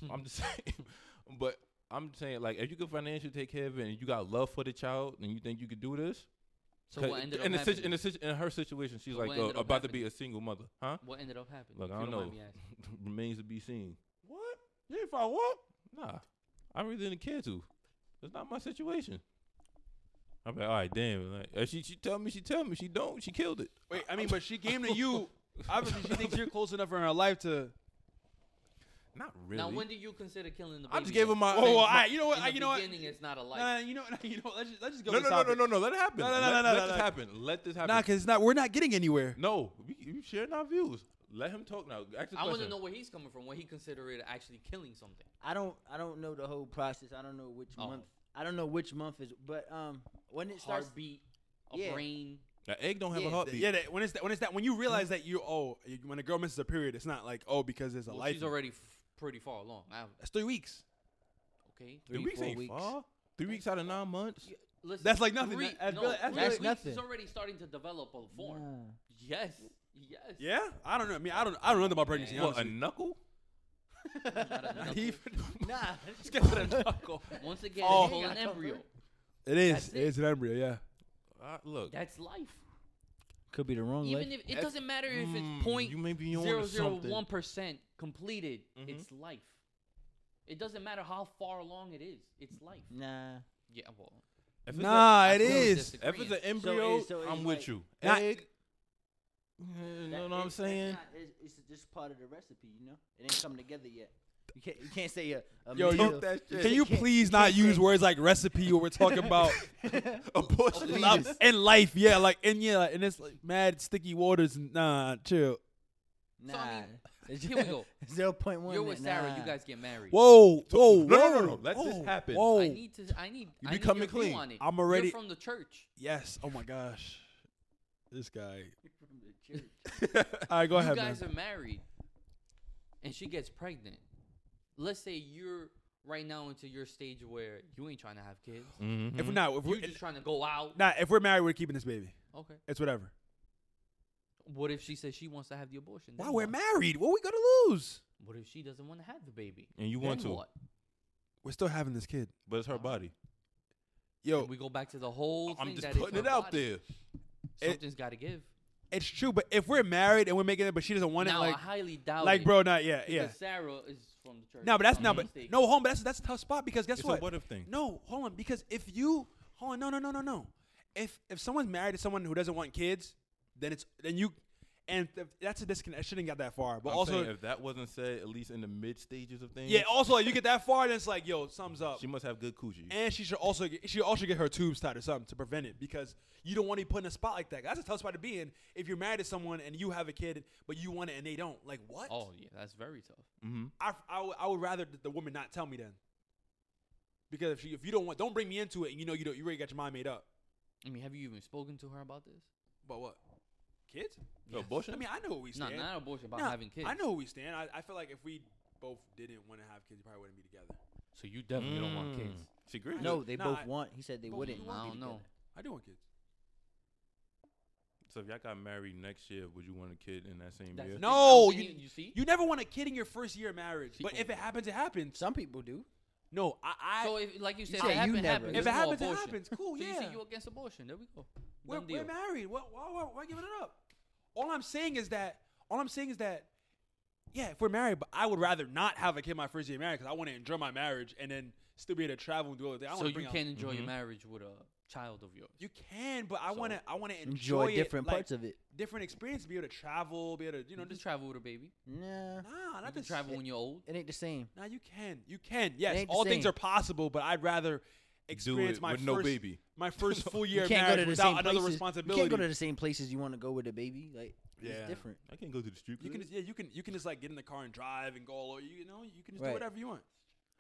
Speaker 4: Mm-hmm.
Speaker 3: I'm just saying, but I'm saying like if you can financially take care of it and you got love for the child and you think you could do this,
Speaker 4: So
Speaker 3: 'cause
Speaker 4: what ended up
Speaker 3: in, the situ-
Speaker 4: happening?
Speaker 3: in, the situ- in her situation, she's
Speaker 4: So
Speaker 3: like
Speaker 4: what
Speaker 3: uh,
Speaker 4: ended up
Speaker 3: about to be
Speaker 4: happening?
Speaker 3: a single mother, huh?
Speaker 4: what ended up happening?
Speaker 3: Look,
Speaker 4: if
Speaker 3: I
Speaker 4: you
Speaker 3: don't
Speaker 4: mind
Speaker 3: know.
Speaker 4: me asking.
Speaker 3: Remains to be seen.
Speaker 2: What? You ain't find what?
Speaker 3: Nah, I really didn't care to. That's not my situation. I'm like, all right, damn. Like, if she she tell me, she tell me, she don't, she killed it.
Speaker 2: Wait, I mean, but she came to you. Obviously, she thinks you're close enough in her life to.
Speaker 3: Not really.
Speaker 4: Now, when do you consider killing the baby?
Speaker 3: I just gave her
Speaker 4: then?
Speaker 3: my.
Speaker 2: Whoa, whoa,
Speaker 3: my-
Speaker 2: all right, you know what?
Speaker 4: In
Speaker 2: Oh, I,
Speaker 4: the
Speaker 2: you know what?
Speaker 4: beginning, it's not a
Speaker 2: No,
Speaker 4: life.
Speaker 2: no, no, you know, you know. what? Let's just, let's just go.
Speaker 3: no,
Speaker 2: to
Speaker 3: no,
Speaker 2: the
Speaker 3: no, no,
Speaker 2: topic.
Speaker 3: no, no, let it happen.
Speaker 2: No, no, no, no,
Speaker 3: let,
Speaker 2: no,
Speaker 3: let
Speaker 2: no,
Speaker 3: this
Speaker 2: no.
Speaker 3: happen. Let this happen.
Speaker 2: Nah, because it's not. We're not getting anywhere.
Speaker 3: No, we, you sharing our views. Let him talk now. Ask the
Speaker 4: I want to
Speaker 3: question.
Speaker 4: know where he's coming from. What he considered it actually killing something.
Speaker 1: I don't I don't know the whole process. I don't know which
Speaker 4: Oh.
Speaker 1: month. I don't know which month is. But um, when it starts,
Speaker 4: Heartbeat, a
Speaker 1: Yeah.
Speaker 4: brain.
Speaker 3: That egg don't have
Speaker 1: Yeah,
Speaker 3: a heartbeat.
Speaker 2: Yeah, that, when it's that, when it's that, when you realize that you oh, you- when a girl misses a period, it's not like oh because there's a
Speaker 4: Well,
Speaker 2: life.
Speaker 4: she's already f- pretty far along. I,
Speaker 2: That's three weeks.
Speaker 4: okay.
Speaker 3: three,
Speaker 1: three
Speaker 3: weeks
Speaker 1: four
Speaker 3: ain't
Speaker 1: weeks.
Speaker 3: far. Three weeks out of nine months.
Speaker 4: Y- Listen,
Speaker 2: That's like nothing.
Speaker 4: Three,
Speaker 2: That- that's
Speaker 4: no,
Speaker 2: really- that's
Speaker 4: three
Speaker 1: really-
Speaker 4: weeks
Speaker 1: That's
Speaker 4: is
Speaker 1: nothing.
Speaker 4: already starting to develop a form.
Speaker 1: Nah.
Speaker 4: Yes. Yes.
Speaker 2: Yeah, I don't know. I mean, I don't. I don't know nothing about pregnancy.
Speaker 3: What a
Speaker 2: Honestly.
Speaker 3: knuckle?
Speaker 4: Not a knuckle.
Speaker 1: Nah,
Speaker 2: Let's get to the knuckle.
Speaker 4: Once again,
Speaker 2: Oh.
Speaker 4: it's called an
Speaker 1: Yeah, I told
Speaker 4: embryo.
Speaker 1: her.
Speaker 2: It is.
Speaker 4: That's
Speaker 2: It is an embryo. Yeah.
Speaker 3: Uh, look,
Speaker 4: That's life.
Speaker 1: could be the wrong
Speaker 4: Even if it
Speaker 3: That's-
Speaker 4: doesn't matter if
Speaker 3: Mm,
Speaker 4: it's point
Speaker 3: You may be on
Speaker 4: zero
Speaker 3: to
Speaker 4: zero
Speaker 3: something.
Speaker 4: one percent completed,
Speaker 2: Mm-hmm.
Speaker 3: Mhm.
Speaker 4: it's life. It doesn't matter how far along it is. It's life.
Speaker 1: Nah,
Speaker 4: Yeah. Well,
Speaker 3: If it's
Speaker 2: Nah,
Speaker 3: a-
Speaker 2: it
Speaker 4: I feel
Speaker 2: is.
Speaker 4: dis-
Speaker 3: If it's an
Speaker 4: Agreeing.
Speaker 3: embryo,
Speaker 1: so it's
Speaker 3: I'm
Speaker 1: like-
Speaker 3: with you.
Speaker 2: Not-
Speaker 3: Egg. You know
Speaker 1: That-
Speaker 3: what I'm
Speaker 1: it's- that's
Speaker 3: saying?
Speaker 1: not- it's, it's just part of the recipe, you know. It ain't come together yet. You can't you can't say a, a
Speaker 2: Yo, you-
Speaker 1: meal-
Speaker 3: that shit.
Speaker 2: Can you
Speaker 1: can't-
Speaker 2: please
Speaker 1: you
Speaker 2: not
Speaker 1: can't
Speaker 2: use
Speaker 1: say-
Speaker 2: words like recipe when we're talking about
Speaker 3: Abortion.
Speaker 2: love and life? Yeah, like and yeah, like, and it's like mad sticky waters. Nah, chill.
Speaker 1: Nah,
Speaker 4: So, I mean,
Speaker 1: It's
Speaker 4: here we
Speaker 1: just-
Speaker 4: go.
Speaker 1: Zero point one.
Speaker 4: You're with Sarah.
Speaker 1: nah.
Speaker 4: You guys get married.
Speaker 2: Whoa, whoa,
Speaker 3: no, no, no,
Speaker 2: whoa,
Speaker 3: no, let this
Speaker 2: whoa,
Speaker 3: happen.
Speaker 2: Whoa,
Speaker 4: I need to. I need.
Speaker 3: You
Speaker 4: I need
Speaker 3: becoming
Speaker 4: your view
Speaker 3: clean.
Speaker 4: on it.
Speaker 2: I'm already-
Speaker 4: You're from the church.
Speaker 2: yes. Oh my gosh, this guy.
Speaker 1: From the church.
Speaker 2: All right, go
Speaker 4: you
Speaker 2: ahead, man.
Speaker 4: guys are married, and she gets pregnant. Let's say you're right now into your stage where you ain't trying to have kids.
Speaker 2: Mm.
Speaker 3: Mhm.
Speaker 2: If we're not, if
Speaker 4: You're
Speaker 2: we're
Speaker 4: just trying to go out.
Speaker 2: nah, if we're married, we're keeping this baby.
Speaker 4: Okay.
Speaker 2: It's whatever.
Speaker 4: What if she says she wants to have the abortion?
Speaker 2: Why
Speaker 4: Then
Speaker 2: we're
Speaker 4: what?
Speaker 2: married? What we gonna lose?
Speaker 4: What if she doesn't want to have the baby?
Speaker 3: and you want
Speaker 4: Then
Speaker 3: to,
Speaker 4: what?
Speaker 2: We're still having this kid.
Speaker 3: but it's her body.
Speaker 2: Yo,
Speaker 4: Then we go back to the whole
Speaker 3: I'm
Speaker 4: thing
Speaker 3: just
Speaker 4: that it's
Speaker 3: putting it
Speaker 4: her
Speaker 3: out
Speaker 4: body.
Speaker 3: there.
Speaker 2: It-
Speaker 4: Something's got to give.
Speaker 2: it's true, but if we're married and we're making it, but she doesn't want it,
Speaker 4: now
Speaker 2: like,
Speaker 4: I highly doubt
Speaker 2: like,
Speaker 4: it,
Speaker 2: bro, not yeah, yeah.
Speaker 4: because Sarah is from the church.
Speaker 2: No, but that's
Speaker 4: if I'm
Speaker 2: not. But
Speaker 4: mistaken.
Speaker 2: no, home. But that's that's a tough spot because guess
Speaker 3: It's a
Speaker 2: what?
Speaker 3: what if thing.
Speaker 2: No, hold on. Because if you hold on, no, no, no, no, no. If if someone's married to someone who doesn't want kids, then it's then you, and th- that's a disconnect. It shouldn't got that far. But
Speaker 3: I'm saying
Speaker 2: also,
Speaker 3: if that wasn't said, at least in the mid stages of things,
Speaker 2: yeah. Also, you get that far, then it's like, yo, sums up.
Speaker 3: she must have good coochie.
Speaker 2: and she should also get, she also get her tubes tied or something to prevent it because you don't want to be put in a spot like that. That's a tough spot to be in if you're married to someone and you have a kid, but you want it and they don't. Like what?
Speaker 4: Oh yeah, that's very tough.
Speaker 3: Mhm.
Speaker 2: I, I, would, I would rather th- the woman not tell me then. Because if, she, if you don't want, don't bring me into it, and you know you don't, you already got your mind made up.
Speaker 4: I mean, have you even spoken to her about this?
Speaker 2: But what? Kids?
Speaker 3: Yo, bullshit.
Speaker 2: I mean, I know where we
Speaker 4: No,
Speaker 2: stand.
Speaker 4: not abortion, about
Speaker 2: Nah,
Speaker 4: having kids.
Speaker 2: I know where we stand. I, I feel like if we both didn't want to have kids, we probably wouldn't be together.
Speaker 4: So you definitely don't want kids.
Speaker 3: Mm. She agree.
Speaker 1: No, they
Speaker 2: Nah,
Speaker 1: both
Speaker 2: I-
Speaker 1: want. He said they
Speaker 2: but we
Speaker 1: wouldn't.
Speaker 2: want-
Speaker 4: I
Speaker 2: be
Speaker 4: don't know.
Speaker 2: I do want kids.
Speaker 3: So if y'all got married next year, would you want a kid in that same
Speaker 4: That's
Speaker 3: year?
Speaker 4: the thing. I
Speaker 2: No,
Speaker 4: don't think
Speaker 2: you-
Speaker 4: you see.
Speaker 2: You never want a kid in your first year of marriage.
Speaker 4: See,
Speaker 2: But if it happens, it happens.
Speaker 1: Some people do.
Speaker 2: No, I. I
Speaker 4: so if, like you said,
Speaker 1: said
Speaker 4: if it
Speaker 1: you
Speaker 4: happens,
Speaker 1: never.
Speaker 4: happens.
Speaker 2: if it
Speaker 4: There's no
Speaker 2: happens, it
Speaker 4: abortion.
Speaker 2: happens. Cool,
Speaker 4: So
Speaker 2: yeah.
Speaker 4: you say you against abortion? There we go.
Speaker 2: we're,
Speaker 4: Done
Speaker 2: we're
Speaker 4: deal.
Speaker 2: married. What? Why? Why? Why giving it up? All I'm saying is that. All I'm saying is that. Yeah, if we're married, but I would rather not have a kid my first year of marriage because I want to enjoy my marriage and then still be able to travel and do other things. I
Speaker 4: So
Speaker 2: wanna
Speaker 4: you
Speaker 2: bring out-
Speaker 4: can't enjoy your
Speaker 3: Mhm.
Speaker 4: marriage with a child of yours.
Speaker 2: You can, but I
Speaker 4: So-
Speaker 2: want to. I want to enjoy,
Speaker 1: Enjoy, different parts of it.
Speaker 2: of different experience. Be able to travel. Be able to you
Speaker 4: You
Speaker 2: know
Speaker 4: know, just
Speaker 2: just
Speaker 4: travel with a baby.
Speaker 1: Nah,
Speaker 2: nah.
Speaker 4: You
Speaker 2: Not
Speaker 4: can
Speaker 2: just
Speaker 4: travel when you're old.
Speaker 1: it ain't the same.
Speaker 2: Nah, you can. You can. Yes,
Speaker 1: ain't the
Speaker 2: all things
Speaker 1: same.
Speaker 2: are possible, but I'd rather experience
Speaker 3: it
Speaker 2: my
Speaker 3: with
Speaker 2: first
Speaker 3: no baby.
Speaker 2: my first full year
Speaker 1: You
Speaker 2: of
Speaker 1: can't go
Speaker 2: marriage
Speaker 1: to the
Speaker 2: without
Speaker 1: same
Speaker 2: another
Speaker 1: places.
Speaker 2: responsibility.
Speaker 1: You can't go to the same places you want to go with a baby. Like
Speaker 2: Yeah.
Speaker 1: it's different.
Speaker 3: I can't go to the street.
Speaker 2: You can
Speaker 3: club.
Speaker 2: just, yeah, you can you can just like get in the car and drive and go all over. You know, you can just do
Speaker 1: Right.
Speaker 2: whatever you want.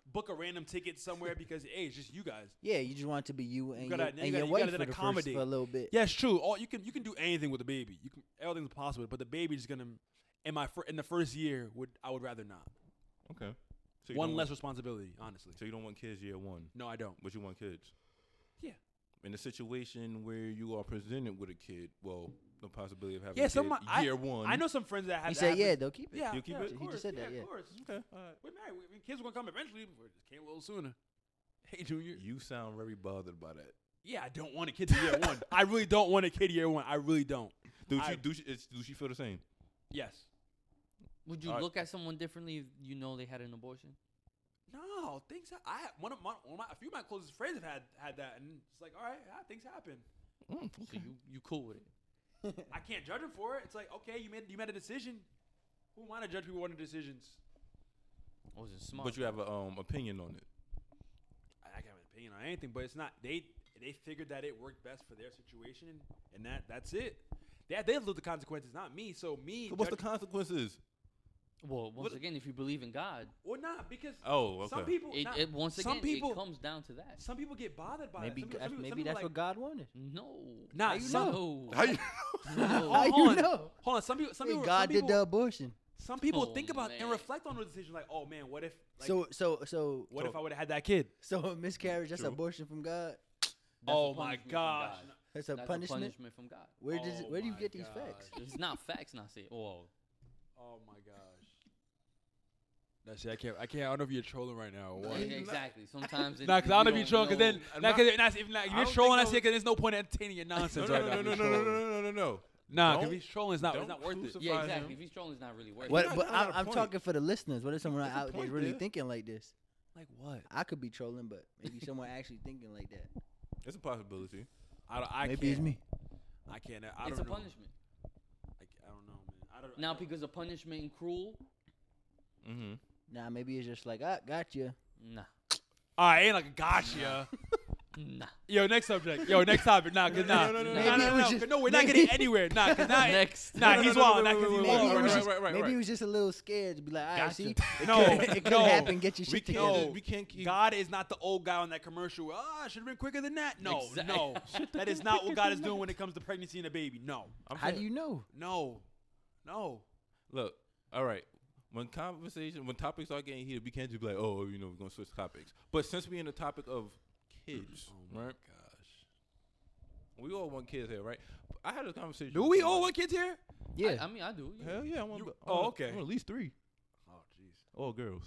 Speaker 2: Book a random ticket somewhere because hey, it's just you guys.
Speaker 1: Yeah, you just want it to be you and
Speaker 2: gotta-
Speaker 1: your,
Speaker 2: now you
Speaker 1: and
Speaker 2: gotta-
Speaker 1: your
Speaker 2: you
Speaker 1: wife
Speaker 2: gotta
Speaker 1: for,
Speaker 2: then
Speaker 1: the first-
Speaker 2: accommodate.
Speaker 1: for a little bit.
Speaker 2: Yeah, it's true. All you can you can do anything with a baby. You can everything's possible, but the baby's gonna in my fir- in the first year would I would rather not.
Speaker 3: Okay. So you
Speaker 2: One
Speaker 3: don't
Speaker 2: less
Speaker 3: Want,
Speaker 2: responsibility, honestly.
Speaker 3: so you don't want kids year one,
Speaker 2: No, I don't.
Speaker 3: but you want kids.
Speaker 2: Yeah.
Speaker 3: In a situation where you are presented with a kid, well, the possibility of having
Speaker 2: Yeah,
Speaker 3: a kid
Speaker 2: some I,
Speaker 3: year one.
Speaker 2: I know some friends that
Speaker 1: He
Speaker 2: have. that
Speaker 1: said,
Speaker 2: happen.
Speaker 1: "Yeah, they'll keep it."
Speaker 2: Yeah,
Speaker 3: You'll keep
Speaker 2: yeah, of
Speaker 3: it?
Speaker 1: He just
Speaker 2: course,
Speaker 1: said that,
Speaker 2: yeah,
Speaker 1: yeah.
Speaker 2: of course.
Speaker 3: Okay. All right.
Speaker 2: We're married. We- Kids are gonna come eventually. but It came a little sooner. Hey, Junior.
Speaker 3: You sound very bothered by that.
Speaker 2: Yeah, I don't want a kid to year one. I really don't want a kid year one. I really don't.
Speaker 3: Do
Speaker 2: I-
Speaker 3: she do she, is, do she feel the same?
Speaker 2: Yes.
Speaker 4: Would you
Speaker 3: Alright.
Speaker 4: look at someone differently if you know they had an abortion?
Speaker 2: No, things. ha- I one of my, one of my a few of my closest friends have had had that, and it's like, all right, yeah, things happen.
Speaker 3: Mm,
Speaker 4: So you you cool with it?
Speaker 2: I can't judge them for it. It's like, okay, you made you made a decision. Who am I to judge people on their decisions?
Speaker 4: I wasn't smart.
Speaker 3: But you have an um, opinion on it.
Speaker 2: I, I can't have an opinion on anything, but it's not they. They figured that it worked best for their situation, and that that's it. They they live the consequences, not me. So me,
Speaker 3: So what's the
Speaker 2: judge-
Speaker 3: consequences?
Speaker 4: well, once
Speaker 2: what-
Speaker 4: again, if you believe in God,
Speaker 2: or not because
Speaker 3: Oh, okay.
Speaker 2: some people.
Speaker 4: it,
Speaker 2: not-
Speaker 4: it once again
Speaker 2: some people
Speaker 4: it comes down to that.
Speaker 2: some people get bothered by
Speaker 1: Maybe
Speaker 2: it. Some people-
Speaker 1: that's,
Speaker 2: some people- some
Speaker 1: maybe
Speaker 2: people
Speaker 1: that's
Speaker 2: like,
Speaker 1: what God wanted.
Speaker 4: No,
Speaker 2: Nah,
Speaker 4: How you
Speaker 2: some-
Speaker 4: know?
Speaker 3: How you?
Speaker 4: No.
Speaker 1: How you
Speaker 2: hold on.
Speaker 1: know?
Speaker 2: Hold on, some people, some
Speaker 1: Hey,
Speaker 2: people, some
Speaker 1: God
Speaker 2: people,
Speaker 1: did the abortion.
Speaker 2: some people
Speaker 4: Oh,
Speaker 2: think about and
Speaker 4: man.
Speaker 2: reflect on those decisions. Like, oh man, what if? Like,
Speaker 1: so so so
Speaker 2: what if
Speaker 3: So-
Speaker 2: I would have had that kid?
Speaker 1: so a miscarriage. That's
Speaker 3: True.
Speaker 1: abortion from God.
Speaker 4: That's a
Speaker 2: oh my
Speaker 4: punishment from
Speaker 2: gosh!
Speaker 4: God.
Speaker 1: That's a
Speaker 4: That's
Speaker 1: punishment.
Speaker 4: a punishment from God.
Speaker 1: Where does
Speaker 2: Oh
Speaker 1: where do you
Speaker 2: my
Speaker 1: get these
Speaker 2: gosh.
Speaker 1: facts?
Speaker 4: It's not facts, not say. Oh,
Speaker 2: Oh my gosh! That's it. I can't. I can't. I don't know if you're trolling right now. Or
Speaker 4: Yeah,
Speaker 2: what.
Speaker 4: exactly. Sometimes it-
Speaker 2: Nah, cause I don't know if you're
Speaker 4: you
Speaker 2: trolling. Cause then,
Speaker 4: know.
Speaker 3: I'm
Speaker 2: nah,
Speaker 3: not-
Speaker 2: 'cause if, nah, if, nah, if
Speaker 3: I
Speaker 2: you're
Speaker 3: don't
Speaker 2: trolling,
Speaker 3: think
Speaker 2: I
Speaker 3: I
Speaker 2: say, cause there's no point in entertaining your
Speaker 3: No,
Speaker 2: nonsense
Speaker 3: no,
Speaker 2: right
Speaker 3: no,
Speaker 2: now.
Speaker 3: no, no,
Speaker 2: if
Speaker 3: no,
Speaker 2: you're
Speaker 3: no,
Speaker 2: trolling.
Speaker 3: no, no, no, no.
Speaker 2: Nah,
Speaker 3: Don't
Speaker 2: cause if you're trolling, it's not. It's
Speaker 3: don't
Speaker 2: not worth it.
Speaker 3: crucify
Speaker 4: yeah,
Speaker 3: find
Speaker 4: exactly.
Speaker 3: him.
Speaker 4: If he's trolling, it's not really worth
Speaker 1: What?
Speaker 4: it.
Speaker 3: not-
Speaker 1: But
Speaker 3: that's
Speaker 1: I,
Speaker 3: not a
Speaker 1: I'm
Speaker 3: point.
Speaker 1: talking for the listeners. What if someone
Speaker 3: That's a
Speaker 1: out there
Speaker 3: point,
Speaker 1: really
Speaker 3: dude.
Speaker 1: thinking like this?
Speaker 2: Like what?
Speaker 1: I could be trolling, but maybe someone actually thinking like that.
Speaker 3: It's a possibility.
Speaker 2: I don't. I
Speaker 1: maybe
Speaker 2: can't.
Speaker 1: it's me.
Speaker 2: I can't. I don't
Speaker 4: It's a
Speaker 2: know.
Speaker 4: punishment.
Speaker 2: I, I don't know, man. I don't. I
Speaker 4: Now,
Speaker 2: don't-
Speaker 4: because of punishment and cruel,
Speaker 3: Mm-hmm.
Speaker 1: Nah, maybe it's just like "Ah, I got you.
Speaker 4: nah,
Speaker 2: All right, ain't like a gotcha.
Speaker 4: nah.
Speaker 2: Yo, next subject. Yo, next topic. Nah, cause nah.
Speaker 3: No, no, no, no,
Speaker 1: no.
Speaker 2: Nah, nah,
Speaker 3: no,
Speaker 1: Maybe it
Speaker 2: nah,
Speaker 1: was
Speaker 2: nah,
Speaker 1: just-
Speaker 2: cause no, we're not
Speaker 1: maybe-
Speaker 2: getting anywhere. Nah, cause nah.
Speaker 4: Next.
Speaker 2: Nah,
Speaker 3: No, no,
Speaker 2: he's
Speaker 3: no, no,
Speaker 2: wild.
Speaker 3: no,
Speaker 2: Nah, cause he's
Speaker 3: wait, wait,
Speaker 1: Maybe he
Speaker 2: wild.
Speaker 3: wait,
Speaker 1: was
Speaker 3: right,
Speaker 1: just
Speaker 3: right, right,
Speaker 1: maybe
Speaker 3: right.
Speaker 1: he was just a little scared to be like, I
Speaker 4: Gotcha.
Speaker 1: see, it
Speaker 2: No,
Speaker 1: could, it could
Speaker 2: no,
Speaker 1: happen. Get your
Speaker 3: We
Speaker 1: shit
Speaker 3: can't.
Speaker 1: together.
Speaker 2: No.
Speaker 3: We can't keep.
Speaker 2: God is not the old guy on that commercial. Ah, should have been quicker than that. No,
Speaker 4: Exact-
Speaker 2: no, that is not what God is doing when it comes to pregnancy and a baby. No,
Speaker 3: I'm
Speaker 1: How
Speaker 3: saying-
Speaker 1: do you know?
Speaker 2: no, no.
Speaker 3: Look, all right. When conversation, when topics are getting heated, we can't just be like, oh, you know, we're gonna switch topics. But since we're in the topic of kids, right?
Speaker 2: gosh.
Speaker 3: We all want kids here, right? I had a conversation.
Speaker 2: Do
Speaker 3: with
Speaker 2: we all
Speaker 3: somebody.
Speaker 2: want kids here?
Speaker 1: Yeah,
Speaker 4: I, I mean, I do. Yeah.
Speaker 3: Hell yeah, I want.
Speaker 2: You-
Speaker 3: I want-
Speaker 2: oh, okay.
Speaker 3: I want at least three.
Speaker 2: Oh, jeez.
Speaker 3: All girls.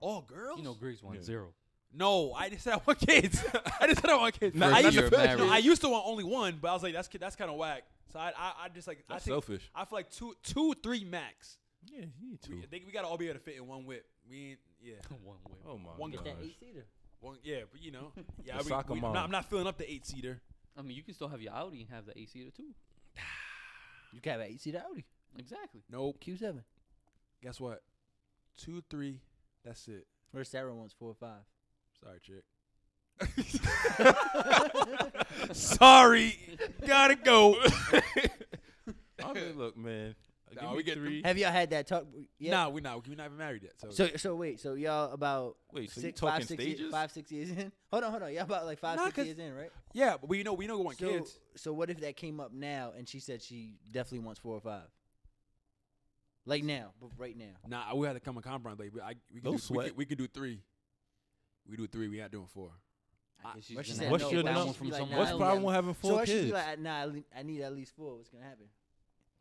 Speaker 2: All girls?
Speaker 4: You know, Greece won
Speaker 3: Yeah.
Speaker 4: zero.
Speaker 2: no, I just said I want kids. I just said Oh, I want kids.
Speaker 4: Nah,
Speaker 2: I,
Speaker 4: First
Speaker 2: used
Speaker 4: year
Speaker 2: to,
Speaker 4: of
Speaker 2: no,
Speaker 4: marriage.
Speaker 2: I used to want only one, but I was like, that's ki- that's kind of whack. So I, I, I just like
Speaker 3: That's
Speaker 2: I think
Speaker 3: selfish.
Speaker 2: I feel like two, two, three max.
Speaker 3: Yeah, you need
Speaker 2: We, I think we gotta all be able to fit in one whip. We ain't, yeah,
Speaker 4: One win.
Speaker 3: Oh my
Speaker 2: One
Speaker 3: gosh.
Speaker 2: guy. one, yeah, but you know, yeah,
Speaker 3: The
Speaker 2: we,
Speaker 3: soccer
Speaker 2: we,
Speaker 3: mom.
Speaker 2: not, I'm not filling up the eight seater.
Speaker 4: I mean, you can still have your Audi and have the AC to two.
Speaker 1: you got eight seat Audi
Speaker 4: Exactly.
Speaker 2: Nope.
Speaker 1: Q7.
Speaker 2: Guess what? Two, three. That's it.
Speaker 1: Where Sarah wants four or five.
Speaker 2: Sorry, chick. Sorry, gotta go.
Speaker 3: I mean, look, man.
Speaker 2: Nah,
Speaker 3: give
Speaker 2: we
Speaker 3: me
Speaker 2: we get
Speaker 1: Have, y'all had that talk? Yeah.
Speaker 2: Nah, we're not. We're not even married yet. So,
Speaker 1: So so wait, so y'all about
Speaker 3: Wait, so you
Speaker 1: six,
Speaker 3: talking
Speaker 1: five, six, ye-
Speaker 3: stages?
Speaker 1: five, six years in? Hold on, hold on. Y'all about like five,
Speaker 2: Nah,
Speaker 1: six
Speaker 2: 'cause
Speaker 1: years in, right?
Speaker 2: yeah, but we know we know we want
Speaker 1: so,
Speaker 2: kids.
Speaker 1: So what if that came up now and she said she definitely wants four or five? Like now, but right now.
Speaker 2: Nah, we had to come a compromise. Like, we, I, we,
Speaker 3: No
Speaker 2: could do, we,
Speaker 3: sweat.
Speaker 2: could, we could do three. We do three. We not doing four.
Speaker 4: I guess she's
Speaker 1: But she
Speaker 4: gonna
Speaker 1: said
Speaker 4: have
Speaker 3: What's
Speaker 4: to
Speaker 1: no,
Speaker 3: your
Speaker 4: buy
Speaker 1: but
Speaker 4: one
Speaker 3: num-
Speaker 1: she'd
Speaker 4: from
Speaker 1: be like,
Speaker 4: someone
Speaker 1: nah,
Speaker 3: What's
Speaker 1: I
Speaker 4: else.
Speaker 3: the
Speaker 1: don't
Speaker 3: problem
Speaker 1: want-
Speaker 3: with having
Speaker 1: so
Speaker 3: four
Speaker 1: or she'd
Speaker 3: kids?
Speaker 1: be like, nah, I le- I need at least four. What's gonna happen?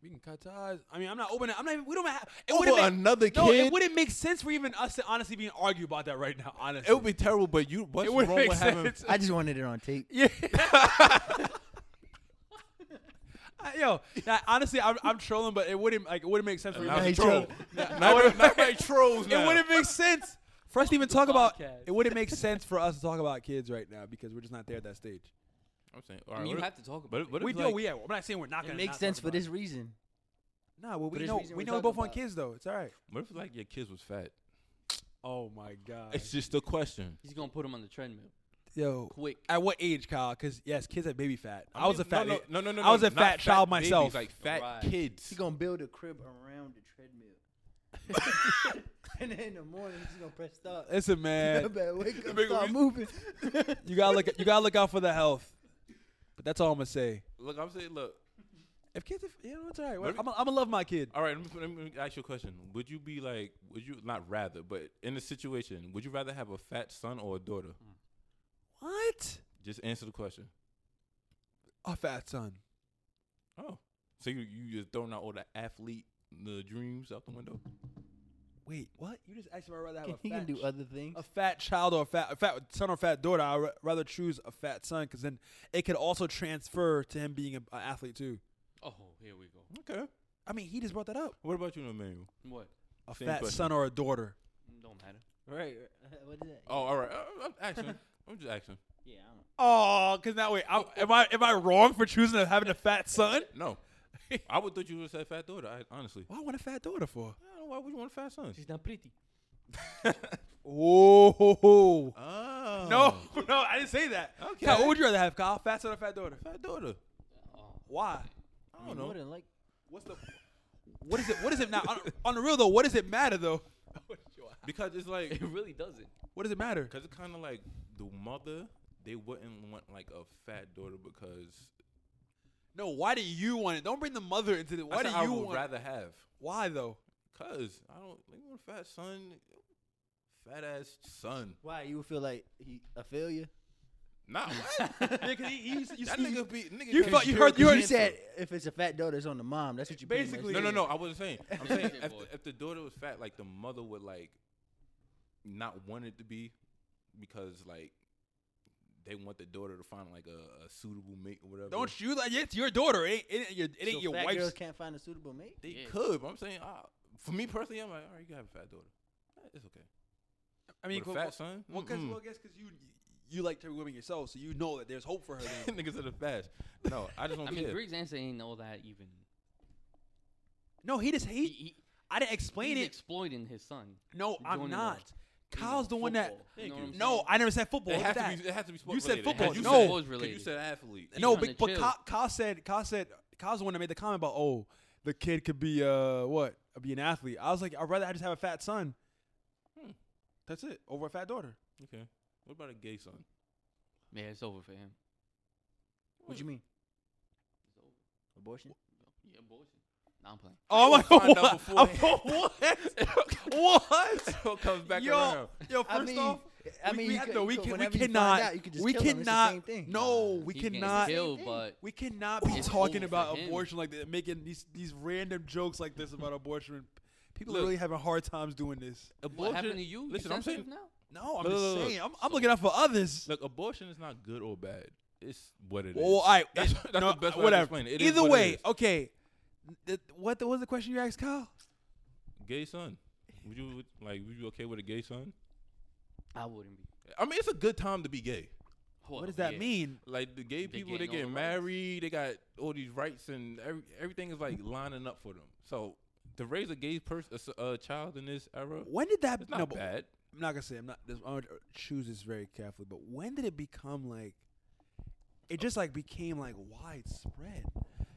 Speaker 2: We can cut ties. I mean, I'm not open. I'm not. Even, we don't have. It
Speaker 3: Over
Speaker 2: wouldn't make,
Speaker 3: another
Speaker 2: no. It
Speaker 3: kid,
Speaker 2: wouldn't make sense for even us to honestly be argue about that right now. Honestly,
Speaker 3: it would be terrible. But you, what's
Speaker 2: It
Speaker 3: wrong
Speaker 2: wouldn't
Speaker 3: with
Speaker 2: make
Speaker 3: having?
Speaker 2: sense.
Speaker 1: I just wanted it on tape.
Speaker 2: Yeah. I- Yo, nah, honestly, I'm, I'm trolling, but it wouldn't like it wouldn't make sense for me.
Speaker 3: Not
Speaker 1: Hey,
Speaker 2: to
Speaker 3: troll.
Speaker 1: Joe.
Speaker 3: Not, not, not like trolls.
Speaker 2: It
Speaker 3: now.
Speaker 2: wouldn't make sense for us to even talk about.
Speaker 4: podcast.
Speaker 2: It wouldn't make sense for us to talk about kids right now because we're just not there at that stage.
Speaker 3: I'm saying, all
Speaker 4: I
Speaker 3: right,
Speaker 4: mean, you
Speaker 3: what
Speaker 4: have to talk about
Speaker 3: but
Speaker 4: it.
Speaker 3: what if
Speaker 2: we do.
Speaker 3: like-
Speaker 2: we. I'm not saying we're not
Speaker 1: It
Speaker 2: gonna.
Speaker 1: makes
Speaker 2: not
Speaker 1: sense
Speaker 2: talk
Speaker 1: for
Speaker 2: about it.
Speaker 1: this reason.
Speaker 2: Nah, well,
Speaker 1: for
Speaker 2: we
Speaker 1: this
Speaker 2: know
Speaker 1: reason
Speaker 2: we
Speaker 1: we're
Speaker 2: know we
Speaker 1: talking
Speaker 2: both want
Speaker 1: about.
Speaker 2: kids though. It's all right.
Speaker 3: What if like your kids was fat?
Speaker 2: Oh my god.
Speaker 3: It's just a question.
Speaker 4: He's gonna put him on the treadmill
Speaker 2: Yo,
Speaker 4: quick.
Speaker 2: at what age, Kyle? Because yes, kids have baby fat. I, was a
Speaker 3: mean,
Speaker 2: fat.
Speaker 3: No,
Speaker 2: i-
Speaker 3: no, no, no,
Speaker 2: I was
Speaker 3: no,
Speaker 2: a
Speaker 3: not
Speaker 2: fat child
Speaker 3: babies,
Speaker 2: myself.
Speaker 3: like fat
Speaker 4: Right.
Speaker 3: kids.
Speaker 1: She's gonna build a crib around the treadmill. and then in the morning, she's gonna press start.
Speaker 2: Listen,
Speaker 1: You
Speaker 2: man,
Speaker 1: better wake up,
Speaker 3: nigga
Speaker 1: start
Speaker 3: was-
Speaker 1: moving.
Speaker 2: you gotta look. You gotta look out for the health. But that's all I'm gonna say.
Speaker 3: Look, I'm saying, look.
Speaker 2: If kids, are, you know, it's all right.
Speaker 3: Let
Speaker 2: I'm
Speaker 3: me-
Speaker 2: gonna I'm gonna love my kid.
Speaker 3: All right, let me, let me ask you a question. Would you be like, would you not rather, but in a situation, would you rather have a fat son or a daughter? Hmm.
Speaker 2: What?
Speaker 3: Just answer the question.
Speaker 2: A fat son.
Speaker 3: Oh, so you you just throwing out all the athlete the dreams out the window?
Speaker 2: Wait, what? You just asked me if I'd rather have a
Speaker 1: he
Speaker 2: fat
Speaker 1: can do
Speaker 2: ch-
Speaker 1: other things.
Speaker 2: a fat child or a fat, a fat son or fat daughter. I'd ra- rather choose a fat son because then it could also transfer to him being an athlete too.
Speaker 4: Oh, here we go.
Speaker 3: Okay.
Speaker 2: I mean, he just brought that up.
Speaker 3: What about you, Emmanuel?
Speaker 4: What?
Speaker 2: A
Speaker 3: Same
Speaker 2: fat
Speaker 3: question.
Speaker 2: son or a daughter.
Speaker 4: Don't matter.
Speaker 1: Right. What is that?
Speaker 3: Oh, all right. Uh, I'm asking. I'm just asking.
Speaker 1: Yeah, I don't
Speaker 2: Oh, because now wait, I, am I am I wrong for choosing having a fat son?
Speaker 3: No, I would thought you would say fat daughter. I, honestly,
Speaker 2: Why want a fat daughter for?
Speaker 3: I don't know why would you want a fat son?
Speaker 4: She's not pretty.
Speaker 2: Oh.
Speaker 3: Oh,
Speaker 2: No, no, I didn't say that. Okay.
Speaker 3: Okay.
Speaker 2: Kyle, what would you rather have, Kyle? Fat son or fat daughter?
Speaker 3: fat daughter.
Speaker 4: Oh,
Speaker 2: Why?
Speaker 3: I don't
Speaker 1: know.
Speaker 3: know.
Speaker 1: like
Speaker 2: What's the? What is it? What is it now? On, on the real though, what does it matter though?
Speaker 3: Because it's like
Speaker 4: it really doesn't.
Speaker 2: What does it matter?
Speaker 3: Because it's kind of like the mother, they wouldn't want like a fat daughter because
Speaker 2: No, why do you want it? Don't bring the mother into it. Why
Speaker 3: I
Speaker 2: do
Speaker 3: said
Speaker 2: you
Speaker 3: I would
Speaker 2: want?
Speaker 3: rather have.
Speaker 2: why though?
Speaker 3: Cause I don't like want a fat son, fat ass son.
Speaker 1: why you would feel like he a failure?
Speaker 3: Nah, what?
Speaker 2: Yeah, cause he, he, used- you,
Speaker 3: that
Speaker 2: you-
Speaker 3: nigga be nigga.
Speaker 2: you
Speaker 3: can't
Speaker 2: thought- you
Speaker 3: cure
Speaker 2: heard-
Speaker 3: the
Speaker 2: you heard-
Speaker 3: cancer.
Speaker 1: said if it's a fat daughter, it's on the mom. That's what you pretty much
Speaker 2: Basically-
Speaker 1: said.
Speaker 3: No, no, no. I wasn't saying. I'm saying
Speaker 4: Shit,
Speaker 3: if
Speaker 4: boy.
Speaker 3: the, if the daughter was fat, like the mother would like not want it to be because like they want the daughter to find like a, a suitable mate or whatever.
Speaker 2: don't you like? It's your daughter. It ain't, it ain't your, it ain't
Speaker 1: So
Speaker 2: your
Speaker 1: fat
Speaker 2: wife's.
Speaker 1: girls can't find a suitable mate.
Speaker 3: They
Speaker 4: Yeah.
Speaker 3: could, but I'm saying, uh, for me personally, I'm like, all right, you can have a fat daughter. Eh, It's okay.
Speaker 2: I mean,
Speaker 3: With a fat son?
Speaker 2: Well, because
Speaker 3: Mm-mm.
Speaker 2: well, I guess because you you like to women yourself, so you know that there's hope for her. Then.
Speaker 3: Niggas are the fast. No, I just don't
Speaker 4: I mean,
Speaker 3: care.
Speaker 4: Griggs answer ain't all that even.
Speaker 2: no, he just
Speaker 4: He,
Speaker 2: he.
Speaker 4: he,
Speaker 2: I didn't explain
Speaker 4: he's
Speaker 2: it.
Speaker 4: exploiting his son.
Speaker 2: No,
Speaker 4: Joining
Speaker 2: I'm
Speaker 4: the-
Speaker 2: not.
Speaker 4: you know,
Speaker 2: Kyle's the one that.
Speaker 4: football. You know
Speaker 3: Thank
Speaker 4: what
Speaker 3: you.
Speaker 4: I'm
Speaker 2: No,
Speaker 4: saying?
Speaker 2: I never said football.
Speaker 3: it,
Speaker 2: What's
Speaker 3: has
Speaker 2: that?
Speaker 3: to be, it has to be sport
Speaker 2: You said
Speaker 3: related.
Speaker 2: football.
Speaker 3: You
Speaker 2: No.
Speaker 3: said,
Speaker 4: Football's
Speaker 3: 'cause You
Speaker 4: related.
Speaker 3: said athlete.
Speaker 4: He's
Speaker 2: no,
Speaker 4: trying
Speaker 2: but,
Speaker 4: to
Speaker 2: but
Speaker 4: chill.
Speaker 2: Kyle, Kyle said Kyle said Kyle's the one that made the comment about oh the kid could be uh what be an athlete. I was like I'd rather I just have a fat son.
Speaker 3: Hmm.
Speaker 2: That's it over a fat daughter.
Speaker 3: Okay. What about a gay son?
Speaker 4: Yeah, it's over for him.
Speaker 1: What you mean? Abortion?
Speaker 4: Yeah, abortion. No, I'm playing.
Speaker 2: Oh my
Speaker 3: We'll
Speaker 2: god!
Speaker 3: find out
Speaker 2: What?
Speaker 3: beforehand.
Speaker 2: what? what?
Speaker 3: It comes back
Speaker 2: yo,
Speaker 3: around.
Speaker 2: yo! First
Speaker 1: I mean,
Speaker 2: off,
Speaker 1: I
Speaker 2: we-
Speaker 1: mean,
Speaker 2: we
Speaker 1: you
Speaker 2: have
Speaker 1: could-
Speaker 2: to-
Speaker 1: you
Speaker 2: we
Speaker 1: could-
Speaker 2: can- we
Speaker 1: whenever you find
Speaker 2: cannot-
Speaker 1: out, you could just
Speaker 2: we
Speaker 1: kill 'em. It's the
Speaker 2: cannot-
Speaker 1: same thing.
Speaker 2: no, we
Speaker 4: He's getting
Speaker 2: cannot.
Speaker 4: Killed,
Speaker 1: Same
Speaker 4: but
Speaker 2: We cannot be
Speaker 4: It's
Speaker 2: talking
Speaker 4: over
Speaker 2: about
Speaker 4: for him.
Speaker 2: abortion like that, making these these random jokes like this about abortion. People are
Speaker 3: Look.
Speaker 2: really having hard times doing this.
Speaker 4: what happened to you? You
Speaker 3: Listen, I'm
Speaker 4: sensitive
Speaker 3: saying.
Speaker 4: now.
Speaker 2: No, I'm
Speaker 3: Look,
Speaker 2: just
Speaker 3: look, look.
Speaker 2: saying. I'm, I'm looking out for others.
Speaker 3: Look, abortion is not good or bad. It's what it is.
Speaker 2: Well, all right,
Speaker 3: That's,
Speaker 2: it-
Speaker 3: that's
Speaker 2: no,
Speaker 3: the best way
Speaker 2: whatever.
Speaker 3: to explain it. It is
Speaker 2: Either
Speaker 3: what it
Speaker 2: way,
Speaker 3: is.
Speaker 2: okay. Th- what, the, what was the question you asked, Kyle?
Speaker 3: gay son. Would you would- like? Would you okay with a gay son?
Speaker 4: I wouldn't be.
Speaker 3: I mean, it's a good time to be gay.
Speaker 4: Well,
Speaker 2: What does that
Speaker 4: yeah.
Speaker 2: mean?
Speaker 3: Like the gay
Speaker 4: They
Speaker 3: people, they
Speaker 4: getting all
Speaker 3: get
Speaker 4: the rights.
Speaker 3: married. They got all these rights, and every, everything is like lining up for them. So to raise a gay person, a s- a, child in this era,
Speaker 2: When did that?
Speaker 3: it's not
Speaker 2: no, but-
Speaker 3: bad.
Speaker 2: I'm not gonna say I'm not. This, I'm gonna choose this very carefully. But when did it become like? It just like became like widespread.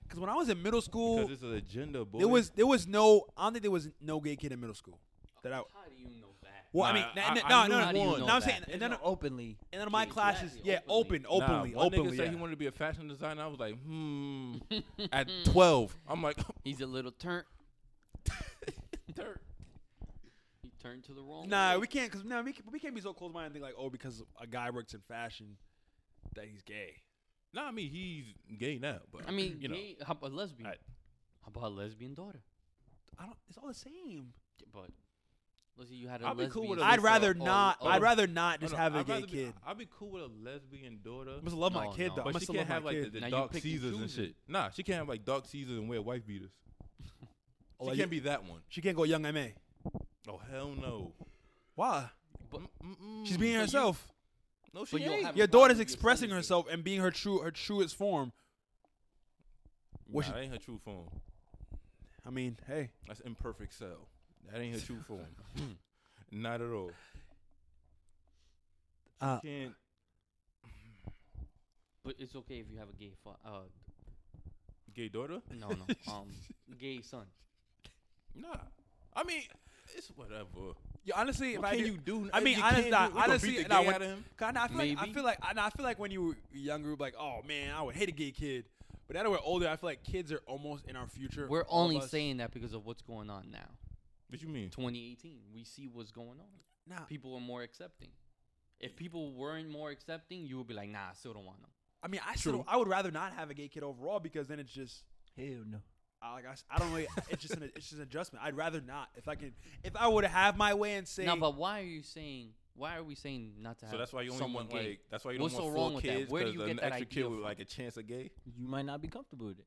Speaker 2: Because when I was in middle school,
Speaker 3: Because it's an agenda, boy.
Speaker 2: there was there was no. I don't think there was no gay kid in middle school. That I.
Speaker 4: How do you know that?
Speaker 2: Well, I
Speaker 3: Nah,
Speaker 2: mean,
Speaker 3: I-
Speaker 2: n- n-
Speaker 3: I
Speaker 2: no,
Speaker 3: knew
Speaker 2: no,
Speaker 4: how
Speaker 2: no,
Speaker 4: do you
Speaker 2: no.
Speaker 4: know
Speaker 2: I'm
Speaker 4: that?
Speaker 2: saying,
Speaker 1: There's
Speaker 2: and then,
Speaker 1: no openly.
Speaker 2: and then my
Speaker 4: Yeah,
Speaker 2: classes,
Speaker 4: exactly,
Speaker 2: yeah, open,
Speaker 4: openly.
Speaker 3: Nah,
Speaker 2: openly,
Speaker 3: one
Speaker 2: openly.
Speaker 3: nigga said
Speaker 2: yeah.
Speaker 3: he wanted to be a fashion designer. I was like, hmm. At twelve, I'm like,
Speaker 4: He's a little turn. Dirt. He turned to the wrong.
Speaker 2: Nah,
Speaker 4: way.
Speaker 2: we can't because nah, we, can, we can't be so close minded and think like, oh, because a guy works in fashion, that he's gay.
Speaker 3: nah, I mean he's gay now, but
Speaker 4: I mean,
Speaker 3: you know,
Speaker 4: gay- how about lesbian?
Speaker 3: I-
Speaker 4: how about a lesbian daughter?
Speaker 2: I don't. It's all the same.
Speaker 4: Yeah, But let's say you had a
Speaker 3: I'd be
Speaker 4: lesbian.
Speaker 3: cool with a-
Speaker 2: I'd
Speaker 3: Lisa
Speaker 2: rather
Speaker 4: or-
Speaker 2: not.
Speaker 4: or-
Speaker 2: I'd rather not
Speaker 3: No,
Speaker 2: just
Speaker 3: no,
Speaker 2: have a
Speaker 3: I'd
Speaker 2: gay
Speaker 3: rather be-
Speaker 2: kid.
Speaker 3: I'd be cool with a lesbian daughter.
Speaker 2: I must love my
Speaker 4: No,
Speaker 2: kid
Speaker 4: no.
Speaker 2: though. I
Speaker 3: But
Speaker 2: must
Speaker 3: she
Speaker 2: love
Speaker 3: can't
Speaker 2: my
Speaker 3: have like
Speaker 2: kid.
Speaker 3: the,
Speaker 4: Now
Speaker 3: the
Speaker 4: you
Speaker 3: dark
Speaker 4: pick and
Speaker 3: Caesars and
Speaker 4: choosing.
Speaker 3: shit. Nah, she can't have like dark Caesars and wear wife beaters.
Speaker 2: Oh,
Speaker 3: She
Speaker 2: like,
Speaker 3: can't be that one.
Speaker 2: She can't go young ma.
Speaker 3: Oh hell no.
Speaker 2: Why?
Speaker 4: But-
Speaker 3: Mm-mm-mm.
Speaker 2: She's being herself.
Speaker 3: No, she
Speaker 4: But you'll
Speaker 3: ain't.
Speaker 4: have-
Speaker 2: Your
Speaker 4: problem
Speaker 2: daughter's
Speaker 4: with your
Speaker 2: expressing
Speaker 4: son is
Speaker 2: herself and being her true her truest form.
Speaker 3: Nah,
Speaker 2: What she-
Speaker 3: that ain't her true form.
Speaker 2: I mean, hey,
Speaker 3: That's imperfect cell. That ain't her true form.
Speaker 2: Hmm.
Speaker 3: Not at all.
Speaker 1: Uh,
Speaker 3: Can't.
Speaker 4: But it's okay if you have a gay. Fa- uh,
Speaker 3: Gay daughter?
Speaker 4: no, no. Um, gay son.
Speaker 3: Nah. I mean, it's whatever.
Speaker 2: yeah, honestly, if
Speaker 3: What
Speaker 2: I
Speaker 3: can
Speaker 2: do-
Speaker 3: you do?
Speaker 2: I
Speaker 3: If
Speaker 2: mean,
Speaker 3: you
Speaker 2: honest-
Speaker 3: can't
Speaker 2: nah,
Speaker 3: do it, we gonna
Speaker 2: honestly,
Speaker 3: beat the
Speaker 2: nah,
Speaker 3: gay
Speaker 2: when-
Speaker 3: out of him.
Speaker 2: Kind of, I feel like I
Speaker 4: Maybe.
Speaker 2: feel like I, I feel like when you were younger, like, oh man, I would hate a gay kid. But now that we're older, I feel like kids are almost in our future.
Speaker 4: We're
Speaker 2: all of
Speaker 4: only
Speaker 2: us.
Speaker 4: saying that because of what's going on now.
Speaker 3: What you mean?
Speaker 4: 2018, we see what's going on.
Speaker 2: Nah,
Speaker 4: People are more accepting. If people weren't more accepting, you would be like, nah, I still don't want them.
Speaker 2: I mean, I still,
Speaker 3: True.
Speaker 2: I would rather not have a gay kid overall because then it's just
Speaker 1: Hell no.
Speaker 2: I, like I, s- I don't really. it's just an it's just an adjustment. I'd rather not. If I can, if I were to have my way and say,
Speaker 4: Now, but why are you saying? Why are we saying not to have?
Speaker 3: So that's why you only
Speaker 4: someone
Speaker 3: want
Speaker 4: gay?
Speaker 3: like that's why you don't
Speaker 4: What's
Speaker 3: want
Speaker 4: so
Speaker 3: four
Speaker 4: wrong with that?
Speaker 3: kids
Speaker 4: Where do
Speaker 3: 'cause
Speaker 4: you
Speaker 3: an
Speaker 4: get that
Speaker 3: extra
Speaker 4: idea
Speaker 3: kid with
Speaker 4: from?
Speaker 3: like a chance of gay.
Speaker 1: You might not be comfortable with it.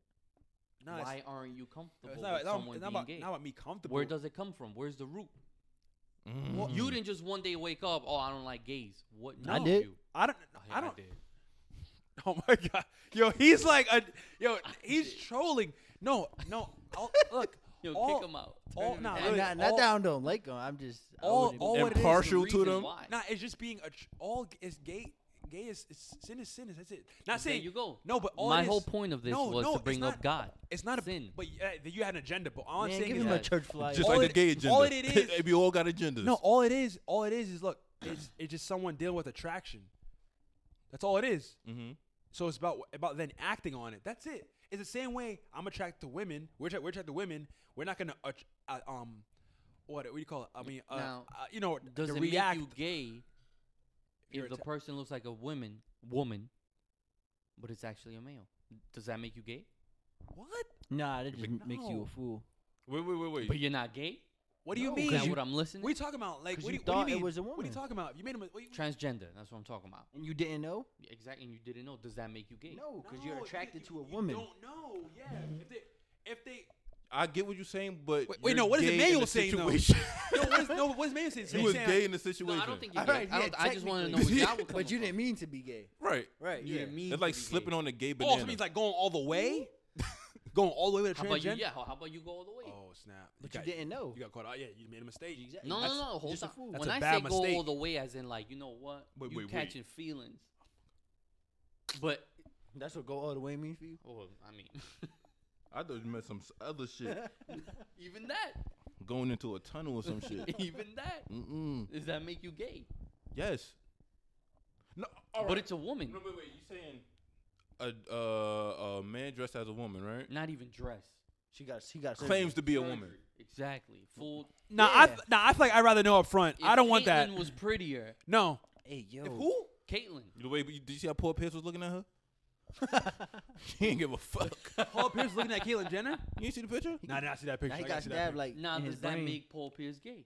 Speaker 2: nah, it's-
Speaker 4: why aren't you
Speaker 2: it's
Speaker 4: comfortable
Speaker 2: not,
Speaker 4: with
Speaker 2: it's not-
Speaker 4: someone
Speaker 2: it's not
Speaker 4: being
Speaker 2: about,
Speaker 4: gay?
Speaker 2: not about me comfortable.
Speaker 4: Where does it come from? Where's the root?
Speaker 2: Well,
Speaker 4: Mm-hmm.
Speaker 2: mm.
Speaker 4: You didn't just one day wake up. Oh, I don't like gays. What?
Speaker 1: I
Speaker 4: knows
Speaker 1: did.
Speaker 4: You?
Speaker 2: I don't.
Speaker 4: Oh, yeah,
Speaker 2: I don't.
Speaker 4: did.
Speaker 2: Oh my god, yo, he's like a yo, he's
Speaker 4: did.
Speaker 2: trolling. No, no, all, look,
Speaker 4: Yo,
Speaker 2: all,
Speaker 4: kick him out.
Speaker 2: all-
Speaker 4: Turn him
Speaker 2: nah,
Speaker 4: down.
Speaker 2: really,
Speaker 1: not not
Speaker 2: all-
Speaker 1: down don't like them. I'm just I
Speaker 2: all-
Speaker 1: wouldn't-
Speaker 2: all-
Speaker 3: And
Speaker 2: what it is, the
Speaker 3: partial to
Speaker 4: reason
Speaker 3: them.
Speaker 4: why.
Speaker 2: Nah, it's just being a tr- all g- is gay. Gay is, is sin is sin is that's it. Not
Speaker 4: There
Speaker 2: saying
Speaker 4: you go.
Speaker 2: No, but all
Speaker 4: my
Speaker 2: it
Speaker 4: whole
Speaker 2: is-
Speaker 4: point of this
Speaker 2: no,
Speaker 4: was
Speaker 2: no,
Speaker 4: to
Speaker 2: it's
Speaker 4: bring
Speaker 2: not,
Speaker 4: up God.
Speaker 2: It's not a
Speaker 4: sin.
Speaker 2: But yeah, you had an agenda. But all I'm
Speaker 1: Man,
Speaker 2: saying
Speaker 1: give
Speaker 2: is
Speaker 1: him a
Speaker 4: that-
Speaker 1: church flyer.
Speaker 3: Just
Speaker 2: all
Speaker 3: like
Speaker 2: it-
Speaker 3: the gay agenda.
Speaker 2: all it is-
Speaker 3: They be all got agendas.
Speaker 2: No, all it is, all it is is look, it's, it's just someone dealing with attraction. That's all it is.
Speaker 3: Mm-hmm.
Speaker 2: So it's about about then acting on it. That's it. It's the same way I'm attracted to women. We're attra- we're attracted to women. We're not gonna att- uh, um, what what do you call it? I mean, uh,
Speaker 4: Now,
Speaker 2: uh, you know,
Speaker 4: Does
Speaker 2: to
Speaker 4: it
Speaker 2: react.
Speaker 4: make you gay
Speaker 2: you're
Speaker 4: if the
Speaker 2: atta-
Speaker 4: person looks like a woman, woman, but it's actually a male? Does that make you gay?
Speaker 2: what?
Speaker 1: Nah, that just makes you
Speaker 2: no.
Speaker 1: a fool.
Speaker 3: Wait, wait, wait, wait.
Speaker 4: But you're not gay.
Speaker 2: What do you
Speaker 1: No,
Speaker 2: mean?
Speaker 4: Is that
Speaker 1: you-
Speaker 4: what I'm listening?
Speaker 2: what are you talking about? Like,
Speaker 1: 'Cause
Speaker 2: what do
Speaker 1: you
Speaker 2: you, what do
Speaker 1: thought it
Speaker 2: you mean?
Speaker 1: was a
Speaker 2: What are you
Speaker 1: woman.
Speaker 2: talking about? You made him. a- What you,
Speaker 4: Transgender. That's what I'm talking about.
Speaker 1: And you didn't know?
Speaker 4: Yeah, Exactly. And you didn't know. Does that make you gay?
Speaker 1: No, because you're
Speaker 2: No,
Speaker 1: attracted
Speaker 2: you-
Speaker 1: to a
Speaker 2: you-
Speaker 1: woman. Mm-hmm.
Speaker 2: You don't know. Yeah. If they, if they.
Speaker 3: I get what you're saying, but
Speaker 2: Wait, wait,
Speaker 3: you're
Speaker 2: no, what is
Speaker 3: gay in
Speaker 2: Emmanuel
Speaker 3: the
Speaker 2: saying, though?
Speaker 3: situation.
Speaker 2: No, what is, no, what is Mayo saying? So
Speaker 3: you
Speaker 2: he's
Speaker 3: was
Speaker 2: saying,
Speaker 3: gay in the
Speaker 4: No,
Speaker 3: situation.
Speaker 4: I don't think you're
Speaker 1: All
Speaker 4: gay.
Speaker 1: right,
Speaker 4: I, don't,
Speaker 1: yeah,
Speaker 4: I just want to know
Speaker 1: technically.
Speaker 4: where y'all would come
Speaker 1: But you
Speaker 4: from.
Speaker 1: didn't mean to be gay.
Speaker 3: Right.
Speaker 1: Right. You
Speaker 4: Yeah.
Speaker 1: didn't mean
Speaker 3: It's like
Speaker 1: to be
Speaker 3: slipping
Speaker 1: gay.
Speaker 3: on a gay
Speaker 2: Oh,
Speaker 3: banana.
Speaker 2: so he's like going all the way? going all the way with a
Speaker 4: How about you?
Speaker 2: transgender?
Speaker 4: Yeah. How how about you go all the way?
Speaker 2: Oh, snap.
Speaker 1: But you
Speaker 2: got-
Speaker 1: didn't know.
Speaker 2: You got caught out. Yeah, you made a mistake.
Speaker 1: Exactly.
Speaker 4: No, no,
Speaker 1: That's
Speaker 4: no. Hold
Speaker 1: just a
Speaker 4: on.
Speaker 1: fool.
Speaker 2: That's
Speaker 4: When
Speaker 2: a
Speaker 4: I say
Speaker 2: bad
Speaker 4: go all
Speaker 2: mistake.
Speaker 4: the way, as in like you know what,
Speaker 3: Wait,
Speaker 4: you
Speaker 3: wait, wait.
Speaker 4: catching feelings. But
Speaker 1: That's what go all the way mean for you.
Speaker 4: oh, I mean,
Speaker 3: I thought you meant some s- other shit.
Speaker 4: even that,
Speaker 3: going into a tunnel or some shit.
Speaker 4: even that,
Speaker 3: Mm-mm.
Speaker 4: does that make you gay?
Speaker 3: Yes. No, all
Speaker 4: But
Speaker 3: right.
Speaker 4: it's a woman,
Speaker 3: No, wait, wait. You saying a uh, a man dressed as a woman, right?
Speaker 4: not even dress.
Speaker 1: She got she got
Speaker 3: Claims to be a woman.
Speaker 4: Exactly. Full.
Speaker 2: Nah, I,
Speaker 1: Yeah.
Speaker 2: nah, I feel like I'd rather know up front. I
Speaker 4: If
Speaker 2: don't want that.
Speaker 4: Caitlyn Was Oh. prettier.
Speaker 2: no.
Speaker 1: Hey yo.
Speaker 2: Who?
Speaker 4: Caitlyn.
Speaker 3: The way, but you, did you see how Paul Pierce was looking at her? he didn't give a fuck.
Speaker 2: Paul Pierce looking at Caitlyn Jenner?
Speaker 3: you ain't see the picture?
Speaker 2: Nah, I did not see that picture.
Speaker 1: Now he
Speaker 2: I
Speaker 1: got
Speaker 2: gotta see that
Speaker 1: stabbed like
Speaker 4: Now
Speaker 1: in
Speaker 4: does
Speaker 1: his
Speaker 4: that
Speaker 1: brain.
Speaker 4: make Paul Pierce gay?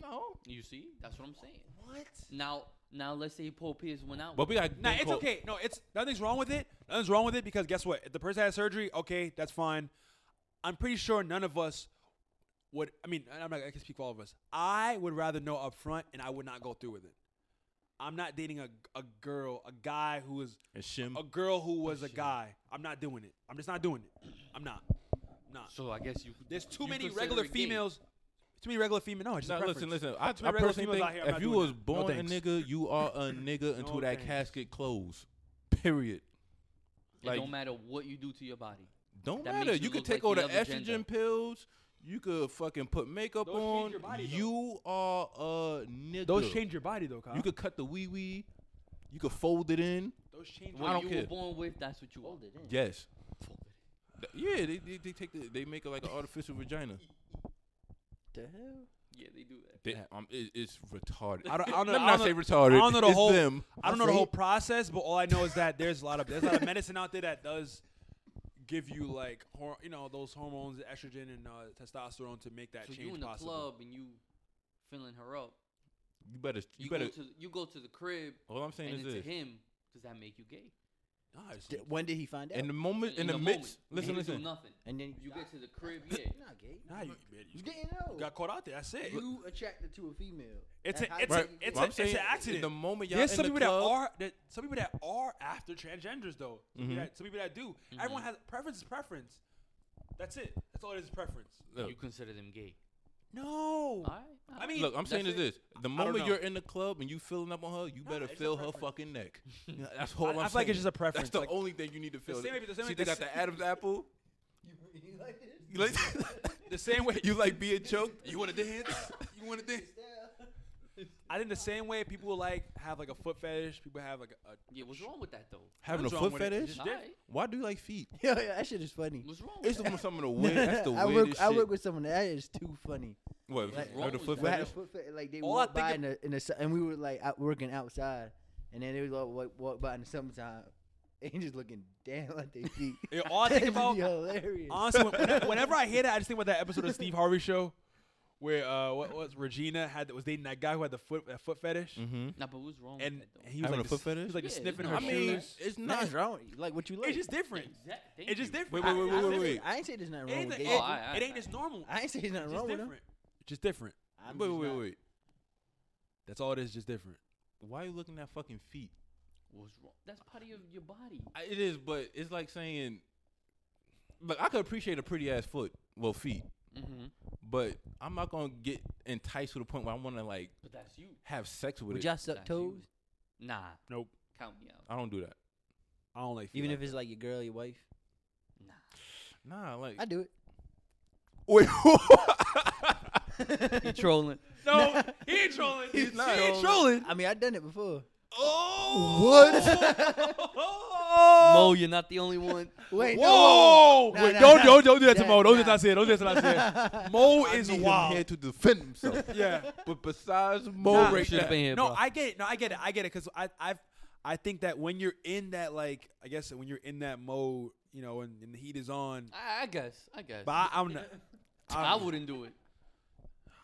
Speaker 3: No.
Speaker 4: You see, that's what I'm saying.
Speaker 1: what?
Speaker 4: Now, now let's say Paul Pierce went out.
Speaker 3: But we got.
Speaker 2: picture. Nah, it's okay. No, it's nothing's wrong with it. Nothing's wrong with it because guess what? If the person had surgery, okay, that's fine. I'm pretty sure none of us would. I mean, I'm not. I can speak for all of us. I would rather know up front, and I would not go through with it. I'm not dating a, a girl, a guy who is
Speaker 3: And Shim.
Speaker 2: a girl who was a guy. I'm not doing it. I'm just not doing it. I'm not. I'm not.
Speaker 4: so I guess you.
Speaker 2: There's too
Speaker 4: you
Speaker 2: many
Speaker 4: consider
Speaker 2: regular
Speaker 4: it gay.
Speaker 2: females. Too many regular female. No, it's just
Speaker 3: Nah,
Speaker 2: a
Speaker 3: listen,
Speaker 2: preference.
Speaker 3: listen. I, I
Speaker 2: Too many regular
Speaker 3: personally
Speaker 2: females
Speaker 3: think
Speaker 2: out here, I'm
Speaker 3: if
Speaker 2: not
Speaker 3: you
Speaker 2: doing
Speaker 3: was
Speaker 2: that. No
Speaker 3: born a
Speaker 2: thanks.
Speaker 3: nigga, you are a nigga until
Speaker 2: No
Speaker 3: that
Speaker 2: thanks.
Speaker 3: casket closed. Period. Like-
Speaker 4: it don't matter what you do to your body.
Speaker 3: Don't
Speaker 4: That
Speaker 3: matter.
Speaker 4: makes
Speaker 3: You,
Speaker 4: you
Speaker 3: could
Speaker 4: look like
Speaker 3: take all the
Speaker 4: the other
Speaker 3: estrogen
Speaker 4: gender.
Speaker 3: pills. You could fucking put makeup
Speaker 2: Those change your
Speaker 3: on.
Speaker 2: body, though.
Speaker 3: you are a nigga.
Speaker 2: Those change your body though, Kyle.
Speaker 3: You could cut the wee wee. You could fold it in.
Speaker 2: those change.
Speaker 4: What
Speaker 3: I don't
Speaker 4: you
Speaker 3: care.
Speaker 4: were born with, that's what you are.
Speaker 3: Yes. Th- Yeah, they, they, they take the, they make it like an artificial vagina.
Speaker 1: The hell?
Speaker 4: Yeah, they do that.
Speaker 3: They, um, it, it's retarded.
Speaker 2: I don't, I don't know.
Speaker 3: Let me
Speaker 2: I
Speaker 3: not
Speaker 2: don't
Speaker 3: say
Speaker 2: know-
Speaker 3: retarded.
Speaker 2: I don't know the
Speaker 3: it's
Speaker 2: whole.
Speaker 3: Them.
Speaker 2: I don't know the
Speaker 1: That's
Speaker 2: whole
Speaker 1: it.
Speaker 2: process, but all I know is that there's a lot of there's a lot of medicine out there that does give you like hor- you know those hormones, estrogen and uh, testosterone to make that
Speaker 4: so
Speaker 2: change
Speaker 4: you in the
Speaker 2: possible.
Speaker 4: club and you filling her up.
Speaker 3: You better. You,
Speaker 4: You,
Speaker 3: better.
Speaker 4: go to you go to the crib
Speaker 3: All I'm saying
Speaker 4: and
Speaker 3: is
Speaker 4: it's
Speaker 3: this.
Speaker 4: to him. Does that make you gay?
Speaker 2: Nah, it's-
Speaker 1: D- When did he find out?
Speaker 3: In the moment, in, the,
Speaker 4: moment,
Speaker 3: midst.
Speaker 4: you
Speaker 3: Listen,
Speaker 4: didn't do
Speaker 3: listen.
Speaker 4: nothing.
Speaker 1: and then
Speaker 4: You get to the crib,
Speaker 1: Nah,
Speaker 4: yeah.
Speaker 1: gay.
Speaker 2: nah, you,
Speaker 1: You
Speaker 2: you
Speaker 1: getting out.
Speaker 2: got caught out there. That's it.
Speaker 1: you attracted to a female.
Speaker 2: It's
Speaker 1: That's
Speaker 2: a-
Speaker 1: how
Speaker 2: it's
Speaker 1: you
Speaker 2: a-
Speaker 1: get
Speaker 2: it's
Speaker 1: gay.
Speaker 3: What I'm
Speaker 2: a-
Speaker 3: saying,
Speaker 2: accident.
Speaker 3: In the moment, y'all
Speaker 2: There's
Speaker 3: in
Speaker 2: some
Speaker 3: the
Speaker 2: people
Speaker 3: club,
Speaker 2: that are that some people that are after transgenders though. Some, people,
Speaker 3: Mhm.
Speaker 2: that, some people that do.
Speaker 4: Mm-hmm.
Speaker 2: Everyone has preference is preference. That's it. That's all it is preference.
Speaker 3: Look,
Speaker 4: You consider them gay.
Speaker 2: No.
Speaker 4: All right. all
Speaker 2: I
Speaker 4: right.
Speaker 2: mean,
Speaker 3: Look, I'm saying is
Speaker 4: That's
Speaker 3: this: the
Speaker 2: don't
Speaker 3: moment
Speaker 2: know.
Speaker 3: you're in the club and you filling up on her, you
Speaker 2: Nah,
Speaker 3: better
Speaker 2: it's a
Speaker 3: fill her
Speaker 2: preference.
Speaker 3: fucking neck. That's all
Speaker 2: I-
Speaker 3: am
Speaker 2: I
Speaker 3: saying.
Speaker 2: feel like it's just a preference,
Speaker 3: That's the
Speaker 2: like-
Speaker 3: only thing you need to fill.
Speaker 2: same way- the same
Speaker 3: See,
Speaker 2: way the
Speaker 3: they got
Speaker 2: s-
Speaker 3: the Adam's apple.
Speaker 1: You, you like this?
Speaker 3: You like,
Speaker 2: The same way
Speaker 3: you like being choked. You want to dance? You want to dance?
Speaker 2: I think the same way people like have like a foot fetish. People have like a, a
Speaker 4: Yeah, what's wrong with that though?
Speaker 3: Having a
Speaker 2: what's wrong
Speaker 3: foot
Speaker 2: with it? It's
Speaker 3: fetish?
Speaker 2: just
Speaker 4: All
Speaker 2: different.
Speaker 4: right.
Speaker 3: Why do you like feet?
Speaker 1: Yo, yo, that shit is funny.
Speaker 4: What's wrong with
Speaker 3: It's
Speaker 4: that?
Speaker 3: the, some of the weird. That's the
Speaker 1: I
Speaker 3: weirdest
Speaker 1: work,
Speaker 3: shit.
Speaker 1: I work with someone that is too funny.
Speaker 3: What?
Speaker 1: like-
Speaker 3: having a
Speaker 4: Wrong
Speaker 3: foot
Speaker 4: with
Speaker 1: Well, I
Speaker 3: fetish?
Speaker 1: had foot fe- like they
Speaker 2: All I
Speaker 1: walked
Speaker 2: think
Speaker 1: by
Speaker 2: of-
Speaker 1: in the, in the su- and we were like out working outside, and then they would all walk, walk by in the summertime, and just looking down at their feet.
Speaker 2: Yeah, all I think
Speaker 1: That'd
Speaker 2: about-
Speaker 1: be hilarious.
Speaker 2: honestly. when- when- whenever I hear that, I just think about that episode of Steve Harvey Show where uh, what was Regina had was dating that guy who had the foot that foot fetish,
Speaker 3: Mm-hmm.
Speaker 4: Nah, but what's wrong
Speaker 2: and,
Speaker 4: with that though?
Speaker 2: and he was
Speaker 3: Having
Speaker 2: like
Speaker 3: a foot
Speaker 2: s- he was, like
Speaker 4: fetish? Yeah,
Speaker 2: sniffing
Speaker 4: no,
Speaker 2: her
Speaker 3: I mean,
Speaker 2: shoes.
Speaker 3: it's not.
Speaker 1: nothing's wrong. Like what you like.
Speaker 2: It's just different.
Speaker 4: Exact- thank
Speaker 2: It's just
Speaker 4: you.
Speaker 2: different.
Speaker 3: Wait,
Speaker 2: I-
Speaker 3: wait,
Speaker 2: I-
Speaker 3: wait, wait, wait.
Speaker 1: I ain't say there's nothing
Speaker 2: It
Speaker 1: wrong
Speaker 2: ain't,
Speaker 1: with
Speaker 2: it,
Speaker 1: gay.
Speaker 4: Oh, I-
Speaker 1: I,
Speaker 4: I-
Speaker 2: it ain't as normal.
Speaker 1: ain't say there's
Speaker 2: It's
Speaker 1: nothing
Speaker 2: just
Speaker 1: wrong with them.
Speaker 2: different. It's just different.
Speaker 1: I'm
Speaker 3: Wait,
Speaker 1: just
Speaker 3: wait,
Speaker 1: not-
Speaker 3: wait.
Speaker 2: That's all it is. Just different.
Speaker 3: Why are you looking at fucking feet?
Speaker 4: What's wrong? That's part of your, your body.
Speaker 3: I- It is, but it's like saying, look, I could appreciate a pretty ass foot, well, feet,
Speaker 4: Mm-hmm.
Speaker 3: but I'm not gonna get enticed to the point where I want to like
Speaker 4: But that's you.
Speaker 3: have sex with
Speaker 1: Would
Speaker 3: it.
Speaker 1: y'all suck
Speaker 4: That's you.
Speaker 1: toes?
Speaker 4: Nah,
Speaker 2: Nope.
Speaker 4: count me out.
Speaker 3: I don't do that.
Speaker 2: I don't like. feet
Speaker 1: Even
Speaker 2: like
Speaker 1: if it's like your girl, your wife,
Speaker 4: Nah.
Speaker 3: Nah, like
Speaker 1: I do it.
Speaker 3: wait,
Speaker 4: You trolling.
Speaker 2: No, he ain't trolling.
Speaker 3: He's
Speaker 2: He
Speaker 3: not.
Speaker 2: ain't trolling.
Speaker 1: I mean, I've done it before.
Speaker 2: Oh,
Speaker 4: Mo, you're not the only one.
Speaker 1: Wait,
Speaker 2: Whoa!
Speaker 1: No,
Speaker 2: Wait,
Speaker 1: no,
Speaker 2: don't,
Speaker 1: no.
Speaker 2: don't, don't do that to
Speaker 1: Nah,
Speaker 2: Mo. Oh, Don't do
Speaker 1: nah.
Speaker 2: that to him. Don't do that to him. Mo is
Speaker 3: I need him here
Speaker 2: wild.
Speaker 3: to defend himself.
Speaker 2: Yeah.
Speaker 3: but besides Mo,
Speaker 2: Nah.
Speaker 3: right
Speaker 4: should
Speaker 3: now,
Speaker 4: have been here,
Speaker 2: No,
Speaker 4: bro.
Speaker 2: I get it. No, I get it. I get it. Cause I, I've, I think that when you're in that, like, I guess when you're in that mode, you know, and, and the heat is on.
Speaker 4: I, I guess. I guess.
Speaker 2: But I, I'm not.
Speaker 4: I
Speaker 2: I'm-
Speaker 4: wouldn't do it.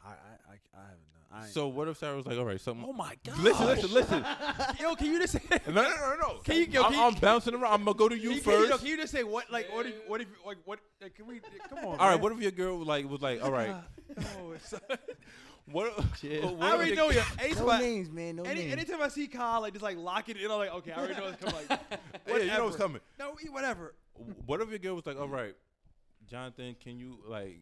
Speaker 2: I, I, I, I haven't done. I ain't-
Speaker 3: so what if Sarah was like, all right, something.
Speaker 2: Oh my god.
Speaker 3: Listen, listen, listen.
Speaker 2: Yo, can you just say?
Speaker 3: No, no, no, no.
Speaker 2: Can you- yo,
Speaker 3: I'm,
Speaker 2: can you-
Speaker 3: I'm bouncing around. I'm gonna go to you
Speaker 2: Can
Speaker 3: first.
Speaker 2: yo, can you just say what? Like, what? If, what? If, like, what? Like, can we? Come on.
Speaker 3: all right,
Speaker 2: man.
Speaker 3: what if your girl like was like, all right,
Speaker 2: No, it's-
Speaker 3: what? what
Speaker 2: I
Speaker 3: if
Speaker 2: already
Speaker 3: your-
Speaker 2: know you. Ace,
Speaker 1: No
Speaker 2: but
Speaker 1: names, man. No
Speaker 2: any,
Speaker 1: names.
Speaker 2: anytime I see Kyle, like just like locking it in, I'm like, okay, I already know it's coming. Like,
Speaker 3: Yeah, you know
Speaker 2: whatever.
Speaker 3: what's coming.
Speaker 2: No, we- whatever.
Speaker 3: What if your girl was like, all right, Jonathan, can you like?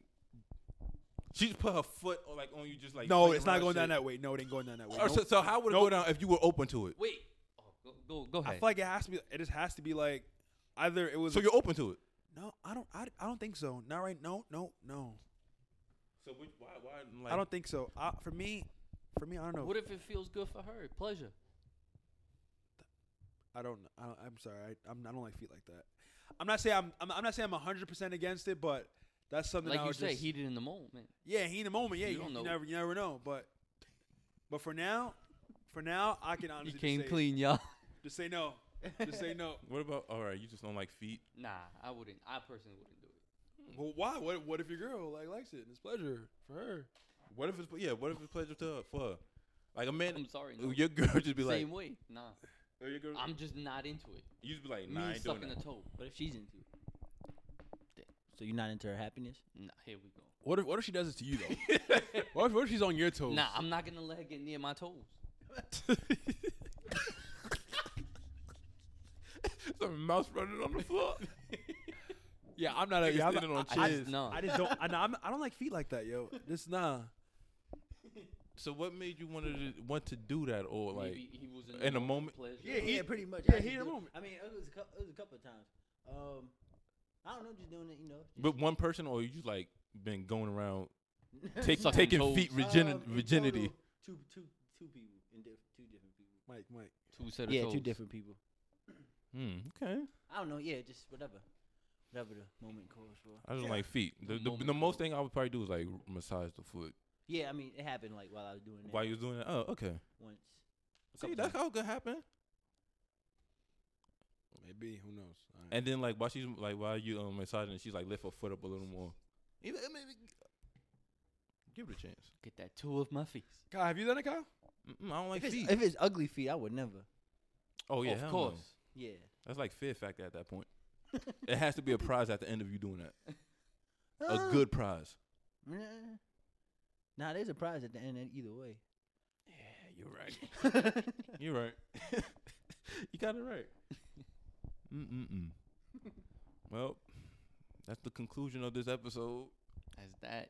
Speaker 3: She just put her foot or like on you, just like
Speaker 2: No,
Speaker 3: playing
Speaker 2: it's not
Speaker 3: around
Speaker 2: going down
Speaker 3: shit?
Speaker 2: that way. No, it ain't going down that way.
Speaker 3: Or so,
Speaker 2: Nope.
Speaker 3: so how would it go
Speaker 2: Nope.
Speaker 3: down if you were open to it?
Speaker 4: Wait. Oh, go, go, go
Speaker 2: I
Speaker 4: ahead.
Speaker 2: feel like it has to be. It just has to be like either it was.
Speaker 3: So you're open to it.
Speaker 2: no, I don't. I, I don't think so. Not right. No, no, no.
Speaker 3: So which, why why like
Speaker 2: I don't think so. I, for me, for me, I don't know.
Speaker 4: what if it feels good for her? Pleasure.
Speaker 2: I don't. I don't I'm sorry. I, I'm, I don't like feet like that. I'm not saying I'm. I'm, I'm not saying I'm 100 percent against it, but that's something. I
Speaker 4: Like you
Speaker 2: would
Speaker 4: say,
Speaker 2: just-
Speaker 4: heated in the moment.
Speaker 2: Yeah, he in the moment. Yeah,
Speaker 4: You
Speaker 2: you,
Speaker 4: don't
Speaker 2: you
Speaker 4: know.
Speaker 2: never, you never know. But, but for now, for now, I can
Speaker 4: You
Speaker 2: honestly
Speaker 4: came
Speaker 2: just say,
Speaker 4: clean, y'all.
Speaker 2: Just say no. Just say no.
Speaker 3: What about all right? You just don't like feet.
Speaker 4: Nah, I wouldn't. I personally wouldn't do it.
Speaker 2: well, why? What? What if your girl like likes it and it's pleasure for her?
Speaker 3: What if it's yeah? What if it's pleasure to her for her? Like a man,
Speaker 4: I'm sorry. No.
Speaker 3: your girl just be like,
Speaker 4: Same way. Nah,
Speaker 3: or your girl,
Speaker 4: I'm just not into it.
Speaker 3: you just be like, nah, I
Speaker 4: Me
Speaker 3: ain't doing
Speaker 4: sucking
Speaker 3: that.
Speaker 4: a toe.
Speaker 1: What if she's into it? So you're not into her happiness?
Speaker 4: Nah, here we go.
Speaker 2: What if? What if she does it to you though? what, if, what if she's on your toes?
Speaker 4: Nah, I'm not gonna let her get near my toes.
Speaker 3: Some mouse running on the floor.
Speaker 2: yeah, I'm not. A, yeah, I'm
Speaker 3: Niggas
Speaker 2: not
Speaker 3: standing on
Speaker 2: I, I,
Speaker 4: chairs.
Speaker 2: just,
Speaker 4: No.
Speaker 2: I just don't. I, nah, I'm, I don't like feet like that, yo. Just nah.
Speaker 3: so what made you want to want to do that or like?
Speaker 4: Maybe he was in,
Speaker 3: in a
Speaker 4: the
Speaker 3: moment-
Speaker 4: Pleasure.
Speaker 2: Yeah, he-
Speaker 1: pretty much.
Speaker 2: yeah,
Speaker 1: I
Speaker 2: he
Speaker 1: could
Speaker 2: in the
Speaker 1: do it.
Speaker 2: moment.
Speaker 1: I mean, it was a couple, it was a couple of times. Um, I don't know, just doing it, you know. just-
Speaker 3: But one person, or you just like been going around take,
Speaker 4: Sucking
Speaker 3: taking
Speaker 4: toes.
Speaker 3: feet
Speaker 1: Um,
Speaker 2: Uh,
Speaker 3: virgin-
Speaker 1: in
Speaker 3: virginity.
Speaker 1: total, Two, two, two people in diff- two different people.
Speaker 2: Mike, Mike.
Speaker 4: Two set of
Speaker 1: Yeah,
Speaker 4: toes.
Speaker 1: two different people.
Speaker 3: Hmm, okay,
Speaker 1: I don't know. Yeah, just whatever, whatever the moment calls for.
Speaker 3: I just like feet.
Speaker 4: The
Speaker 3: The, the, the
Speaker 4: moment.
Speaker 3: most thing I would probably do is like massage the foot
Speaker 1: Yeah, I mean it happened like while I was doing that
Speaker 3: while you was doing that. Oh, okay.
Speaker 1: once. A
Speaker 3: See,
Speaker 1: couple
Speaker 3: that's
Speaker 1: times.
Speaker 3: how it could happen.
Speaker 2: Maybe who knows? All right.
Speaker 3: And then like while she's like while you um massaging, she's like lift her foot up a little more. You know, I mean, Give it a chance.
Speaker 4: Get that two of my feet.
Speaker 2: Kyle, have you done it, Kyle?
Speaker 3: Mm-mm, I don't like
Speaker 1: if, it's,
Speaker 3: feet.
Speaker 1: if it's ugly feet, I would never.
Speaker 3: oh yeah,
Speaker 4: of
Speaker 3: hell no.
Speaker 4: course.
Speaker 1: Yeah.
Speaker 3: That's like fear factor at that point. it has to be a prize at the end of you doing that.
Speaker 2: Ah.
Speaker 3: A good prize.
Speaker 1: Nah, Nah, there's a prize at the end of- either way.
Speaker 3: Yeah, you're right. you're right. you got it right. Mm mm mm. Well, that's the conclusion of this episode.
Speaker 4: As that.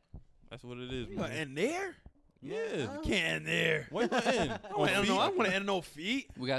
Speaker 3: That's what it is,
Speaker 2: You gonna
Speaker 3: man.
Speaker 2: end there?
Speaker 3: Yeah.
Speaker 2: Can't end there.
Speaker 3: Why you gonna end?
Speaker 2: I don't
Speaker 3: On
Speaker 2: know. I
Speaker 3: feet?
Speaker 2: want to end no feet.
Speaker 4: We got